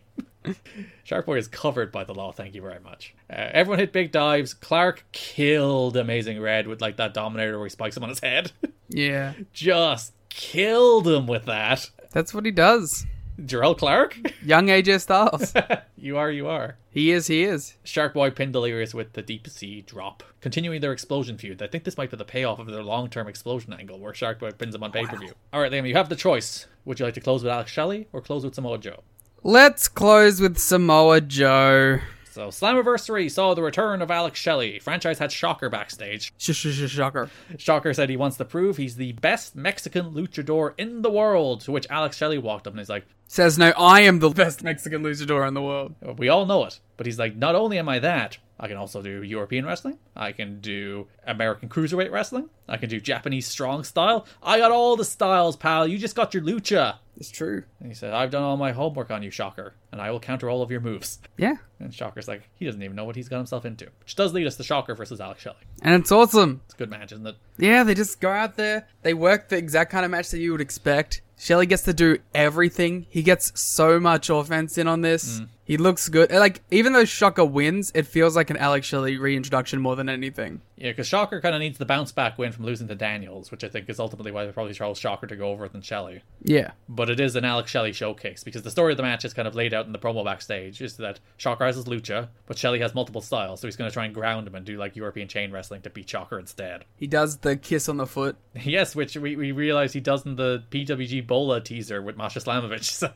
I: Shark Boy is covered by the law. Thank you very much. Uh, everyone hit big dives. Clark killed Amazing Red with like that Dominator where he spikes him on his head.
J: Yeah.
I: just killed him with that.
J: That's what he does.
I: Jarrell Clark?
J: Young AJ Styles.
I: you are, you are.
J: he is, he is.
I: Shark Boy pinned Delirious with the deep sea drop, continuing their explosion feud. I think this might be the payoff of their long term explosion angle where Shark Boy pins him on pay per view. All right, Liam, you have the choice. Would you like to close with Alex Shelley or close with Samoa Joe?
J: Let's close with Samoa Joe.
I: So, Slammiversary saw the return of Alex Shelley. Franchise had Shocker backstage.
J: Sh- sh- sh- Shocker.
I: Shocker said he wants to prove he's the best Mexican luchador in the world, to which Alex Shelley walked up and he's like,
J: Says no, I am the best Mexican luchador in the world.
I: We all know it. But he's like, not only am I that, I can also do European wrestling. I can do American cruiserweight wrestling. I can do Japanese strong style. I got all the styles, pal. You just got your lucha.
J: It's true.
I: And he said, I've done all my homework on you, Shocker, and I will counter all of your moves.
J: Yeah.
I: And Shocker's like, he doesn't even know what he's got himself into. Which does lead us to Shocker versus Alex Shelley.
J: And it's awesome.
I: It's a good match, isn't it?
J: Yeah, they just go out there. They work the exact kind of match that you would expect. Shelly gets to do everything. He gets so much offense in on this. He looks good. And, Like, even though Shocker wins, it feels like an Alex Shelley reintroduction more than anything.
I: Yeah, because Shocker kind of needs the bounce back win from losing to Daniels, which I think is ultimately why they probably chose Shocker to go over than Shelley.
J: Yeah.
I: but it is an Alex Shelley showcase because the story of the match is kind of laid out in the promo backstage is that Shocker has his lucha, but Shelley has multiple styles, so he's going to try and ground him and do like European chain wrestling to beat Shocker instead.
J: He does the kiss on the foot.
I: Yes, which we, we realize he does in the PWG Bola teaser with Masha Slamovich, so.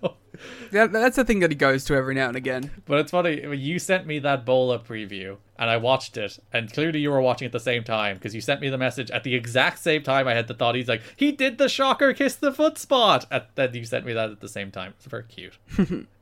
J: That, that's the thing that he goes to every now and again.
I: But it's funny, when you sent me that Bola preview and I watched it, and clearly you were watching at the same time because you sent me the message at the exact same time I had the thought. He's like, he did the shocker kiss the foot spot. And then you sent me that at the same time. It's very cute.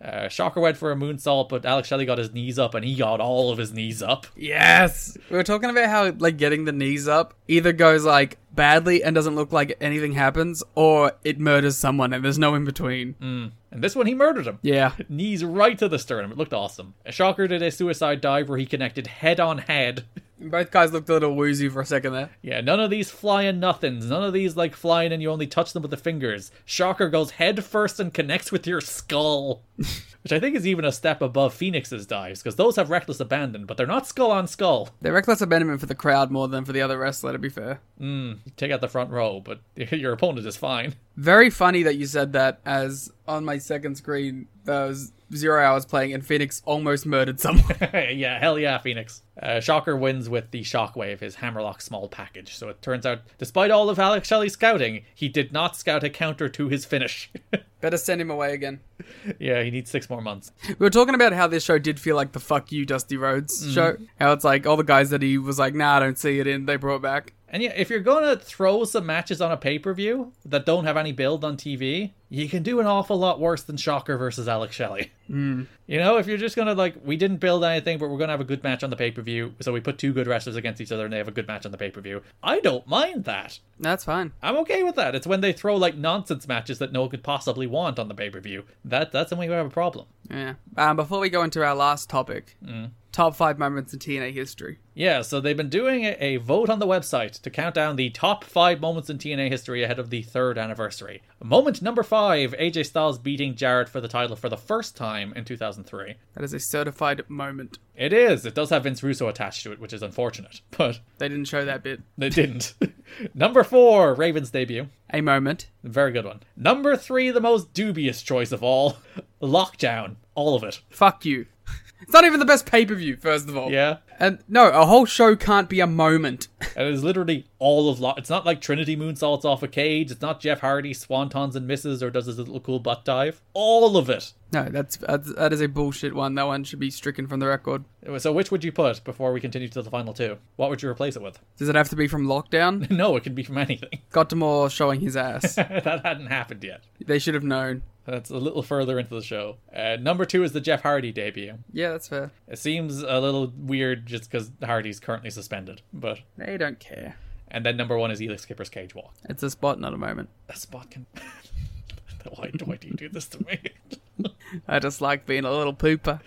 I: uh, shocker went for a moonsault, but Alex Shelley got his knees up and he got all of his knees up.
J: Yes! We were talking about how, like, getting the knees up either goes, like, badly and doesn't look like anything happens, or it murders someone and there's no in between.
I: And this one, he murdered him.
J: Yeah.
I: Knees right to the sternum. It looked awesome. Shocker did a suicide dive where he connected head on head.
J: Both guys looked a little woozy for a second there.
I: Yeah, none of these flying nothings. None of these like flying and you only touch them with the fingers. Shocker goes head first and connects with your skull, which I think is even a step above Phoenix's dives because those have reckless abandon, but they're not skull on skull.
J: They reckless abandonment for the crowd more than for the other wrestler, to be fair.
I: Mm, take out the front row, but your opponent is fine.
J: Very funny that you said that, as on my second screen, those zero hours playing and Phoenix almost murdered someone.
I: yeah, hell yeah, Phoenix. Uh, Shocker wins with the Shockwave, his Hammerlock small package. So it turns out, despite all of Alex Shelley's scouting, he did not scout a counter to his finish.
J: Better send him away again.
I: yeah, he needs six more months.
J: We were talking about how this show did feel like the fuck you Dusty Rhodes
I: Mhm.
J: show. How it's like all the guys that he was like, nah, I don't see it in, they brought back.
I: And yeah, if you're gonna throw some matches on a pay per view that don't have any build on TV, you can do an awful lot worse than Shocker versus Alex Shelley.
J: Mm.
I: You know, if you're just gonna like, we didn't build anything, but we're gonna have a good match on the pay per view, so we put two good wrestlers against each other and they have a good match on the pay per view. I don't mind that.
J: That's fine.
I: I'm okay with that. It's when they throw like nonsense matches that no one could possibly want on the pay per view. That that's when we have a problem.
J: Yeah. Um, before we go into our last topic,
I: Mm.
J: top five moments in TNA history.
I: Yeah, so they've been doing a, a vote on the website to count down the top five moments in TNA history ahead of the third anniversary. Moment number five AJ Styles beating Jarrett for the title for the first time in 2003.
J: That is a certified moment.
I: It is. It does have Vince Russo attached to it, which is unfortunate, but
J: They didn't show that bit.
I: they didn't. number four, Raven's debut.
J: A moment.
I: Very good one. Number three, the most dubious choice of all Lockdown. All of it.
J: Fuck you. It's not even the best pay per view, first of all.
I: Yeah.
J: And no, a whole show can't be a moment.
I: And it's literally all of lot. It's not like Trinity moonsaults off a cage. It's not Jeff Hardy swantons and misses or does his little cool butt dive. All of it.
J: No, that's, that's that is a bullshit one. That one should be stricken from the record.
I: So which would you put before we continue to the final two? What would you replace it with?
J: Does it have to be from lockdown?
I: No, it could be from anything.
J: Gottamore showing his ass.
I: that hadn't happened yet.
J: they should have known.
I: That's a little further into the show. Uh, number two is the Jeff Hardy debut.
J: Yeah, that's fair.
I: It seems a little weird just because Hardy's currently suspended, but
J: They don't care.
I: and then number one is Elix Skipper's cage walk.
J: It's a spot, not a moment.
I: A spot can. why, why do you do this to me?
J: I just like being a little pooper.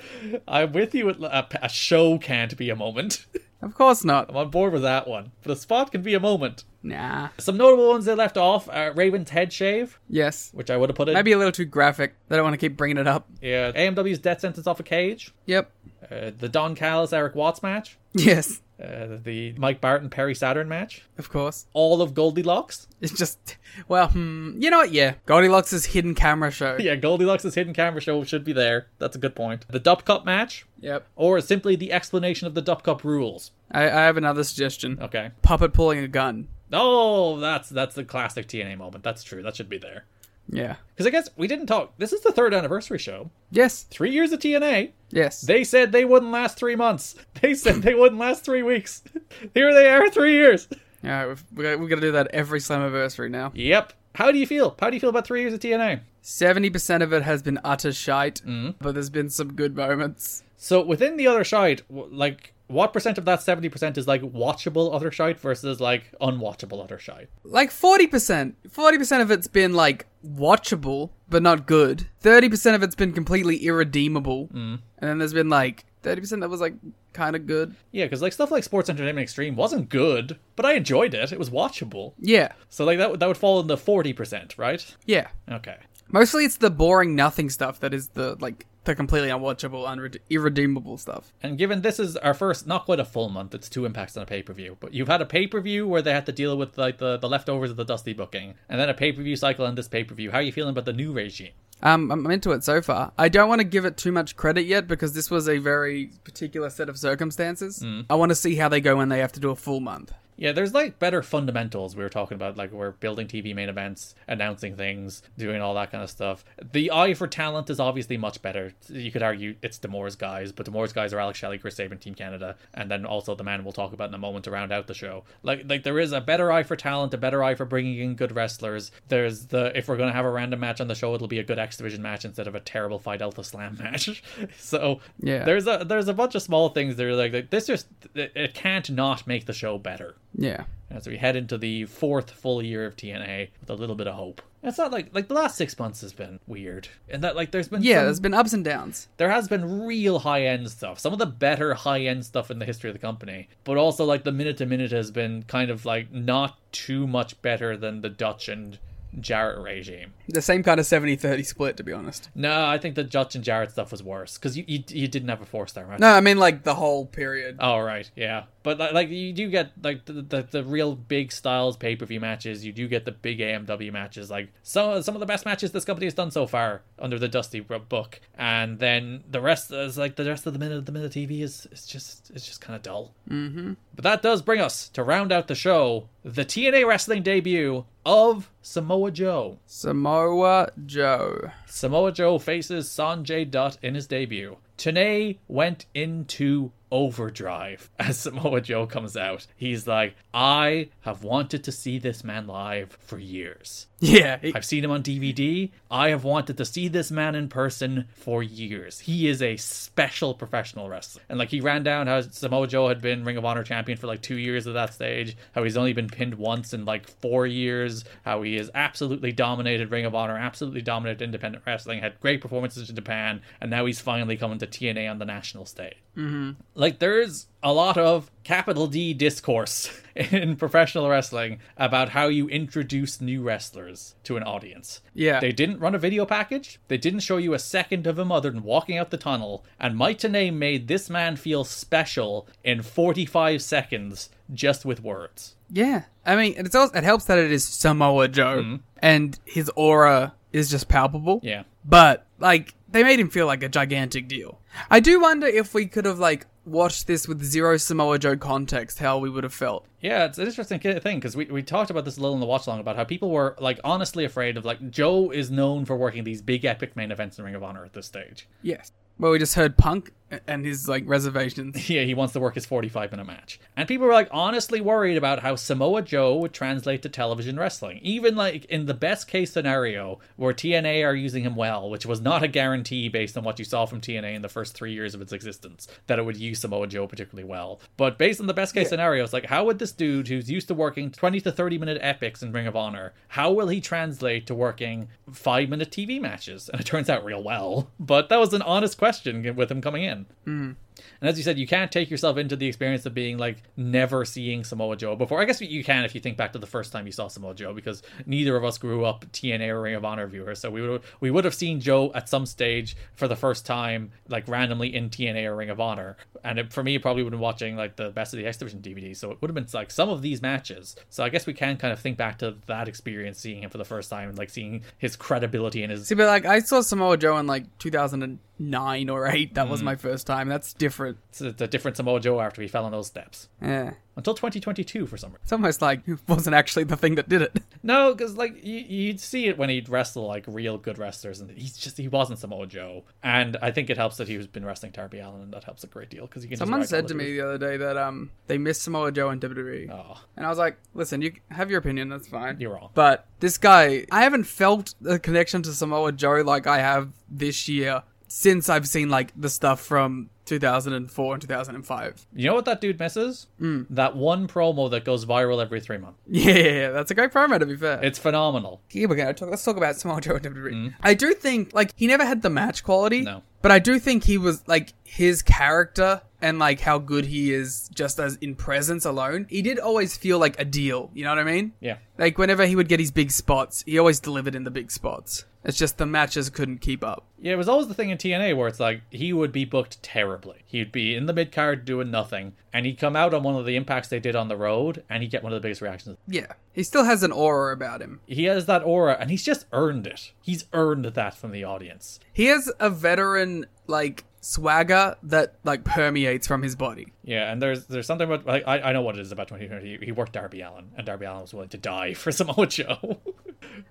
I: I'm with you. At a, a show can't be a moment.
J: Of course not.
I: I'm on board with that one. But a spot can be a moment.
J: Nah.
I: Some notable ones they left off uh, Raven's head shave,
J: Yes.
I: which I would have put in.
J: Maybe a little too graphic. They don't want to keep bringing it up.
I: Yeah. AMW's death sentence off a cage.
J: Yep.
I: Uh, the Don Callis Eric Watts match.
J: Yes.
I: Uh, the Mike Barton Perry Saturn match.
J: Of course.
I: All of Goldilocks.
J: It's just, well, hmm, you know what? Yeah. Goldilocks' hidden camera show.
I: Yeah, Goldilocks' hidden camera show should be there. That's a good point. The Dup Cup match.
J: Yep.
I: Or simply the explanation of the Dup Cup rules.
J: I, I have another suggestion.
I: Okay.
J: Puppet pulling a gun.
I: Oh, that's that's the classic TNA moment. That's true. That should be there.
J: Yeah.
I: Because I guess we didn't talk. This is the third anniversary show.
J: Yes.
I: Three years of TNA.
J: Yes.
I: They said they wouldn't last three months. They said they wouldn't last three weeks. Here they are, three years.
J: All right, we've, we're going to do that every Slammiversary now.
I: Yep. How do you feel? How do you feel about three years of TNA?
J: 70% of it has been utter shite,
I: Mm-hmm.
J: but there's been some good moments.
I: So within the other shite, w- like what percent of that seventy percent is like watchable other shite versus like unwatchable other shite?
J: Like 40%. 40% of it's been like watchable, but not good. 30% of it's been completely irredeemable.
I: Mm-hmm.
J: Mm. And then there's been like 30% that was like kind of good.
I: Yeah, because like stuff like Sports Entertainment Extreme wasn't good, but I enjoyed it. It was watchable.
J: Yeah.
I: So like that would- that would fall in the forty percent, right?
J: Yeah.
I: Okay.
J: Mostly it's the boring nothing stuff that is the like the completely unwatchable, unrede- irredeemable stuff.
I: And given this is our first, not quite a full month, it's two impacts on a pay per view. But you've had a pay per view where they had to deal with like the, the leftovers of the Dusty booking, and then a pay per view cycle and this pay per view. How are you feeling about the new regime?
J: Um, I'm I'm into it so far. I don't want to give it too much credit yet because this was a very particular set of circumstances. I want to see how they go when they have to do a full month.
I: Yeah, there's like better fundamentals we were talking about, like we're building TV main events, announcing things, doing all that kind of stuff. The eye for talent is obviously much better. You could argue it's Demore's guys, but Demore's guys are Alex Shelley, Chris Sabin, Team Canada, and then also the man we'll talk about in a moment to round out the show. Like, like there is a better eye for talent, a better eye for bringing in good wrestlers. There's the if we're gonna have a random match on the show, it'll be a good X Division match instead of a terrible Phi Delta Slam match. so
J: Yeah.
I: there's a there's a bunch of small things that are like, like this just it, it can't not make the show better
J: Yeah.
I: as we head into the fourth full year of TNA with a little bit of hope. It's not like like the last six months has been weird, and that like there's been
J: Yeah,
I: some-
J: there's been ups and downs.
I: there has been real high end stuff, some of the better high end stuff in the history of the company, but also like the minute to minute has been kind of like not too much better than the Dutch and Jarrett regime.
J: The same kind of 70-30 split, to be honest.
I: No, I think the Dutch and Jarrett stuff was worse because you, you you didn't have a four star match.
J: No, I mean like the whole period.
I: Oh right, yeah, but li- like you do get like the the, the real big Styles pay per view matches. You do get the big AMW matches, like some some of the best matches this company has done so far under the Dusty Ro- book. And then the rest is like the rest of the minute of the minute TV is it's just it's just kind of dull.
J: Mm-hmm.
I: But that does bring us to round out the show, the TNA wrestling debut of Samoa Joe.
J: Samoa Joe.
I: Samoa Joe faces Sanjay Dutt in his debut. Tanay went into overdrive as Samoa Joe comes out. He's like, I have wanted to see this man live for years.
J: Yeah. he-
I: I've seen him on DVD. I have wanted to see this man in person for years. He is a special professional wrestler. And like he ran down how Samoa Joe had been Ring of Honor champion for like two years at that stage, how he's only been pinned once in like four years, how he has absolutely dominated Ring of Honor, absolutely dominated independent wrestling, had great performances in Japan, and now he's finally coming to TNA on the national stage
J: Mm-hmm.
I: like there's a lot of capital D discourse in professional wrestling about how you introduce new wrestlers to an audience.
J: Yeah.
I: They didn't run a video package. They didn't show you a second of him other than walking out the tunnel. And Mike Tanay made this man feel special in 45 seconds just with words.
J: Yeah, I mean, it's also, it helps that it is Samoa Joe, and his aura is just palpable.
I: Yeah.
J: but like they made him feel like a gigantic deal. I do wonder if we could have like watched this with zero Samoa Joe context, how we would have felt.
I: Yeah, it's an interesting ki- thing because we, we talked about this a little in the watch along about how people were like honestly afraid of like Joe is known for working these big epic main events in Ring of Honor at this stage.
J: Yes, well, we just heard Punk a- and his like reservations.
I: Yeah, he wants to work his 45 minute match. And people were like honestly worried about how Samoa Joe would translate to television wrestling. Even like in the best case scenario where TNA are using him well, which was not a guarantee based on what you saw from TNA in the first three years of its existence, that it would use Samoa Joe particularly well. But based on the best case scenario, it's like how would this dude who's used to working 20 to 30 minute epics in Ring of Honor, how will he translate to working five minute TV matches? And it turns out real well. But that was an honest question with him coming in.
J: Mm.
I: And as you said, you can't take yourself into the experience of being like never seeing Samoa Joe before. I guess you can if you think back to the first time you saw Samoa Joe, because neither of us grew up TNA or Ring of Honor viewers, so we would we would have seen Joe at some stage for the first time, like randomly in TNA or Ring of Honor. And it, for me, it probably would have been watching like the Best of the X Division DVD, so it would have been like some of these matches. So I guess we can kind of think back to that experience, seeing him for the first time, and like seeing his credibility and his
J: See, but like I saw Samoa Joe in like 2009 or eight. That was
I: Mm.
J: my first time. That's different.
I: it's a, it's a different Samoa Joe after he fell on those steps.
J: Yeah,
I: Until 2022 for some reason.
J: it's almost like it wasn't actually the thing that did it.
I: No, because like you, you'd see it when he'd wrestle like real good wrestlers, and he's just he wasn't Samoa Joe. And I think it helps that he's been wrestling Darby Allen, and that helps a great deal because he can. just
J: Someone
I: write all
J: said
I: the
J: to me
I: good-
J: the other day that um they missed Samoa Joe in WWE, and I was like, "Listen, you have your opinion. That's fine.
I: Oh. You're wrong.
J: But this guy, I haven't felt the connection to Samoa Joe like I have this year since I've seen like the stuff from 2004 and 2005.
I: You know what that dude misses?
J: Hmm.
I: That one promo that goes viral every three months.
J: Yeah, that's a great promo to be fair.
I: It's phenomenal.
J: Here we go. Talk, let's talk about Samoa Joe in WWE. E. I do think like he never had the match quality,
I: Mm-hmm. No.
J: but I do think he was like his character and like how good he is just as in presence alone. He did always feel like a deal. You know what I mean?
I: Yeah.
J: Like whenever he would get his big spots, he always delivered in the big spots. It's just the matches couldn't keep up.
I: Yeah, it was always the thing in TNA where it's like he would be booked terribly. He'd be in the mid card doing nothing, and he'd come out on one of the impacts they did on the road, and he'd get one of the biggest reactions.
J: Yeah, he still has an aura about him.
I: He has that aura, and he's just earned it. He's earned that from the audience.
J: He has a veteran like swagger that like permeates from his body.
I: Yeah, and there's there's something about like I, I know what it is about 2020. He, he worked Darby Allen, and Darby Allen was willing to die for Samoa Joe.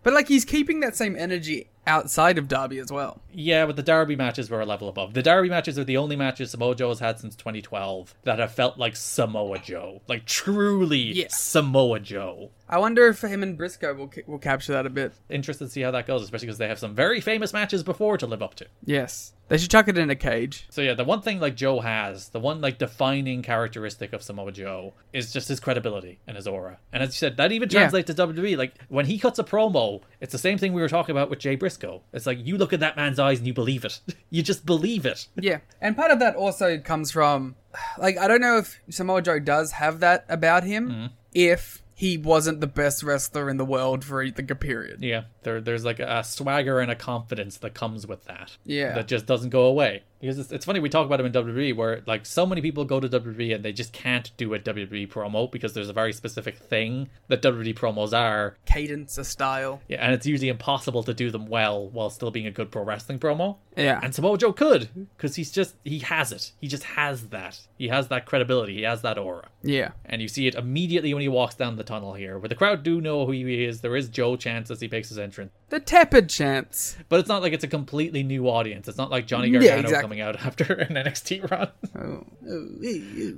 J: But like he's keeping that same energy outside of Derby as well.
I: yeah, but the Darby matches were a level above. The Darby matches are the only matches Samoa Joe has had since 2012 that have felt like Samoa Joe, like truly Samoa Joe.
J: I wonder if him and Briscoe will ca- will capture that a bit.
I: Interested to see how that goes, especially because they have some very famous matches before to live up to.
J: Yes, they should chuck it in a cage.
I: So yeah, the one thing like Joe has, the one like defining characteristic of Samoa Joe is just his credibility and his aura. And as you said, that even
J: Yeah.
I: translates to WWE. Like when he cuts a promo, it's the same thing we were talking about with Jay Briscoe. It's like you look at that man's eyes and you believe it. you just believe it.
J: Yeah, and part of that also comes from, like, I don't know if Samoa Joe does have that Mm-hmm. about him. If he wasn't the best wrestler in the world for like a period,
I: Yeah. There, there's like a swagger and a confidence that comes with that.
J: Yeah.
I: That just doesn't go away. Because it's, it's funny we talk about him in WWE where like so many people go to WWE and they just can't do a WWE promo because there's a very specific thing that WWE promos are.
J: Cadence, a style.
I: Yeah, and it's usually impossible to do them well while still being a good pro wrestling promo.
J: Yeah.
I: And Samoa Joe could because he's just he has it. He just has that. He has that credibility. He has that aura.
J: Yeah.
I: And you see it immediately when he walks down the tunnel here, where the crowd do know who he is. There is Joe Chance as he makes his entrance.
J: The tepid chance.
I: But it's not like it's a completely new audience. It's not like Johnny Gargano
J: Yeah, exactly.
I: coming out after an NXT run.
J: Oh.
I: At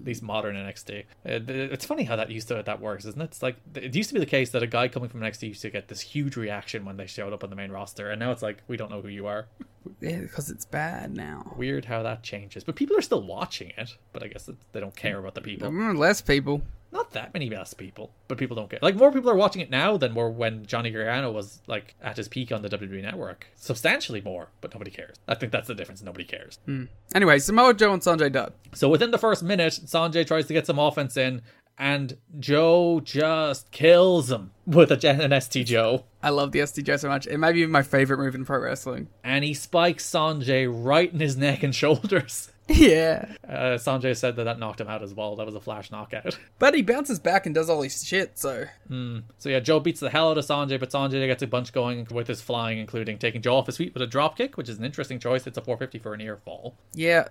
I: least modern NXT. Uh, th- It's funny how that used to that works, isn't it? It's like it used to be the case that a guy coming from NXT used to get this huge reaction when they showed up on the main roster, and now it's like we don't know who you are.
J: Yeah, because it's bad now.
I: Weird how that changes, but people are still watching it. But I guess it- they don't care about the people.
J: Mm, Less people.
I: not that many less people, but people don't care. Like more people are watching it now than were when Johnny Gargano was like at his peak on the WWE network. Substantially more, but nobody cares. I think that's the difference. Nobody cares.
J: Hmm. Anyway, Samoa Joe and Sanjay Dutt.
I: So within the first minute, Sanjay tries to get some offense in, and Joe just kills him with a, an ST Joe.
J: I love the SDJ so much. It may be my favorite move in pro wrestling.
I: And he spikes Sanjay right in his neck and shoulders.
J: Yeah.
I: Uh, Sanjay said that that knocked him out as well. That was a flash knockout.
J: But he bounces back and does all his shit, so.
I: Hmm. So yeah, Joe beats the hell out of Sanjay, but Sanjay gets a bunch going with his flying, including taking Joe off his feet with a drop kick, which is an interesting choice. It's a 450 for an ear fall.
J: Yeah.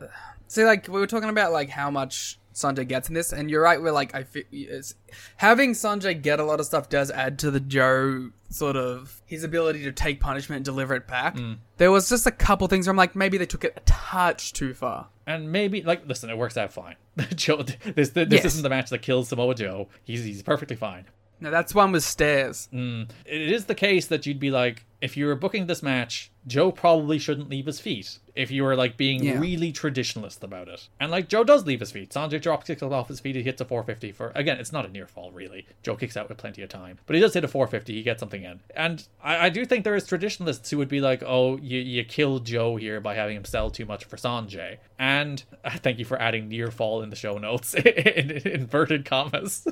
J: See, like, we were talking about, like, how much Sanjay gets in this, and you're right, we're like, I fe- it's, having Sanjay get a lot of stuff does add to the Joe sort of his ability to take punishment and deliver it back.
I: Mm.
J: There was just a couple things where I'm like, maybe they took it a touch too far.
I: And maybe like listen, it works out fine. Joe, this this
J: Yes.
I: isn't the match that kills Samoa Joe. He's he's perfectly fine.
J: No, that's one with stairs.
I: Mm. It is the case that you'd be like, if you were booking this match, Joe probably shouldn't leave his feet. If you were like being
J: Yeah.
I: really traditionalist about it, and like Joe does leave his feet, Sanjay drop kicks off his feet. He hits a 450 for again. It's not a near fall really. Joe kicks out with plenty of time, but he does hit a 450. He gets something in, and I, I do think there is traditionalists who would be like, oh, you you killed Joe here by having him sell too much for Sanjay. And uh, thank you for adding near fall in the show notes in inverted commas.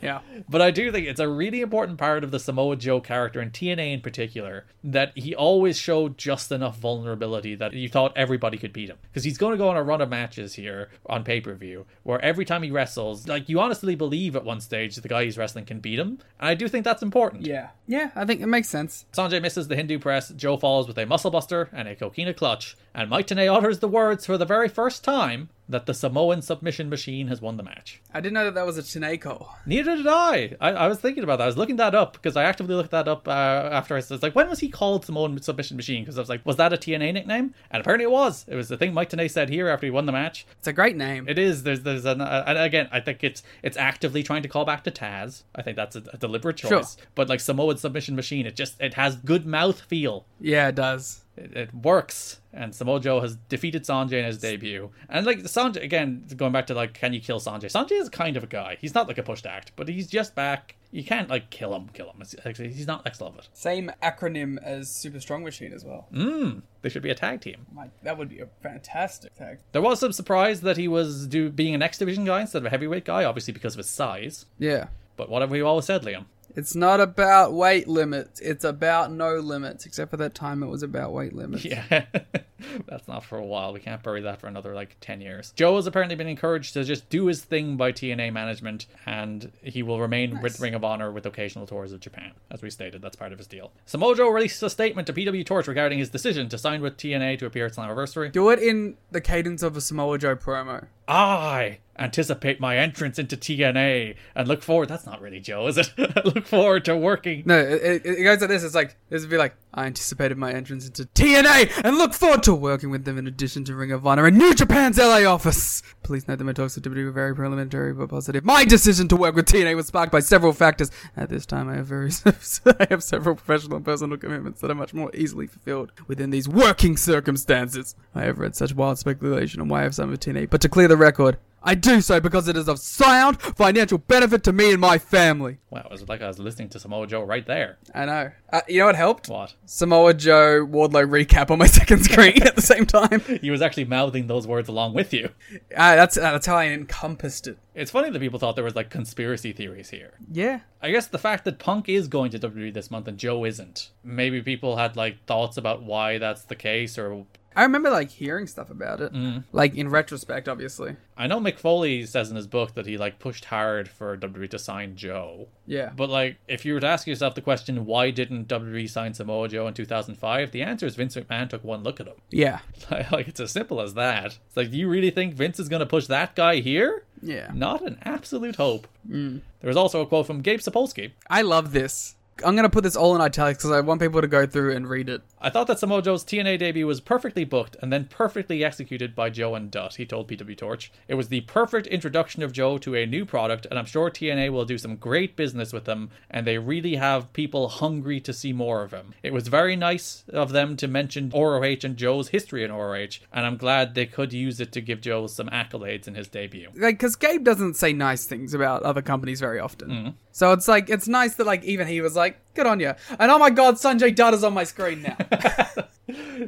J: Yeah.
I: But I do think it's a really important part of the Samoa Joe character and TNA in particular that he always showed just enough vulnerability that you thought everybody could beat him. Because he's going to go on a run of matches here on pay per view where every time he wrestles, like you honestly believe at one stage the guy he's wrestling can beat him. And I do think that's important.
J: Yeah. Yeah, I think it makes sense.
I: Sanjay misses the Hindu press, Joe follows with a muscle buster and a coquina clutch, and Mike Tenay utters the words for the very first time that the Samoan submission machine has won the match.
J: I didn't know that that was a Chineko.
I: Neither did I. I. I was thinking about that. I was looking that up because I actively looked that up uh, after I was like, when was he called Samoan Submission Machine? Because I was like, was that a TNA nickname? And apparently it was. It was the thing Mike Tenay said here after he won the match.
J: It's a great name.
I: It is. There's there's an uh, and again. I think it's it's actively trying to call back to Taz. I think that's a, a deliberate choice.
J: Sure.
I: But like Samoan Submission Machine, it just it has good mouth feel.
J: Yeah, it does.
I: It, it works. And Samoa Joe has defeated Sanjay in his debut. And like Sanjay again, going back to like, can you kill Sanjay? Sanjay is kind of a guy. He's not like a pushed act, but he's just back. You can't like kill him, kill him. It's, it's- he's not Lex Lovett.
J: Same acronym as Super Strong Machine as well.
I: Mmm. They should be a tag team.
J: Like, that would be a fantastic tag.
I: There was some surprise that he was do being an X division guy instead of a heavyweight guy, obviously because of his size.
J: Yeah.
I: But what have we always said, Liam?
J: It's not about weight limits. It's about no limits. Except for that time, it was about weight limits.
I: Yeah. That's not for a while. We can't bury that for another like 10 years. Joe has apparently been encouraged to just do his thing by TNA management, and he will remain with Ring of Honor with occasional tours of Japan. As we stated, that's part of his deal. Samoa Joe released a statement to PW Torch regarding his decision to sign with TNA to appear at Slammiversary.
J: Do it in the cadence of a Samoa Joe promo.
I: I anticipate my entrance into TNA and look forward. That's not really Joe, is it? I look forward to working.
J: No, it, it, it goes like this. It's like this would be like I anticipated my entrance into TNA and look forward to working with them in addition to Ring of Honor and New Japan's LA office. Please note that my talks with WWE were very preliminary but positive. My decision to work with TNA was sparked by several factors. At this time, I have very I have several professional and personal commitments that are much more easily fulfilled within these working circumstances. I have read such wild speculation on why I have signed with TNA, but to clear the record. I do so because it is of sound financial benefit to me and my family.
I: Wow, it was like I was listening to Samoa Joe right there.
J: I know. Uh, you know what helped?
I: What?
J: Samoa Joe Wardlow recap on my second screen at the same time.
I: He was actually mouthing those words along with you.
J: Uh, that's uh, that's how I encompassed it.
I: It's funny that people thought there was like conspiracy theories here.
J: Yeah.
I: I guess the fact that Punk is going to WWE this month and Joe isn't, maybe people had like thoughts about why that's the case or
J: I remember like hearing stuff about it,
I: Mm.
J: like in retrospect, obviously.
I: I know Mick Foley says in his book that he like pushed hard for WWE to sign Joe.
J: Yeah.
I: But like if you were to ask yourself the question why didn't WWE sign Samoa Joe in 2005, the answer is Vince McMahon took one look at him.
J: Yeah.
I: like it's as simple as that. It's like you really think Vince is going to push that guy here?
J: Yeah.
I: Not an absolute hope.
J: Mm.
I: There was also a quote from Gabe Sapolsky.
J: I love this. I'm gonna put this all in italics because I want people to go through and read it.
I: I thought that Samoa Joe's TNA debut was perfectly booked and then perfectly executed by Joe and Dutt, he told PW Torch. It was the perfect introduction of Joe to a new product, and I'm sure TNA will do some great business with them, and they really have people hungry to see more of him. It was very nice of them to mention ROH and Joe's history in ROH, and I'm glad they could use it to give Joe some accolades in his debut.
J: Like, because Gabe doesn't say nice things about other companies very often. So it's like it's nice that like even he was like, "Good on you!" And oh my god, Sanjay Dutt is on my screen now.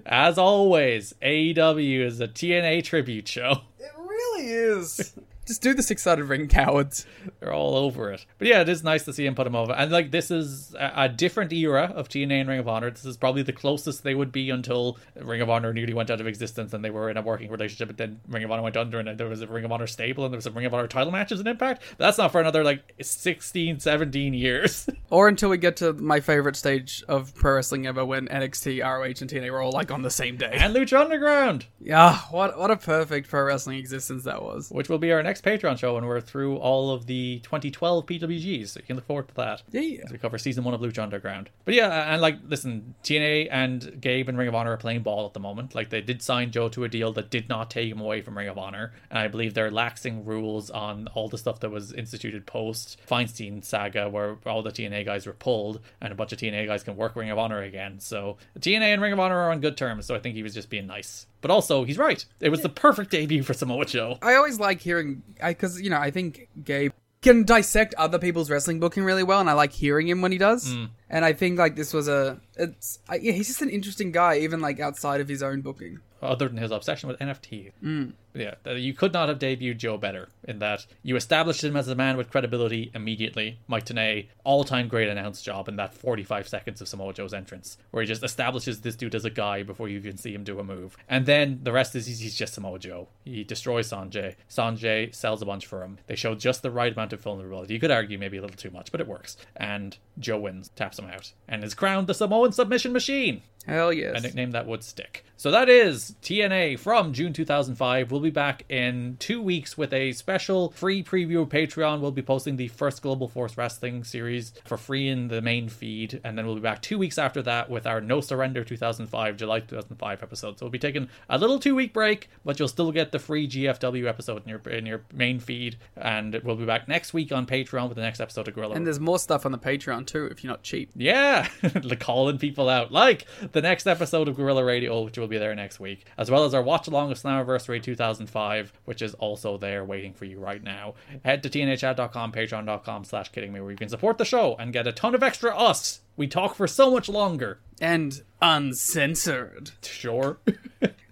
I: As always, AEW is a TNA tribute show.
J: really is. Just do the six-sided ring, cowards.
I: They're all over it. But yeah, it is nice to see him put him over. And like, this is a, a different era of TNA and Ring of Honor. This is probably the closest they would be until Ring of Honor nearly went out of existence and they were in a working relationship. But then Ring of Honor went under and there was a Ring of Honor stable and there was a Ring of Honor title matches in Impact. But that's not for another like 16, 17 years.
J: Or until we get to my favorite stage of pro wrestling ever, when NXT, ROH, and TNA were all like on the same day.
I: and Lucha Underground,
J: Yeah, what what a perfect pro wrestling existence that was.
I: which will be our next Patreon show when we're through all of the 2012 PWGs. So you can look forward to that.
J: Yeah.
I: as we cover season one of Lucha Underground. But yeah, and like, listen, TNA and Gabe and Ring of Honor are playing ball at the moment. Like, they did sign Joe to a deal that did not take him away from Ring of Honor, and I believe they're laxing rules on all the stuff that was instituted post Feinstein saga, where all the TNA guys were pulled, and a bunch of TNA guys can work Ring of Honor again. So TNA and Ring of Honor are on good terms. So I think he was just being nice. But also, he's right. It was the perfect debut for Samoa Joe.
J: I always like hearing because you know I think Gabe can dissect other people's wrestling booking really well, and I like hearing him when he does.
I: Mm.
J: And I think like this was a it's I, yeah he's just an interesting guy even like outside of his own booking.
I: Other than his obsession with NFT,
J: Mm.
I: Yeah, that you could not have debuted Joe better in that you established him as a man with credibility immediately. Mike Tenay, all time great announce job in that 45 seconds of Samoa Joe's entrance, where he just establishes this dude as a guy before you even see him do a move. And then the rest is he's he's just Samoa Joe. He destroys Sanjay. Sanjay sells a bunch for him. They show just the right amount of vulnerability. You could argue maybe a little too much, but it works. And Joe wins, taps him out, and is crowned the Samoan submission machine
J: Hell
I: a
J: yes.
I: nickname that would stick. So that is TNA from June 2005. We'll be back in two weeks with a special free preview of Patreon. We'll be posting the first Global Force Wrestling series for free in the main feed, and then we'll be back two weeks after that with our No Surrender 2005, July 2005 episode. So we'll be taking a little two week break, but you'll still get the free GFW episode in your in your main feed, and we'll be back next week on Patreon with the next episode of Gorilla.
J: And there's more stuff on the Patreon too if you're not cheap.
I: Yeah, like calling people out. Like the next episode of Gorilla Radio, which will be there next week, as well as our watch along of Slammiversary 2005, which is also there waiting for you right now. Head to tnhad.com, patreon.com slash kidding me, where you can support the show and get a ton of extra us. We talk for so much longer.
J: And uncensored.
I: Sure.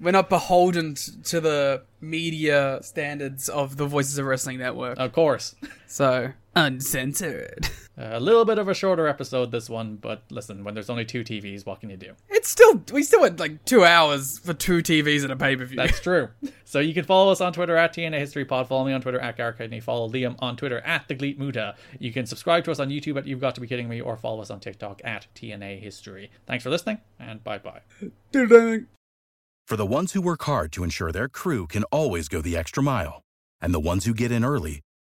J: We're not beholden t- to the media standards of the Voices of Wrestling Network.
I: Of course.
J: So uncensored.
I: A little bit of a shorter episode, this one, but listen, when there's only two TVs, what can you do?
J: It's still we still went like two hours for two TVs and a pay per view.
I: That's true. So you can follow us on Twitter at TNA History Pod. Follow me on Twitter at Garkidney. Follow Liam on Twitter at The Gleet Muta. You can subscribe to us on YouTube at You've Got to Be Kidding Me or follow us on TikTok at TNA History. Thanks for listening and bye bye.
K: For the ones who work hard to ensure their crew can always go the extra mile, and the ones who get in early